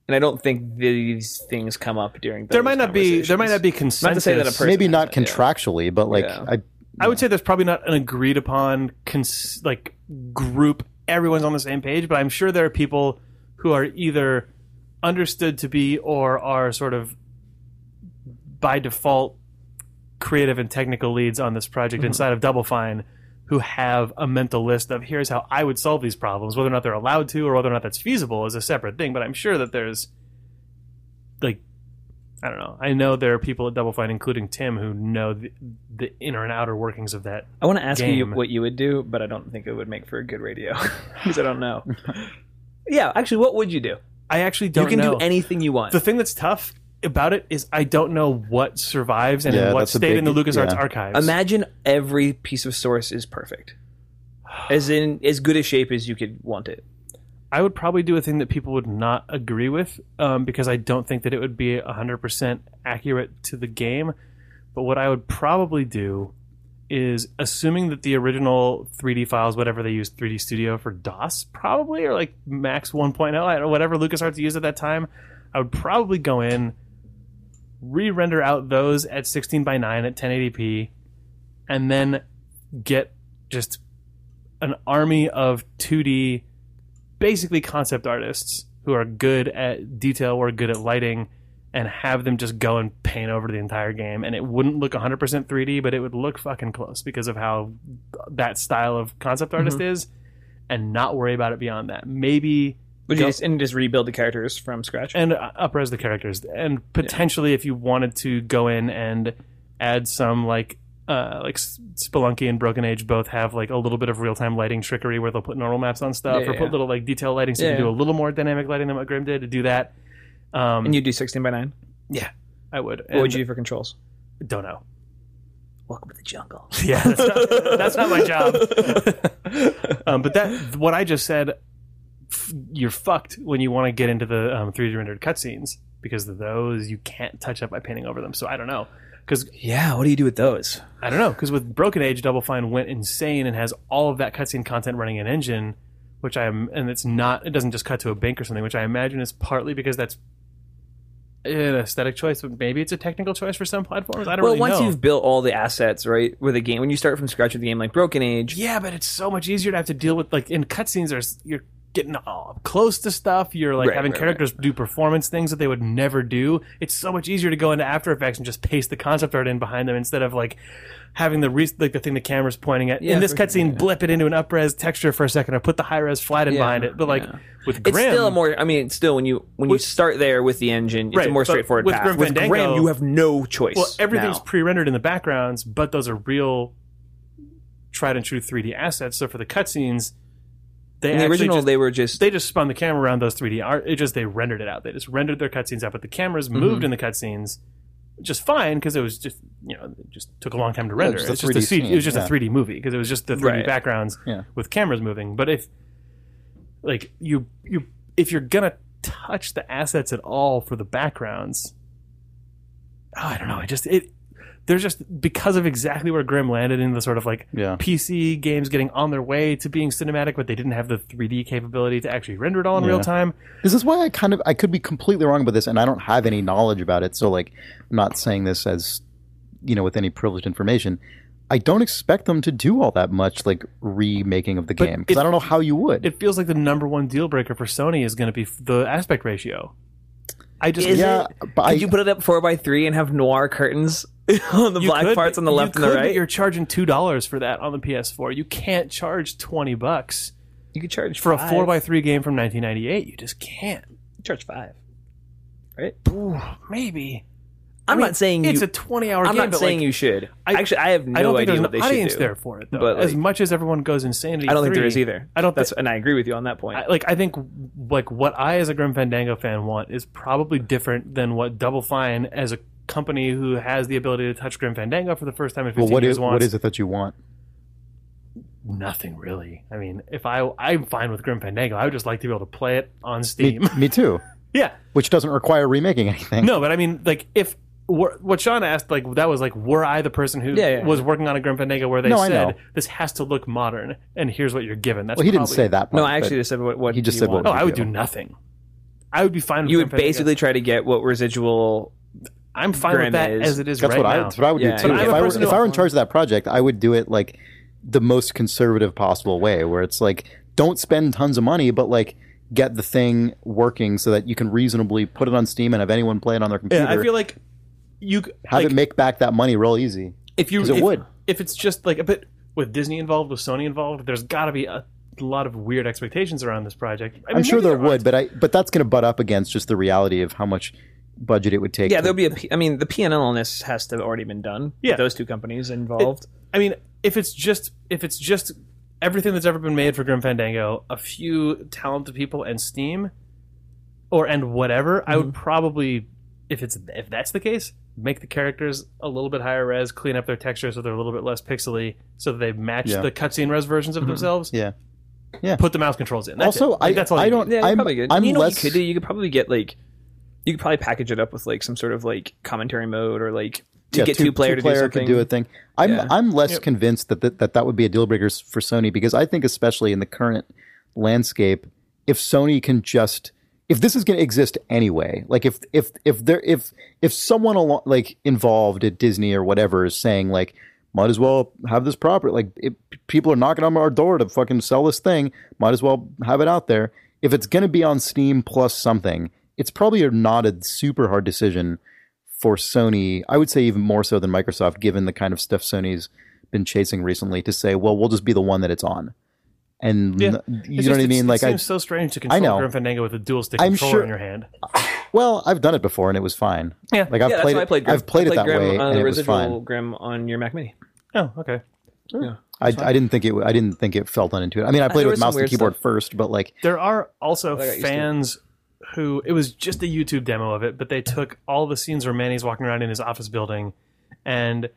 Speaker 1: And I don't think these things come up during.
Speaker 2: there
Speaker 1: those
Speaker 2: might not be. There might not be
Speaker 1: that a
Speaker 2: consensus.
Speaker 1: person-
Speaker 3: Maybe
Speaker 1: has
Speaker 3: not
Speaker 1: it, yeah.
Speaker 3: contractually, but like
Speaker 1: Yeah.
Speaker 3: I
Speaker 2: I would say there's probably not an agreed upon cons- like group. Everyone's on the same page, but I'm sure there are people who are either understood to be or are sort of by default creative and technical leads on this
Speaker 6: Mm-hmm.
Speaker 2: project inside of Double Fine who have a mental list of here's how I would solve these problems. Whether or not they're allowed to or whether or not that's feasible is a separate thing, but I'm sure that there's like I don't know. I know there are people at Double Fine, including Tim, who know the, the inner and outer workings of that.
Speaker 6: I want to ask you
Speaker 2: Game.
Speaker 6: what you would do, but I don't think it would make for a good radio because I don't know. yeah, actually, what would you do?
Speaker 2: I actually don't
Speaker 6: you can
Speaker 2: know.
Speaker 6: do anything you want.
Speaker 2: the thing that's tough about it is I don't know what survives and
Speaker 3: Yeah,
Speaker 2: in what
Speaker 3: that's a
Speaker 2: stayed in the
Speaker 3: big-
Speaker 2: LucasArts
Speaker 3: yeah.
Speaker 2: archives.
Speaker 6: Imagine every piece of source is perfect, as in as good a shape as you could want it.
Speaker 2: I would probably do a thing that people would not agree with um, because I don't think that it would be 100% accurate to the game. But what I would probably do is assuming that the original 3D files, whatever they used 3D Studio for DOS, probably, or like Max oh, 1.0, or whatever LucasArts used at that time, I would probably go in, re render out those at 16 by 9 at 1080p, and then get just an army of 2D basically concept artists who are good at detail or good at lighting and have them just go and paint over the entire game and it wouldn't look 100% 3D but it would look fucking close because of how that style of concept artist is and not worry about it beyond that. Maybe
Speaker 6: Would you
Speaker 2: Go-
Speaker 6: just, and just rebuild the characters from scratch?
Speaker 2: and uh, upres the characters and potentially if you wanted to go in and add some like uh, like S- Spelunky and Broken Age both have like a little bit of real time lighting trickery where they'll put normal maps on stuff
Speaker 6: Yeah,
Speaker 2: or
Speaker 6: yeah,
Speaker 2: put
Speaker 6: yeah.
Speaker 2: little like detail lighting so you
Speaker 6: Yeah,
Speaker 2: can do a little more dynamic lighting than what Grim did to do that. Um,
Speaker 6: And you do 16 by 9?
Speaker 2: I would.
Speaker 6: What would
Speaker 2: And-
Speaker 6: you do for controls?
Speaker 2: Don't know.
Speaker 6: Welcome to the jungle.
Speaker 2: Yeah, that's not, that's not my job. um, but that what I just said, f- you're fucked when you want to get into the um, 3D rendered cutscenes because those you can't touch up by painting over them. So I don't know. Because
Speaker 6: Yeah, what do you do with those?
Speaker 2: I don't know, because with Broken Age, Double Fine went insane and has all of that cutscene content running in engine, which I am, and it's not, it doesn't just cut to a bank or something, which I imagine is partly because that's an aesthetic choice, but maybe it's a technical choice for some platforms. I don't
Speaker 6: well,
Speaker 2: really
Speaker 6: once
Speaker 2: know.
Speaker 6: you've built all the assets, right, with a game, when you start from scratch with a game like Broken Age,
Speaker 2: yeah, but it's so much easier to have to deal with like in cutscenes. There's you're getting all up close to stuff. You're like
Speaker 6: Right,
Speaker 2: having
Speaker 6: right,
Speaker 2: characters do performance things that they would never do. It's so much easier to go into After Effects and just paste the concept art in behind them instead of like having the re- like the thing the camera's pointing at.
Speaker 6: Yeah,
Speaker 2: in this
Speaker 6: for sure,
Speaker 2: cutscene, blip it into an upres texture for a second, or put the high res flat in
Speaker 6: Yeah,
Speaker 2: behind it. But like
Speaker 6: yeah.
Speaker 2: with
Speaker 6: it's
Speaker 2: Grim,
Speaker 6: still more. I mean, it's still when you when you start there with the engine, it's
Speaker 2: Right,
Speaker 6: a more
Speaker 2: but
Speaker 6: straightforward
Speaker 2: with
Speaker 6: path.
Speaker 2: Grim
Speaker 6: with
Speaker 2: Fandango-
Speaker 6: Grim, you have no choice.
Speaker 2: Well, everything's
Speaker 6: now.
Speaker 2: pre-rendered in the backgrounds, but those are real, tried and true 3D assets. So for the cutscenes, they
Speaker 6: in the
Speaker 2: actually
Speaker 6: original.
Speaker 2: just,
Speaker 6: they were just
Speaker 2: they just spun the camera around those 3D art. It just they rendered it out. They just rendered their cutscenes out, but the cameras
Speaker 3: Mm-hmm.
Speaker 2: moved in the cutscenes just fine because it was just you know it just took a long time to render.
Speaker 3: just a
Speaker 2: it's just a
Speaker 3: 3D
Speaker 2: C- it was
Speaker 3: scene,
Speaker 2: just a
Speaker 3: yeah.
Speaker 2: 3D movie because it was just the 3D
Speaker 6: Right.
Speaker 2: backgrounds
Speaker 3: Yeah.
Speaker 2: with cameras moving. But if like you you if you're gonna touch the assets at all for the backgrounds, oh, I don't know. I just it. There's just because of exactly where Grimm landed in the sort of like
Speaker 3: Yeah.
Speaker 2: PC games getting on their way to being cinematic, but they didn't have the 3D capability to actually render it all in
Speaker 3: Yeah.
Speaker 2: real time.
Speaker 3: This is why I kind of I could be completely wrong about this, and I don't have any knowledge about it. So like, I'm not saying this as you know with any privileged information. I don't expect them to do all that much like remaking of the
Speaker 2: But
Speaker 3: game because
Speaker 2: it-
Speaker 3: I don't know how you would.
Speaker 2: It feels like the number one deal breaker for Sony is going to be f- the aspect ratio. I just
Speaker 3: yeah, but I,
Speaker 6: Could you put it up four by three and have noir curtains on the
Speaker 2: you
Speaker 6: black
Speaker 2: could,
Speaker 6: parts on the
Speaker 2: you
Speaker 6: left and the
Speaker 2: could, but
Speaker 6: right?
Speaker 2: You're charging two dollars for that on the PS4. You can't charge twenty bucks
Speaker 6: You could charge
Speaker 2: for a
Speaker 6: five.
Speaker 2: four x three game from 1998. You just can't.
Speaker 6: charge five.
Speaker 2: Ooh, maybe
Speaker 6: I'm
Speaker 2: I mean,
Speaker 6: not saying
Speaker 2: it's
Speaker 6: you.
Speaker 2: a 20 hour
Speaker 6: I'm
Speaker 2: game.
Speaker 6: not
Speaker 2: but
Speaker 6: saying
Speaker 2: like,
Speaker 6: you should.
Speaker 2: I-
Speaker 6: Actually, I have no
Speaker 2: I don't think
Speaker 6: idea
Speaker 2: there's
Speaker 6: what they
Speaker 2: an
Speaker 6: should
Speaker 2: audience
Speaker 6: do.
Speaker 2: there for it though.
Speaker 6: But, like-
Speaker 2: as much as everyone goes insanity,
Speaker 6: I don't think there
Speaker 2: 3,
Speaker 6: is either.
Speaker 2: I don't.
Speaker 6: That's
Speaker 2: thi-
Speaker 6: and I agree with you on that point.
Speaker 2: I, like I think like what I as a Grim Fandango fan want is probably different than what Double Fine as a company who has the ability to touch Grim Fandango for the first time in 15
Speaker 3: well, what
Speaker 2: years
Speaker 3: is
Speaker 2: wants.
Speaker 3: what is it that you want?
Speaker 2: Nothing really. I mean, if I I'm fine with Grim Fandango, I would just like to be able to play it on Steam.
Speaker 3: Me too.
Speaker 2: yeah.
Speaker 3: Which doesn't require remaking anything.
Speaker 2: No, but I mean, like if were, what Sean asked, like that was like, were I the person who
Speaker 6: Yeah, yeah.
Speaker 2: was working on a Grim Fandango where they
Speaker 3: No, I know.
Speaker 2: said this has to look modern, and here's what you're given. That's
Speaker 3: well, he didn't
Speaker 2: probably-
Speaker 3: say that.
Speaker 6: no,
Speaker 3: part,
Speaker 6: I actually
Speaker 3: but
Speaker 6: just said what, what
Speaker 3: He just
Speaker 6: you
Speaker 3: said
Speaker 6: want.
Speaker 3: what
Speaker 2: Oh, I would
Speaker 3: do.
Speaker 2: do nothing. I would be fine. With
Speaker 6: you
Speaker 2: Oh, Grim
Speaker 6: would
Speaker 2: Fandango.
Speaker 6: basically try to get what residual.
Speaker 2: I'm fine
Speaker 6: Grim
Speaker 2: with that
Speaker 6: is-
Speaker 2: as it is
Speaker 3: That's
Speaker 2: right
Speaker 3: what I
Speaker 2: now.
Speaker 3: that's what I would
Speaker 6: Yeah,
Speaker 3: do too.
Speaker 6: yeah.
Speaker 2: I'm
Speaker 3: If
Speaker 2: a
Speaker 3: I were
Speaker 2: person who-
Speaker 3: if I were in charge of that project, I would do it like the most conservative possible way, where it's like don't spend tons of money, but like get the thing working so that you can reasonably put it on Steam and have anyone play it on their computer.
Speaker 2: Yeah, I feel like you c-
Speaker 3: have
Speaker 2: like,
Speaker 3: it make back that money real easy.
Speaker 2: if you
Speaker 3: 'cause it
Speaker 2: if,
Speaker 3: would.
Speaker 2: if it's just like a bit with Disney involved, with Sony involved, there's got to be a lot of weird expectations around this project. I
Speaker 3: I'm
Speaker 2: mean,
Speaker 3: sure
Speaker 2: maybe
Speaker 3: there
Speaker 2: aren't.
Speaker 3: would, but I but that's going to butt up against just the reality of how much budget it would take.
Speaker 6: Yeah,
Speaker 3: to,
Speaker 6: there'll be a. P- I mean, the P and L on this has to have already been done.
Speaker 2: Yeah.
Speaker 6: those two companies involved.
Speaker 2: I mean, if it's just if it's just everything that's ever been made for Grim Fandango, a few talented people and Steam, or and whatever, I
Speaker 3: Mm-hmm.
Speaker 2: would probably if it's if that's the case, make the characters a little bit higher res, clean up their textures so they're a little bit less pixely, so that they match
Speaker 3: Yeah. Mm-hmm.
Speaker 2: the cutscene res versions of themselves.
Speaker 3: Yeah. Yeah.
Speaker 2: Put the mouse controls in. That's
Speaker 3: also,
Speaker 2: it. Like,
Speaker 3: I,
Speaker 2: that's all
Speaker 3: I
Speaker 2: you
Speaker 3: don't.
Speaker 2: need.
Speaker 6: Yeah,
Speaker 3: I'm,
Speaker 6: probably good.
Speaker 3: I'm
Speaker 6: you know
Speaker 3: less.
Speaker 6: what you could do? You could probably get like, you could probably package it up with like some sort of like commentary mode or like to
Speaker 3: yeah,
Speaker 6: get
Speaker 3: two-
Speaker 6: two, player to do
Speaker 3: two-player
Speaker 6: something.
Speaker 3: could do a thing. I'm
Speaker 6: Yeah.
Speaker 3: I'm less
Speaker 2: Yep.
Speaker 3: convinced that, that that that would be a deal breaker s- for Sony because I think especially in the current landscape, if Sony can just if this is going to exist anyway, like if if if there if if someone alo- like involved at Disney or whatever is saying like might as well have this property like it, people are knocking on our door to fucking sell this thing might as well have it out there if it's going to be on Steam plus something, it's probably not a super hard decision for Sony. I would say even more so than Microsoft, given the kind of stuff Sony's been chasing recently, to say, well, we'll just be the one that it's on. And
Speaker 2: Yeah.
Speaker 3: n-
Speaker 2: It's
Speaker 3: you know
Speaker 2: just-
Speaker 3: what I
Speaker 2: it's-
Speaker 3: mean?
Speaker 2: It
Speaker 3: Like, I,
Speaker 2: seems so strange to control
Speaker 3: know.
Speaker 2: Grim Fandango with a dual stick
Speaker 3: I'm
Speaker 2: controller
Speaker 3: sure-
Speaker 2: in your hand.
Speaker 3: well, I've done it before and it was fine.
Speaker 2: Yeah.
Speaker 3: like I've
Speaker 6: yeah, that's
Speaker 3: played,
Speaker 6: why I
Speaker 3: it,
Speaker 6: played. Grim.
Speaker 3: I've played
Speaker 6: I
Speaker 3: it that
Speaker 6: Grim,
Speaker 3: way,
Speaker 6: uh,
Speaker 3: and
Speaker 6: the
Speaker 3: it was
Speaker 6: residual
Speaker 3: fine.
Speaker 6: Grim on your Mac Mini.
Speaker 2: Oh, okay.
Speaker 3: I, I didn't think it. w- I didn't think it felt unintuitive. I mean, I played
Speaker 6: there was
Speaker 3: it with
Speaker 6: some
Speaker 3: mouse and
Speaker 6: weird
Speaker 3: keyboard first, but like,
Speaker 2: There are also
Speaker 6: got used to it.
Speaker 2: fans who it was just a YouTube demo of it, but they took all the scenes where Manny's walking around in his office building, and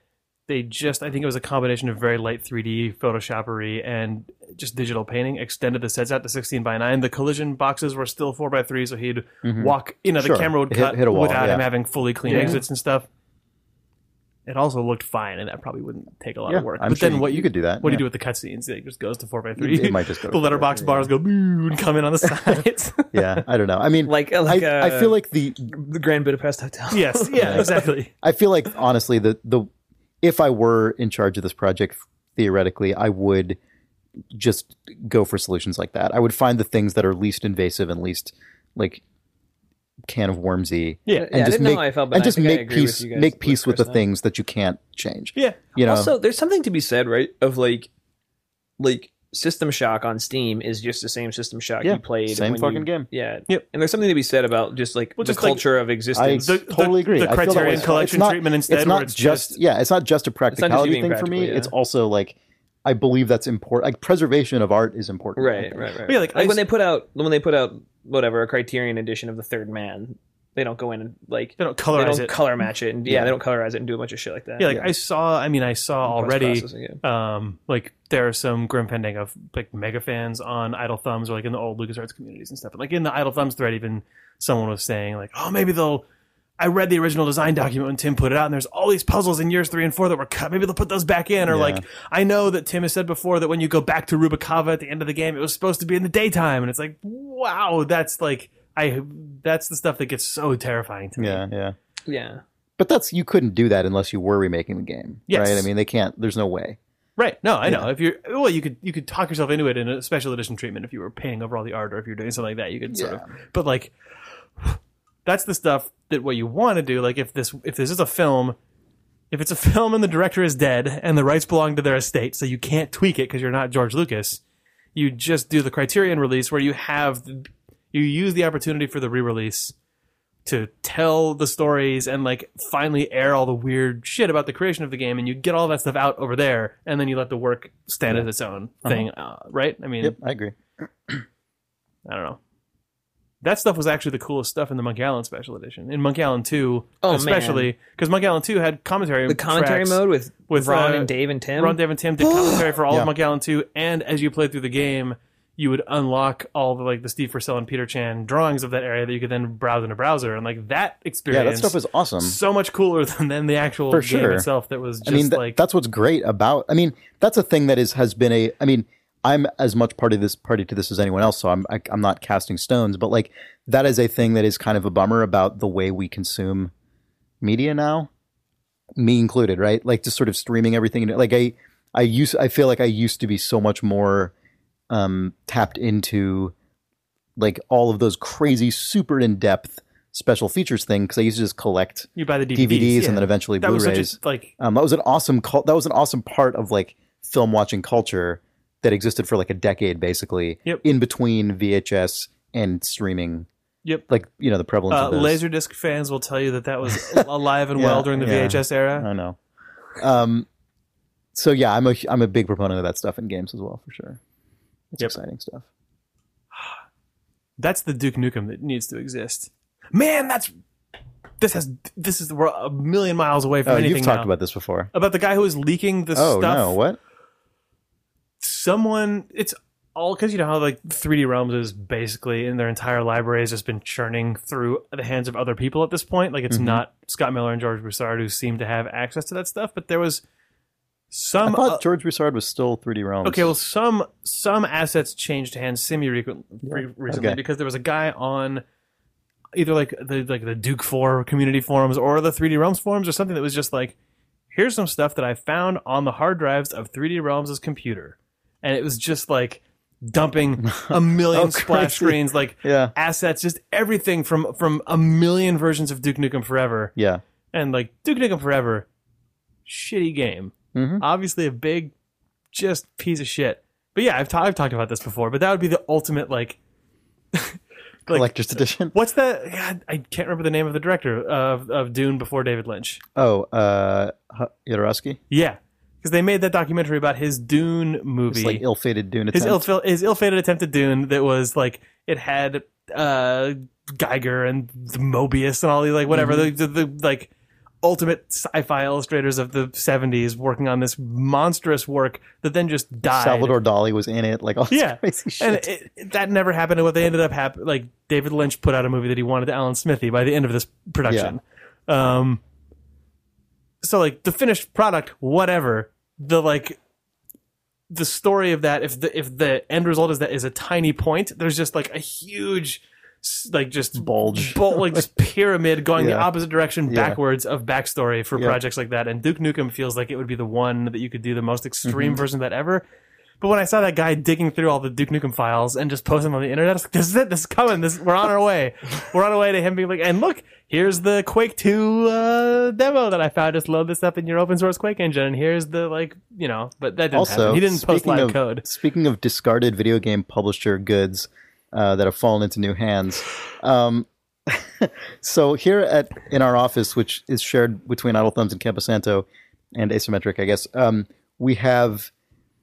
Speaker 2: they just I think it was a combination of very light 3D Photoshoppery and just digital painting extended the sets out to 16 by 9. The collision boxes were still 4 by 3, so he'd walk. You know,
Speaker 3: Mm-hmm. Sure.
Speaker 2: the camera would
Speaker 3: Hit-
Speaker 2: cut
Speaker 3: hit a wall,
Speaker 2: without
Speaker 3: yeah.
Speaker 2: him having fully clean exits and stuff. It also looked fine, and that probably wouldn't take a lot
Speaker 3: yeah,
Speaker 2: of work.
Speaker 3: I'm
Speaker 2: but
Speaker 3: sure
Speaker 2: then what
Speaker 3: you could do that.
Speaker 2: what
Speaker 3: yeah.
Speaker 2: do you do with the cutscenes? It just goes to four by three.
Speaker 3: It might just go to
Speaker 2: the
Speaker 3: 4x3,
Speaker 2: letterbox bars go boo and come in on the sides.
Speaker 3: yeah, I don't know. I mean,
Speaker 6: Like,
Speaker 3: I,
Speaker 6: like
Speaker 3: Hmm. I
Speaker 6: uh,
Speaker 3: feel like the
Speaker 6: the Grand Budapest Hotel.
Speaker 2: yes, yeah, exactly.
Speaker 3: I feel like honestly the the if I were in charge of this project theoretically, I would just go for solutions like that. I would find the things that are least invasive and least like can of wormsy.
Speaker 2: Yeah.
Speaker 3: and
Speaker 6: Yeah, I
Speaker 3: just
Speaker 6: didn't know
Speaker 3: make
Speaker 6: how I felt, but
Speaker 3: and
Speaker 6: I
Speaker 3: just
Speaker 6: think I
Speaker 3: make
Speaker 6: agree with
Speaker 3: peace
Speaker 6: you guys
Speaker 3: make
Speaker 6: with
Speaker 3: peace with the
Speaker 6: Chris now.
Speaker 3: things that you can't change.
Speaker 2: Yeah.
Speaker 3: You know,
Speaker 6: Also, there's something to be said, right? Of like, like System Shock on Steam is just the same System Shock
Speaker 3: Yeah,
Speaker 6: you played.
Speaker 3: same
Speaker 6: when
Speaker 3: fucking
Speaker 6: you-
Speaker 3: game.
Speaker 6: Yeah.
Speaker 2: Yep.
Speaker 6: And there's something to be said about just like
Speaker 2: Well,
Speaker 6: the
Speaker 2: just, like,
Speaker 6: culture of
Speaker 3: I
Speaker 6: existence.
Speaker 2: The-
Speaker 3: totally agree.
Speaker 2: the
Speaker 3: I feel that
Speaker 2: Criterion
Speaker 3: way. It's
Speaker 2: collection
Speaker 3: not-
Speaker 2: treatment instead
Speaker 3: It's
Speaker 2: where
Speaker 3: not
Speaker 2: it's
Speaker 3: just,
Speaker 2: just-
Speaker 3: yeah. It's not just a
Speaker 6: not just you
Speaker 3: practicality
Speaker 6: being
Speaker 3: thing for me.
Speaker 6: practical, yeah.
Speaker 3: It's also like I believe that's important. Like preservation of art is important. I
Speaker 6: right,
Speaker 3: think.
Speaker 6: right, right.
Speaker 2: Yeah, like, I
Speaker 6: when
Speaker 2: used-
Speaker 6: they put out when they put out whatever a Criterion edition of the Third Man, they don't go in and like
Speaker 2: They don't colorize
Speaker 6: don't
Speaker 2: it.
Speaker 6: color match it, and yeah, they don't colorize it and do a bunch of shit like that.
Speaker 2: yeah, like I saw. I mean, I saw already.
Speaker 6: Post-processing, yeah.
Speaker 2: Um, like there are some Grim Fandango like mega fans on Idle Thumbs or like in the old LucasArts communities and stuff. And like in the Idle Thumbs thread, even someone was saying like, oh, maybe they'll. I read the original design document when Tim put it out, and there's all these puzzles in years three and four that were cut. Maybe they'll put those back in, or
Speaker 3: Yeah.
Speaker 2: like I know that Tim has said before that when you go back to Rubikava at the end of the game, it was supposed to be in the daytime, and it's like, wow, that's like I that's the stuff that gets so terrifying to me.
Speaker 3: Yeah, yeah.
Speaker 6: yeah.
Speaker 3: But that's you couldn't do that unless you were remaking the game,
Speaker 2: Yes.
Speaker 3: right? I mean, they can't. There's no way.
Speaker 2: Right. No, I know. If you're well, you could you could talk yourself into it in a special edition treatment if you were painting over all the art or if you're doing something like that. You could sort of. But like, that's the stuff that what you want to do. Like if this if this is a film, if it's a film and the director is dead and the rights belong to their estate, so you can't tweak it because you're not George Lucas. You just do the Criterion release where you have you use the opportunity for the re-release to tell the stories and like finally air all the weird shit about the creation of the game and you get all that stuff out over there and then you let the work stand as its own thing uh, right i mean
Speaker 3: Yep, I agree.
Speaker 2: i don't know that stuff was actually the coolest stuff in the monkey island special edition in monkey island 2
Speaker 6: Oh, man.
Speaker 2: especially because monkey island 2 had commentary
Speaker 6: The commentary
Speaker 2: tracks.
Speaker 6: mode with
Speaker 2: with,
Speaker 6: Ron
Speaker 2: uh,
Speaker 6: and Dave and Tim.
Speaker 2: Ron, Dave, and Tim did commentary for all
Speaker 3: Yeah.
Speaker 2: of Monkey Island 2, and as you played through the game, you would unlock all the like the Steve Purcell and Peter Chan drawings of that area that you could then browse in a browser, and like that
Speaker 3: Yeah,
Speaker 2: experience.
Speaker 3: that stuff is awesome.
Speaker 2: so much cooler than, than the actual
Speaker 3: For
Speaker 2: game
Speaker 3: sure.
Speaker 2: itself. That was just
Speaker 3: I mean, th-
Speaker 2: like
Speaker 3: that's what's great about. I mean, that's a thing that is has been a. I mean, I'm as much part of this party to this as anyone else, so I'm I, I'm not casting stones, but like that is a thing that is kind of a bummer about the way we consume media now, me included, right? Like just sort of streaming everything. into- Like I I used I feel like I used to be so much more um tapped into like all of those crazy super in depth special features thing because I used to just collect
Speaker 2: you buy the DVDs,
Speaker 3: DVDs
Speaker 2: yeah.
Speaker 3: and then eventually
Speaker 2: that
Speaker 3: Blu-rays.
Speaker 2: was such a, like
Speaker 3: Um, that was an awesome cul- that was an awesome part of like film watching culture that existed for like a decade basically
Speaker 2: Yep.
Speaker 3: in between VHS and streaming.
Speaker 2: Yep.
Speaker 3: Like, you know, the prevalence
Speaker 2: uh,
Speaker 3: of those.
Speaker 2: Laserdisc fans will tell you that that was alive and
Speaker 3: Yeah,
Speaker 2: well during the
Speaker 3: yeah.
Speaker 2: VHS era.
Speaker 3: I know. Um so yeah, I'm a I'm a big proponent of that stuff in games as well for sure. It's
Speaker 2: Yep.
Speaker 3: exciting stuff.
Speaker 2: That's the Duke Nukem that needs to exist. Man, that's this has this is we're a million miles away from
Speaker 3: Oh,
Speaker 2: anything
Speaker 3: you've talked
Speaker 2: now.
Speaker 3: about this before.
Speaker 2: about the guy who was leaking the
Speaker 3: Oh
Speaker 2: stuff.
Speaker 3: no, what?
Speaker 2: Someone, it's all because you know how like 3D Realms is basically in their entire library has just been churning through the hands of other people at this point. Like
Speaker 3: Mm-hmm.
Speaker 2: it's not Scott Miller and George Broussard who seem to have access to that stuff, but there was
Speaker 3: I
Speaker 2: some.
Speaker 3: thought George Broussard was still 3D Realms.
Speaker 2: um, uh, Okay, well, some some assets changed hands semi recently
Speaker 3: okay.
Speaker 2: because there was a guy on either like the like the Duke Four community forums or the 3D Realms forums or something that was just like, here's some stuff that I found on the hard drives of 3D Realms' computer, and it was just like dumping a million
Speaker 3: Oh,
Speaker 2: splash
Speaker 3: crazy.
Speaker 2: screens, like
Speaker 3: Yeah.
Speaker 2: assets, just everything from from a million versions of Duke Nukem Forever,
Speaker 3: Yeah.
Speaker 2: and like Duke Nukem Forever, shitty game,
Speaker 3: Mhm.
Speaker 2: obviously a big, just piece of shit. But yeah, I've ta- I've talked about this before, but that would be the ultimate like. like
Speaker 3: Collector's edition.
Speaker 2: What's that? God, I can't remember the name of the director of, of Dune before David Lynch.
Speaker 3: Oh, uh, Yodorowski.
Speaker 2: Yeah, because they made that documentary about his Dune movie,
Speaker 3: It's like ill-fated Dune.
Speaker 2: his
Speaker 3: attempt.
Speaker 2: ill his ill fated attempt at Dune that was like it had uh, Geiger and Mobius and all the like whatever
Speaker 3: Mm-hmm.
Speaker 2: the, the, the like ultimate sci-fi illustrators of the 70s working on this monstrous work that then just died
Speaker 3: Salvador Dali was in it. Like all this
Speaker 2: Yeah.
Speaker 3: crazy shit.
Speaker 2: and it, it- that never happened. And what they ended up happening, like David Lynch put out a movie that he wanted to Alan Smithy by the end of this production. Um, so like the finished product, whatever the like, the story of that, if the if the end result is that is a tiny point, there's just like a huge, s- like just
Speaker 3: Bulge.
Speaker 2: bul- like just pyramid going the
Speaker 3: Yeah.
Speaker 2: opposite direction
Speaker 3: Yeah.
Speaker 2: backwards of backstory for
Speaker 3: Yeah.
Speaker 2: projects like that. And Duke Nukem feels like it would be the one that you could do the most extreme
Speaker 3: Mm-hmm.
Speaker 2: version of that ever. But when I saw that guy digging through all the Duke Nukem files and just posting them on the internet, I was like, "This is it. This is coming. This we're on our way. We're on our way to him being like, and look, here's the Quake Two uh, demo that I found. Just load this up in your open source Quake engine, and here's the like, you know." But that didn't
Speaker 3: also,
Speaker 2: happen. He didn't post
Speaker 3: speaking
Speaker 2: live
Speaker 3: of,
Speaker 2: code.
Speaker 3: Speaking of discarded video game publisher goods uh, that have fallen into new hands, um, so here at in our office, which is shared between Idle Thumbs and Camposanto, and Asymmetric, I guess, um, we have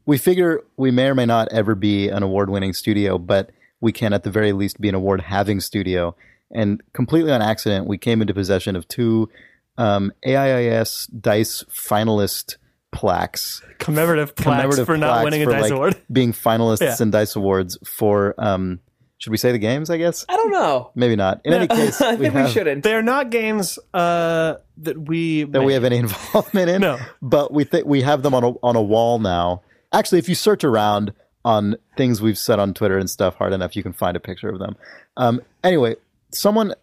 Speaker 3: we figure we may or may not ever be an award-winning studio, but we can at the very least be an award-having studio. And completely on accident, we came into possession of two um, AIIS Dice finalist plaques
Speaker 2: Commemorative plaques
Speaker 3: commemorative
Speaker 2: for not
Speaker 3: plaques
Speaker 2: winning a
Speaker 3: for,
Speaker 2: dice
Speaker 3: like,
Speaker 2: award.
Speaker 3: being finalists
Speaker 2: Yeah.
Speaker 3: in dice awards for um should we say the games i guess
Speaker 6: I don't know.
Speaker 3: maybe not in any case
Speaker 6: I
Speaker 3: we
Speaker 6: think we,
Speaker 3: have,
Speaker 6: shouldn't.
Speaker 2: They're not games uh, that we
Speaker 3: that we
Speaker 2: make.
Speaker 3: have any involvement in
Speaker 2: No.
Speaker 3: but we think we have them on a, on a wall now actually if you search around on things we've said on twitter and stuff hard enough you can find a picture of them um anyway someone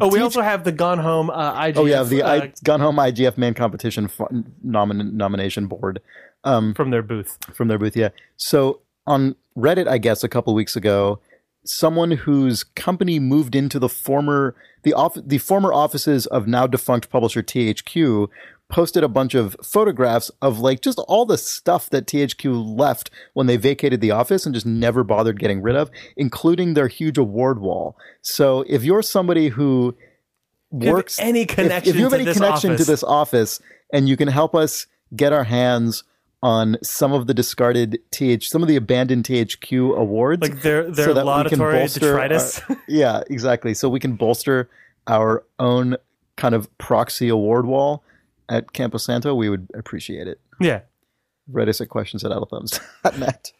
Speaker 2: Oh, we also have the Gone Home uh, IGF
Speaker 3: oh yeah the
Speaker 2: uh,
Speaker 3: I, gone home igf man competition fu- nomin- nomination board um
Speaker 2: from their booth.
Speaker 3: from their booth. Yeah. So on Reddit, I guess a couple weeks ago, someone whose company moved into the former the off, the former offices of now defunct publisher THQ posted a bunch of photographs of like just all the stuff that THQ left when they vacated the office and just never bothered getting rid of, including their huge award wall. So if you're somebody who
Speaker 2: If
Speaker 3: works
Speaker 2: any connection
Speaker 3: if, if you have
Speaker 2: to
Speaker 3: any
Speaker 2: this
Speaker 3: connection
Speaker 2: office,
Speaker 3: to this office and you can help us get our hands on some of the discarded th some of the abandoned thq awards
Speaker 2: like their their
Speaker 3: that we can
Speaker 2: laudatory
Speaker 3: bolster
Speaker 2: detritus.
Speaker 3: yeah exactly so we can bolster our own kind of proxy award wall at campo santo we would appreciate it
Speaker 2: yeah,
Speaker 3: Read us at questions at thumbs net.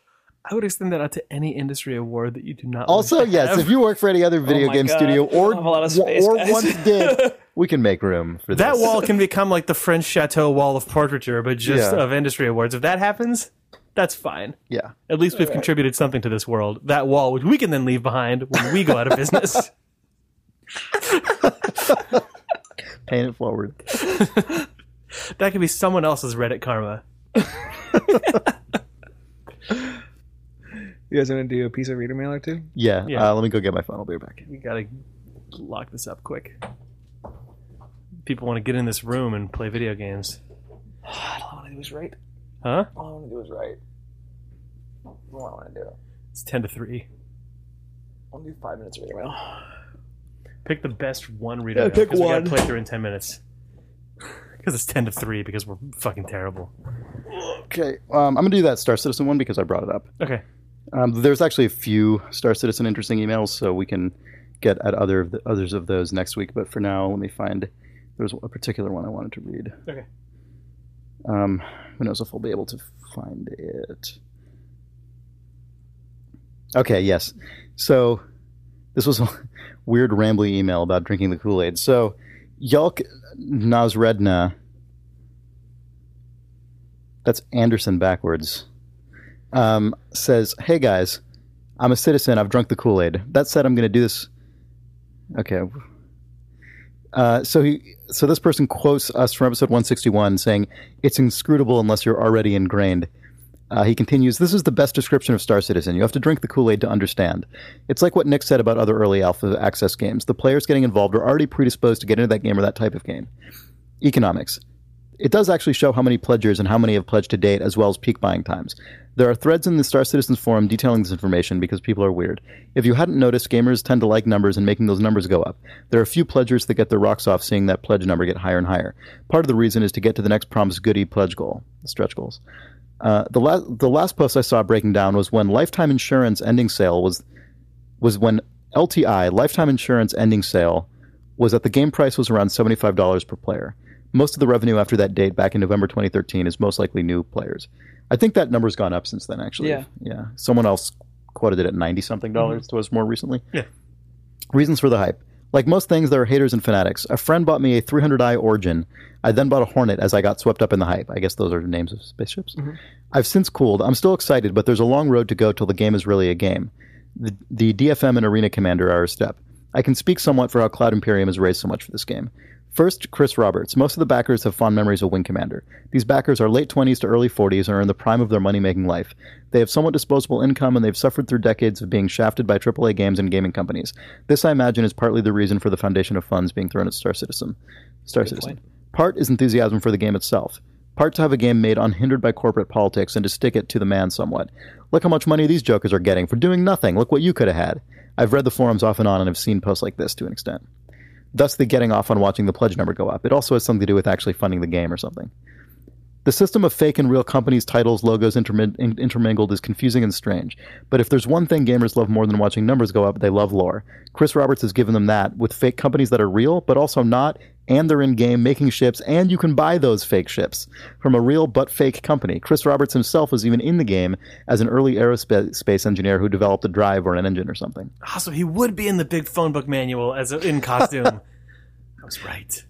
Speaker 2: I would extend that out to any industry award that you do not.
Speaker 3: Also,
Speaker 2: want to
Speaker 3: yes,
Speaker 2: have.
Speaker 3: if you work for any other video
Speaker 6: Oh my
Speaker 3: game
Speaker 6: God.
Speaker 3: studio or
Speaker 6: I have a lot of space,
Speaker 3: or
Speaker 6: guys.
Speaker 3: once did, we can make room for
Speaker 2: that
Speaker 3: this.
Speaker 2: wall can become like the French Chateau wall of portraiture, but just
Speaker 3: Yeah.
Speaker 2: of industry awards. If that happens, that's fine.
Speaker 3: Yeah,
Speaker 2: At least we've contributed something to this world. That wall, which we can then leave behind when we go out of business.
Speaker 3: paint it forward.
Speaker 2: that could be someone else's Reddit karma.
Speaker 6: You guys want to do a piece of reader mail or two?
Speaker 3: Yeah,
Speaker 2: Yeah.
Speaker 3: Uh, let me go get my phone. I'll be right back.
Speaker 2: We gotta lock this up quick. People want to get in this room and play video games.
Speaker 6: God, all I want to do is write.
Speaker 2: Huh?
Speaker 6: All I want to do is write. What do I want to do?
Speaker 2: It's 10 to 3.
Speaker 6: I'll do five minutes of reader mail.
Speaker 2: Pick the best one reader.
Speaker 5: Yeah,
Speaker 2: now,
Speaker 5: pick
Speaker 2: 'cause We
Speaker 5: one.
Speaker 2: gotta play through in 10 minutes. Because it's 10 to 3 because we're fucking terrible.
Speaker 3: Okay, um, I'm gonna do that Star Citizen one because I brought it up.
Speaker 2: Okay.
Speaker 3: Um, there's actually a few Star Citizen interesting emails, so we can get at other of the, others of those next week. But for now, let me find. There's a particular one I wanted to read.
Speaker 2: Okay.
Speaker 3: Um, who knows if I'll be able to find it? Okay. Yes. So this was a weird rambly email about drinking the Kool Aid. So Yelk Nasredna. That's Anderson backwards um, says, "Hey guys, I'm a citizen. I've drunk the Kool Aid. That said, I'm going to do this." Okay. Uh, so he, so this person quotes us from episode 161, saying, "It's inscrutable unless you're already ingrained." Uh, he continues, This is the best description of Star Citizen. You have to drink the Kool Aid to understand. It's like what Nick said about other early alpha access games. The players getting involved are already predisposed to get into that game or that type of game. Economics. It does actually show how many pledgers and how many have pledged to date, as well as peak buying times. There are threads in the Star Citizens forum detailing this information because people are weird. If you hadn't noticed, gamers tend to like numbers and making those numbers go up. There are a few pledgers that get their rocks off seeing that pledge number get higher and higher. Part of the reason is to get to the next promised goodie pledge goal, stretch goals. Uh, the last the last post I saw breaking down was when lifetime insurance ending sale was was when LTI lifetime insurance ending sale was that the game price was around seventy five dollars per player. Most of the revenue after that date back in November 2013 is most likely new players. I think that number's gone up since then actually.
Speaker 6: Yeah.
Speaker 3: Yeah. Someone else quoted it at 90 something dollars to us more recently.
Speaker 2: Yeah.
Speaker 3: Reasons for the hype. Like most things, there are haters and fanatics. A friend bought me a 300i Origin. I then bought a Hornet as I got swept up in the hype. I guess those are names of spaceships. I've since cooled. I'm still excited, but there's a long road to go till the game is really a game. The, the DFM and Arena Commander are a step. I can speak somewhat for how Cloud Imperium has raised so much for this game. First, Chris Roberts. Most of the backers have fond memories of Wing Commander. These backers are late 20s to early 40s and are in the prime of their money making life. They have somewhat disposable income and they've suffered through decades of being shafted by AAA games and gaming companies. This, I imagine, is partly the reason for the foundation of funds being thrown at Star Citizen. Star Citizen. Part is enthusiasm for the game itself. Part to have a game made unhindered by corporate politics and to stick it to the man somewhat. Look how much money these jokers are getting for doing nothing. Look what you could have had. I've read the forums off and on and have seen posts like this to an extent. Thus, the getting off on watching the pledge number go up. It also has something to do with actually funding the game or something. The system of fake and real companies, titles, logos intermin- in- intermingled is confusing and strange. But if there's one thing gamers love more than watching numbers go up, they love lore. Chris Roberts has given them that with fake companies that are real, but also not, and they're in game making ships, and you can buy those fake ships from a real but fake company. Chris Roberts himself was even in the game as an early aerospace engineer who developed a drive or an engine or something.
Speaker 2: Ah, so he would be in the big phone book manual as a, in costume. I was right.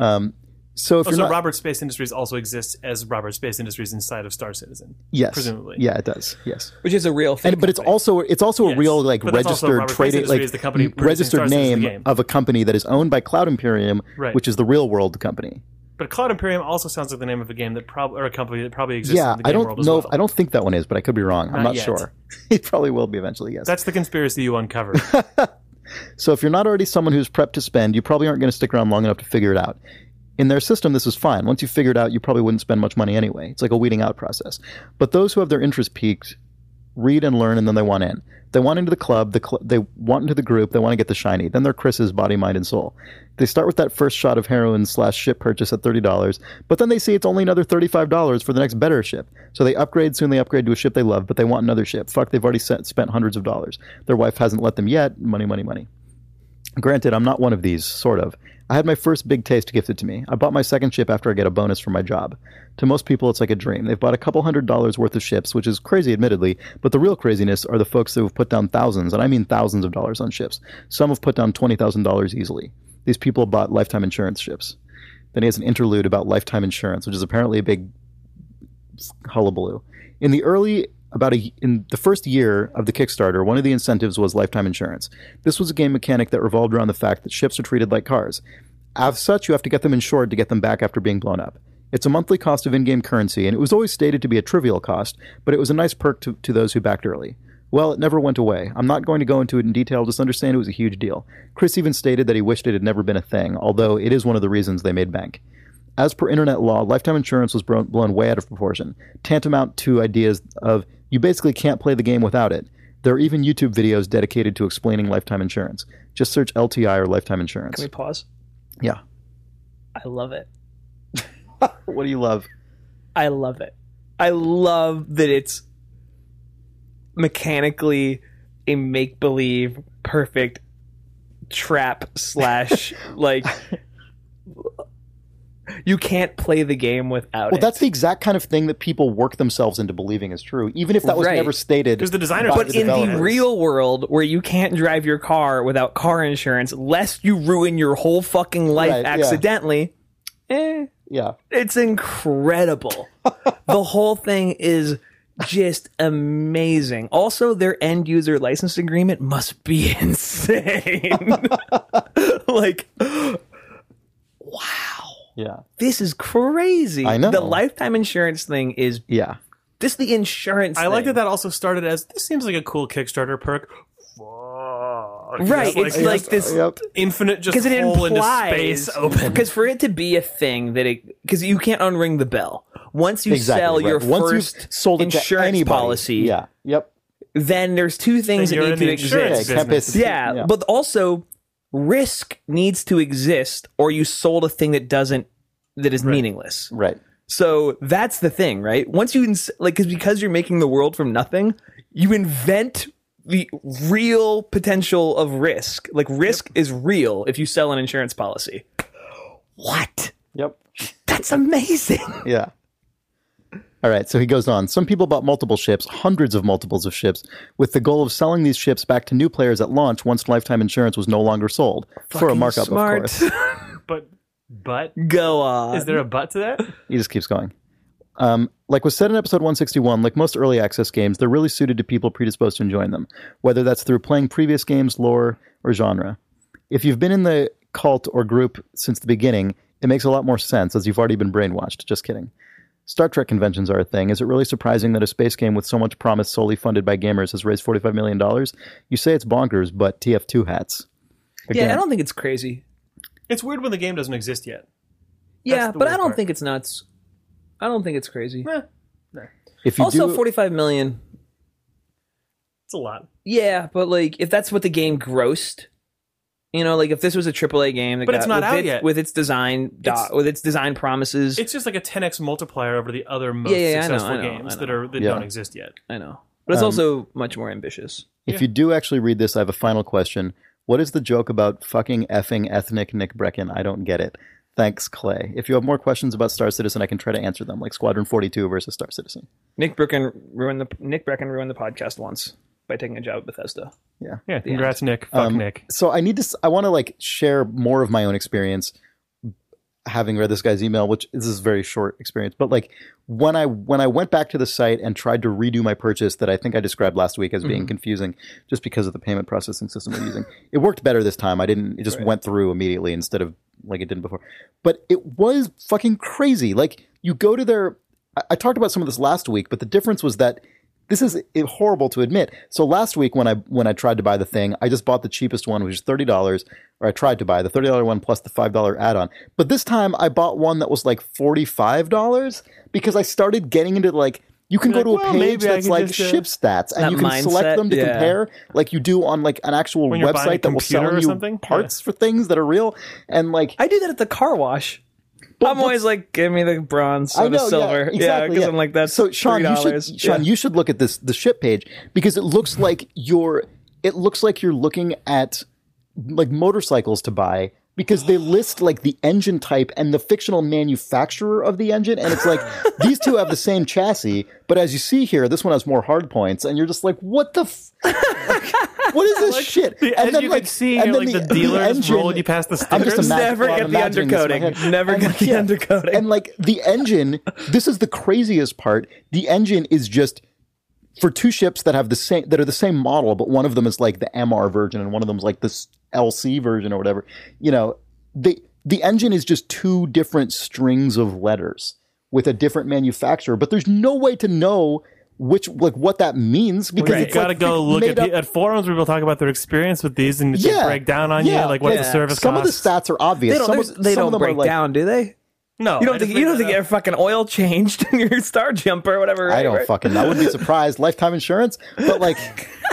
Speaker 3: Um, so if
Speaker 2: Oh,
Speaker 3: you're
Speaker 2: so
Speaker 3: not,
Speaker 2: Robert Space Industries also exists as Robert Space Industries inside of Star Citizen.
Speaker 3: yes,
Speaker 2: presumably.
Speaker 3: yeah, it does, yes.
Speaker 6: which is a real thing.
Speaker 3: and but it's also it's also a
Speaker 2: Yes.
Speaker 3: real like
Speaker 2: But that's also
Speaker 3: registered
Speaker 2: Robert Price
Speaker 3: trading
Speaker 2: Industries,
Speaker 3: like
Speaker 2: the company
Speaker 3: m-
Speaker 2: producing Star
Speaker 3: registered
Speaker 2: Citizen, the
Speaker 3: name
Speaker 2: game.
Speaker 3: of a company that is owned by Cloud Imperium,
Speaker 2: Right.
Speaker 3: which is the real world company.
Speaker 2: But Cloud Imperium also sounds like the name of a game that probably or a company that probably exists.
Speaker 3: yeah,
Speaker 2: in the game
Speaker 3: I don't
Speaker 2: world as
Speaker 3: know. if,
Speaker 2: well.
Speaker 3: I don't think that one is, but I could be wrong.
Speaker 2: Not
Speaker 3: I'm not
Speaker 2: yet.
Speaker 3: sure. it probably will be eventually. Yes.
Speaker 2: That's the conspiracy you uncovered.
Speaker 3: So if you're not already someone who's prepped to spend, you probably aren't going to stick around long enough to figure it out. In their system, this is fine. Once you figure it out, you probably wouldn't spend much money anyway. It's like a weeding out process. But those who have their interest peaked read and learn, and then they want in. They want into the club. The cl- they want into the group. They want to get the shiny. Then they're Chris's body, mind, and soul. They start with that first shot of heroin slash ship purchase at thirty dollars, but then they see it's only another thirty five dollars for the next better ship. So they upgrade. Soon they upgrade to a ship they love, but they want another ship. Fuck, they've already sent, spent hundreds of dollars. Their wife hasn't let them yet. Money, money, money. Granted, I'm not one of these, sort of. I had my first big taste gifted to me. I bought my second ship after I get a bonus from my job. To most people, it's like a dream. They've bought a couple hundred dollars worth of ships, which is crazy, admittedly, but the real craziness are the folks who have put down thousands, and I mean thousands of dollars on ships. Some have put down $20,000 easily. These people bought lifetime insurance ships. Then he has an interlude about lifetime insurance, which is apparently a big hullabaloo. In the early about a in the first year of the Kickstarter, one of the incentives was lifetime insurance. This was a game mechanic that revolved around the fact that ships are treated like cars. As such, you have to get them insured to get them back after being blown up. It's a monthly cost of in-game currency, and it was always stated to be a trivial cost, but it was a nice perk to, to those who backed early. Well, it never went away. I'm not going to go into it in detail, just understand it was a huge deal. Chris even stated that he wished it had never been a thing, although it is one of the reasons they made bank. As per internet law, lifetime insurance was bro- blown way out of proportion, tantamount to ideas of you basically can't play the game without it. There are even YouTube videos dedicated to explaining lifetime insurance. Just search LTI or lifetime insurance.
Speaker 6: Can we pause?
Speaker 3: Yeah.
Speaker 6: I love it.
Speaker 3: What do you love?
Speaker 6: I love it. I love that it's mechanically a make believe perfect trap slash like you can't play the game without
Speaker 3: Well,
Speaker 6: it.
Speaker 3: that's the exact kind of thing that people work themselves into believing is true, even if that was
Speaker 6: Right.
Speaker 3: never stated.
Speaker 2: Because the designers-
Speaker 3: by
Speaker 2: But
Speaker 6: in the
Speaker 3: developers.
Speaker 6: real world where you can't drive your car without car insurance lest you ruin your whole fucking life
Speaker 3: Right, yeah.
Speaker 6: accidentally. Eh.
Speaker 3: yeah,
Speaker 6: It's incredible. the whole thing is just amazing. Also, their end user license agreement must be insane. like,
Speaker 3: yeah,
Speaker 6: this is crazy.
Speaker 3: I know.
Speaker 6: The lifetime insurance thing is
Speaker 3: yeah.
Speaker 1: This the insurance.
Speaker 2: I like
Speaker 1: thing.
Speaker 2: that that also started as this seems like a cool Kickstarter perk. Fuck.
Speaker 1: Right,
Speaker 2: Just like
Speaker 1: it's like this
Speaker 3: Yep.
Speaker 2: infinite just
Speaker 1: because it
Speaker 2: hole
Speaker 1: implies
Speaker 2: into space open.
Speaker 1: Because for it to be a thing that it because you can't unring the bell once you
Speaker 3: Exactly.
Speaker 1: sell
Speaker 3: right.
Speaker 1: your
Speaker 3: Once you've
Speaker 1: first
Speaker 3: sold it to
Speaker 1: insurance
Speaker 3: anybody.
Speaker 1: policy.
Speaker 3: Yeah. Yep.
Speaker 1: Then there's two things that
Speaker 2: you're
Speaker 1: need
Speaker 2: in
Speaker 1: to
Speaker 2: the insurance
Speaker 1: exist.
Speaker 2: business.
Speaker 3: Tempest-
Speaker 1: Yeah, but also risk needs to exist, or you sold a thing that doesn't that is meaningless.
Speaker 3: right.
Speaker 1: So that's the thing, right? Once you ins- like, cause because you're making the world from nothing, you invent the real potential of risk. Like risk is real if you sell an insurance policy. What?
Speaker 3: Yep.
Speaker 1: That's amazing.
Speaker 3: Yeah. All right, so he goes on. Some people bought multiple ships, hundreds of multiples of ships, with the goal of selling these ships back to new players at launch once lifetime insurance was no longer sold. for a markup,
Speaker 1: Smart.
Speaker 3: of course.
Speaker 2: But but
Speaker 1: Go on.
Speaker 2: is there a but to that?
Speaker 3: He just keeps going. Um, like was said in episode 161, like most early access games, they're really suited to people predisposed to enjoying them, whether that's through playing previous games, lore, or genre. If you've been in the cult or group since the beginning, it makes a lot more sense as you've already been brainwashed. Just kidding. Star Trek conventions are a thing. Is it really surprising that a space game with so much promise solely funded by gamers has raised $45 million? You say it's bonkers, but TF2 hats.
Speaker 1: yeah, I
Speaker 3: Again,
Speaker 1: don't think it's crazy.
Speaker 2: It's weird when the game doesn't exist yet.
Speaker 1: Yeah,
Speaker 2: That's the
Speaker 1: but I
Speaker 2: weird
Speaker 1: don't
Speaker 2: part.
Speaker 1: think it's nuts. I don't think it's crazy.
Speaker 3: if you
Speaker 1: Also,
Speaker 3: do,
Speaker 1: 45 million.
Speaker 2: It's a lot.
Speaker 1: Yeah, but like if that's what the game grossed, you know, like if this was a AAA game, that
Speaker 2: But it's
Speaker 1: got-
Speaker 2: not out
Speaker 1: with it-
Speaker 2: yet.
Speaker 1: with its design, do-
Speaker 2: It's-
Speaker 1: with its design promises.
Speaker 2: It's just like a 10x multiplier over the other most
Speaker 1: Yeah, yeah, I know,
Speaker 2: successful
Speaker 1: I know,
Speaker 2: games
Speaker 1: I
Speaker 2: that are that
Speaker 3: Yeah.
Speaker 2: don't exist yet.
Speaker 1: I know, but it's
Speaker 3: Um,
Speaker 1: also much more ambitious.
Speaker 3: If you do actually read this, I have a final question. What is the joke about fucking effing ethnic Nick Brecken? I don't get it. Thanks, Clay. If you have more questions about Star Citizen, I can try to answer them, like Squadron 42 versus Star Citizen.
Speaker 1: Nick Brecken ruined the Nick Brecken ruined the podcast once by taking a job at Bethesda.
Speaker 2: Yeah, congrats, Nick. Fuck
Speaker 3: Um,
Speaker 2: Nick.
Speaker 3: So I need to, s- I want to like share more of my own experience having read this guy's email, which this is a very short experience. But like when I, when I went back to the site and tried to redo my purchase that I think I described last week as being
Speaker 2: Mm-hmm.
Speaker 3: confusing just because of the payment processing system we're using, it worked better this time. I didn't, it just went through immediately instead of like it didn't before. But it was fucking crazy. Like you go to their, I, I talked about some of this last week, but the difference was that this is i- horrible to admit. So last week when I when I tried to buy the thing, I just bought the cheapest one, which is thirty dollars, or I tried to buy the thirty dollar one plus the five dollar add on. But this time I bought one that was like forty five dollars because I started getting into like you can
Speaker 2: You're
Speaker 3: go
Speaker 2: like,
Speaker 3: to a
Speaker 2: "Well,
Speaker 3: page
Speaker 2: maybe I
Speaker 3: that's
Speaker 2: can
Speaker 3: like
Speaker 2: just, uh,
Speaker 3: ship stats, and
Speaker 1: that
Speaker 3: you can
Speaker 1: mindset,
Speaker 3: select them to
Speaker 1: yeah.
Speaker 3: compare, like you do on like an actual
Speaker 2: When you're buying a
Speaker 3: website that will
Speaker 2: computer
Speaker 3: sell
Speaker 2: or
Speaker 3: you
Speaker 2: something?
Speaker 3: parts for things that are real, and like
Speaker 1: I do that at the car wash. I'm always like, give me the bronze, so the silver,
Speaker 3: Yeah, exactly.
Speaker 1: because
Speaker 3: yeah.
Speaker 1: I'm like that's
Speaker 3: So Sean, you
Speaker 1: $3.
Speaker 3: should Sean,
Speaker 1: Yeah.
Speaker 3: you should look at this the ship page because it looks like you're it looks like you're looking at like motorcycles to buy because they list like the engine type and the fictional manufacturer of the engine and it's like these two have the same chassis but as you see here this one has more hard points and you're just like what the f- what is this shit
Speaker 2: The,
Speaker 3: and
Speaker 2: as you can see,
Speaker 3: and
Speaker 2: like the, dealer has
Speaker 3: engine-
Speaker 2: rolled you past the
Speaker 3: I'm
Speaker 2: stickers.
Speaker 3: just imagine-
Speaker 1: never
Speaker 3: well, I'm
Speaker 1: get the
Speaker 3: imagining this in my
Speaker 1: undercoating.
Speaker 3: head.
Speaker 1: Never
Speaker 3: And,
Speaker 1: get the
Speaker 3: yeah.
Speaker 1: undercoating.
Speaker 3: And like the engine, this is the craziest part. The engine is just for two ships that have the same that are the same model, but one of them is like the MR version and one of them's like this LC version or whatever. You know, the the engine is just two different strings of letters with a different manufacturer, but there's no way to know which like what that means because
Speaker 2: you
Speaker 3: it's like
Speaker 2: gotta go look
Speaker 3: made
Speaker 2: at,
Speaker 3: up
Speaker 2: pe- at forums where people talk about their experience with these and they break down on you, like what's the
Speaker 3: yeah.
Speaker 2: service
Speaker 3: Some
Speaker 2: cost.
Speaker 3: of the stats are obvious.
Speaker 1: they don't,
Speaker 3: some
Speaker 1: there's-
Speaker 3: of,
Speaker 1: they
Speaker 3: some
Speaker 1: don't
Speaker 3: of them
Speaker 1: break
Speaker 3: are like,
Speaker 1: down, do they?
Speaker 2: no,
Speaker 1: You
Speaker 2: I
Speaker 1: don't
Speaker 2: just
Speaker 1: think you
Speaker 2: made
Speaker 1: don't
Speaker 2: that
Speaker 1: think your
Speaker 2: up.
Speaker 1: fucking oil changed in your star jumper or whatever? Right?
Speaker 3: I don't
Speaker 1: Right?
Speaker 3: fucking. I wouldn't be surprised. Lifetime insurance, but like,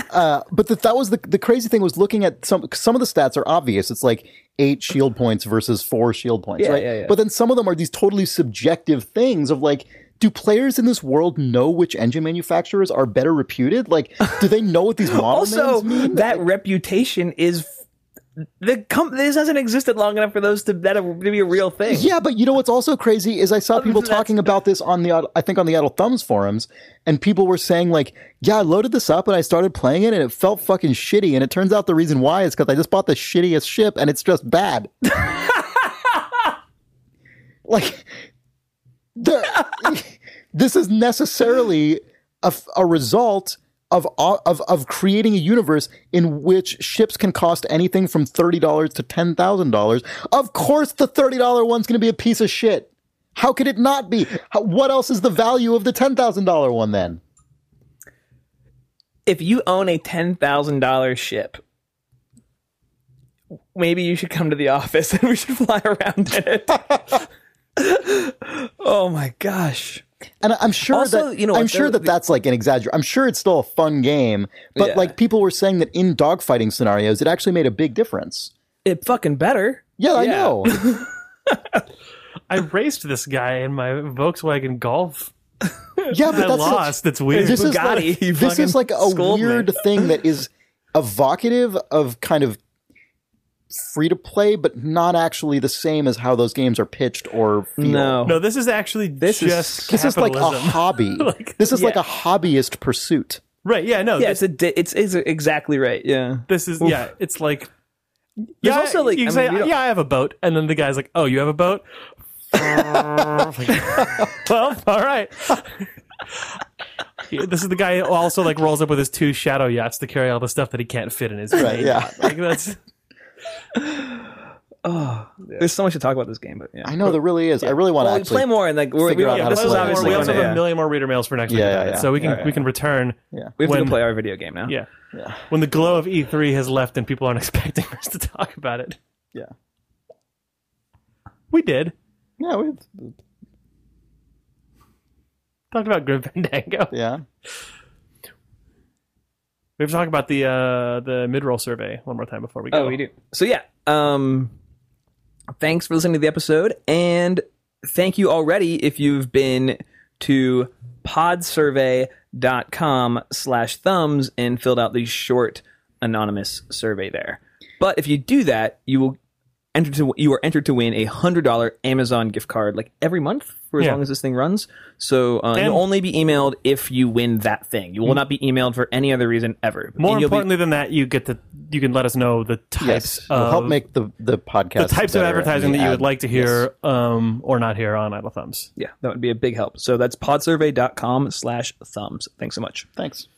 Speaker 3: uh, but the, that was the the crazy thing was looking at some some of the stats are obvious. It's like eight shield points versus four shield points, right?
Speaker 1: yeah, yeah.
Speaker 3: But then some of them are these totally subjective things of like. Do players in this world know which engine manufacturers are better reputed? Like, do they know what these models
Speaker 1: Also,
Speaker 3: mean?
Speaker 1: that reputation is f- the com- this hasn't existed long enough for those to that to be a real thing.
Speaker 3: Yeah, but you know what's also crazy is I saw people talking about this on the I think on the Adult Thumbs forums, and people were saying like, "Yeah, I loaded this up and I started playing it, and it felt fucking shitty." And it turns out the reason why is because I just bought the shittiest ship, and it's just bad. like, there, this is necessarily a, f- a result. Of, of of creating a universe in which ships can cost anything from thirty dollars to ten thousand dollars. Of course, the thirty dollar one's going to be a piece of shit. How could it not be? How, what else is the value of the ten thousand dollar one then?
Speaker 1: if you own a ten thousand dollar ship, maybe you should come to the office and we should fly around in it. oh my gosh!
Speaker 3: And I- I'm sure
Speaker 1: Also,
Speaker 3: that
Speaker 1: you know,
Speaker 3: I'm
Speaker 1: what,
Speaker 3: sure
Speaker 1: there-
Speaker 3: that that's like an exaggeration. I'm sure it's still a fun game, but
Speaker 1: Yeah.
Speaker 3: like people were saying that in dogfighting scenarios, it actually made a big difference.
Speaker 1: It fucking better.
Speaker 3: Yeah, I
Speaker 1: Yeah.
Speaker 3: know.
Speaker 2: I raced this guy in my Volkswagen Golf.
Speaker 3: Yeah, but
Speaker 2: I
Speaker 3: that's
Speaker 2: lost. That's
Speaker 3: Like,
Speaker 2: weird.
Speaker 3: this is
Speaker 1: Bugatti,
Speaker 3: like,
Speaker 1: you
Speaker 3: this is
Speaker 1: fucking
Speaker 3: like a
Speaker 1: scold me.
Speaker 3: weird thing that is evocative of kind of free to play, but not actually the same as how those games are pitched or feel.
Speaker 1: No,
Speaker 2: no, this is actually
Speaker 1: This is-
Speaker 2: just
Speaker 3: This is like a
Speaker 2: capitalism.
Speaker 3: hobby.
Speaker 2: Like-
Speaker 3: this is like
Speaker 1: Yeah.
Speaker 3: a hobbyist pursuit.
Speaker 2: right? Yeah, no,
Speaker 1: yeah, it's
Speaker 2: this,
Speaker 1: a di- it's it's exactly right. Yeah,
Speaker 2: this is yeah. It's like yeah,
Speaker 1: There's also, like,
Speaker 2: you
Speaker 1: I
Speaker 2: say
Speaker 1: mean, we don't-
Speaker 2: yeah, I have a boat, and then the guy's like, oh, you have a boat. well, all right. Yeah, this is the guy who also like rolls up with his two shadow yachts to carry all the stuff that he can't fit in his
Speaker 3: Right,
Speaker 2: main
Speaker 3: yeah.
Speaker 2: yacht. Like that's
Speaker 1: there's so much to talk about this game, but yeah,
Speaker 3: I know there really is. I really want
Speaker 1: well,
Speaker 3: to
Speaker 1: we play
Speaker 3: actually.
Speaker 1: more and like we're, we
Speaker 3: figure out
Speaker 1: don't,
Speaker 3: how to
Speaker 1: this is
Speaker 3: play it.
Speaker 1: obviously
Speaker 2: we
Speaker 3: Yeah.
Speaker 2: also
Speaker 1: gonna,
Speaker 2: have
Speaker 1: yeah.
Speaker 2: a million more reader mails for next week,
Speaker 3: Yeah,
Speaker 2: about
Speaker 3: yeah,
Speaker 2: it.
Speaker 3: yeah.
Speaker 2: so we can
Speaker 1: yeah.
Speaker 2: we can return.
Speaker 1: we have to
Speaker 2: when-
Speaker 1: go play our video game now.
Speaker 2: Yeah. When the glow of E3 has left and people aren't expecting us to talk about it.
Speaker 3: Yeah.
Speaker 2: We did.
Speaker 3: Yeah, we,
Speaker 2: Talked about Grim Fandango.
Speaker 3: yeah.
Speaker 2: We have to talk about the uh, the mid roll survey one more time before we go.
Speaker 1: Oh, we do. So yeah. Um thanks for listening to the episode and thank you already if you've been to podsurvey.com slash thumbs and filled out the short anonymous survey there. But if you do that, you will enter to you are entered to win a hundred dollar Amazon gift card like every month for as
Speaker 2: Yeah.
Speaker 1: long as this thing runs. So uh,
Speaker 2: And- Mm.
Speaker 1: you'll only be emailed if you win that thing. You will not be emailed for any other reason ever.
Speaker 2: More
Speaker 1: And you'll be-
Speaker 2: importantly than that, you get the you can let us know the types
Speaker 3: Yes.
Speaker 2: of
Speaker 3: help make the, the
Speaker 2: the
Speaker 3: podcast.
Speaker 2: types of
Speaker 3: better
Speaker 2: advertising
Speaker 3: and
Speaker 2: that you
Speaker 3: add-
Speaker 2: would like to hear um, or not hear on Idle Thumbs.
Speaker 1: yeah that would be a big help so that's podsurvey.com slash thumbs thanks so much
Speaker 3: Thanks.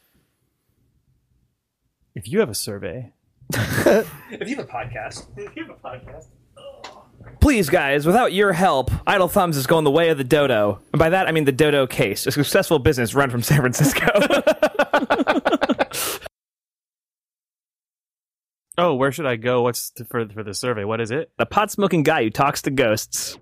Speaker 2: If you have a survey,
Speaker 1: please guys without your help idle thumbs is going the way of the dodo and by that i mean the dodo case a successful business run from san francisco
Speaker 2: oh, where should I go? What's t- for for the survey? What is it?
Speaker 1: the pot smoking guy who talks to ghosts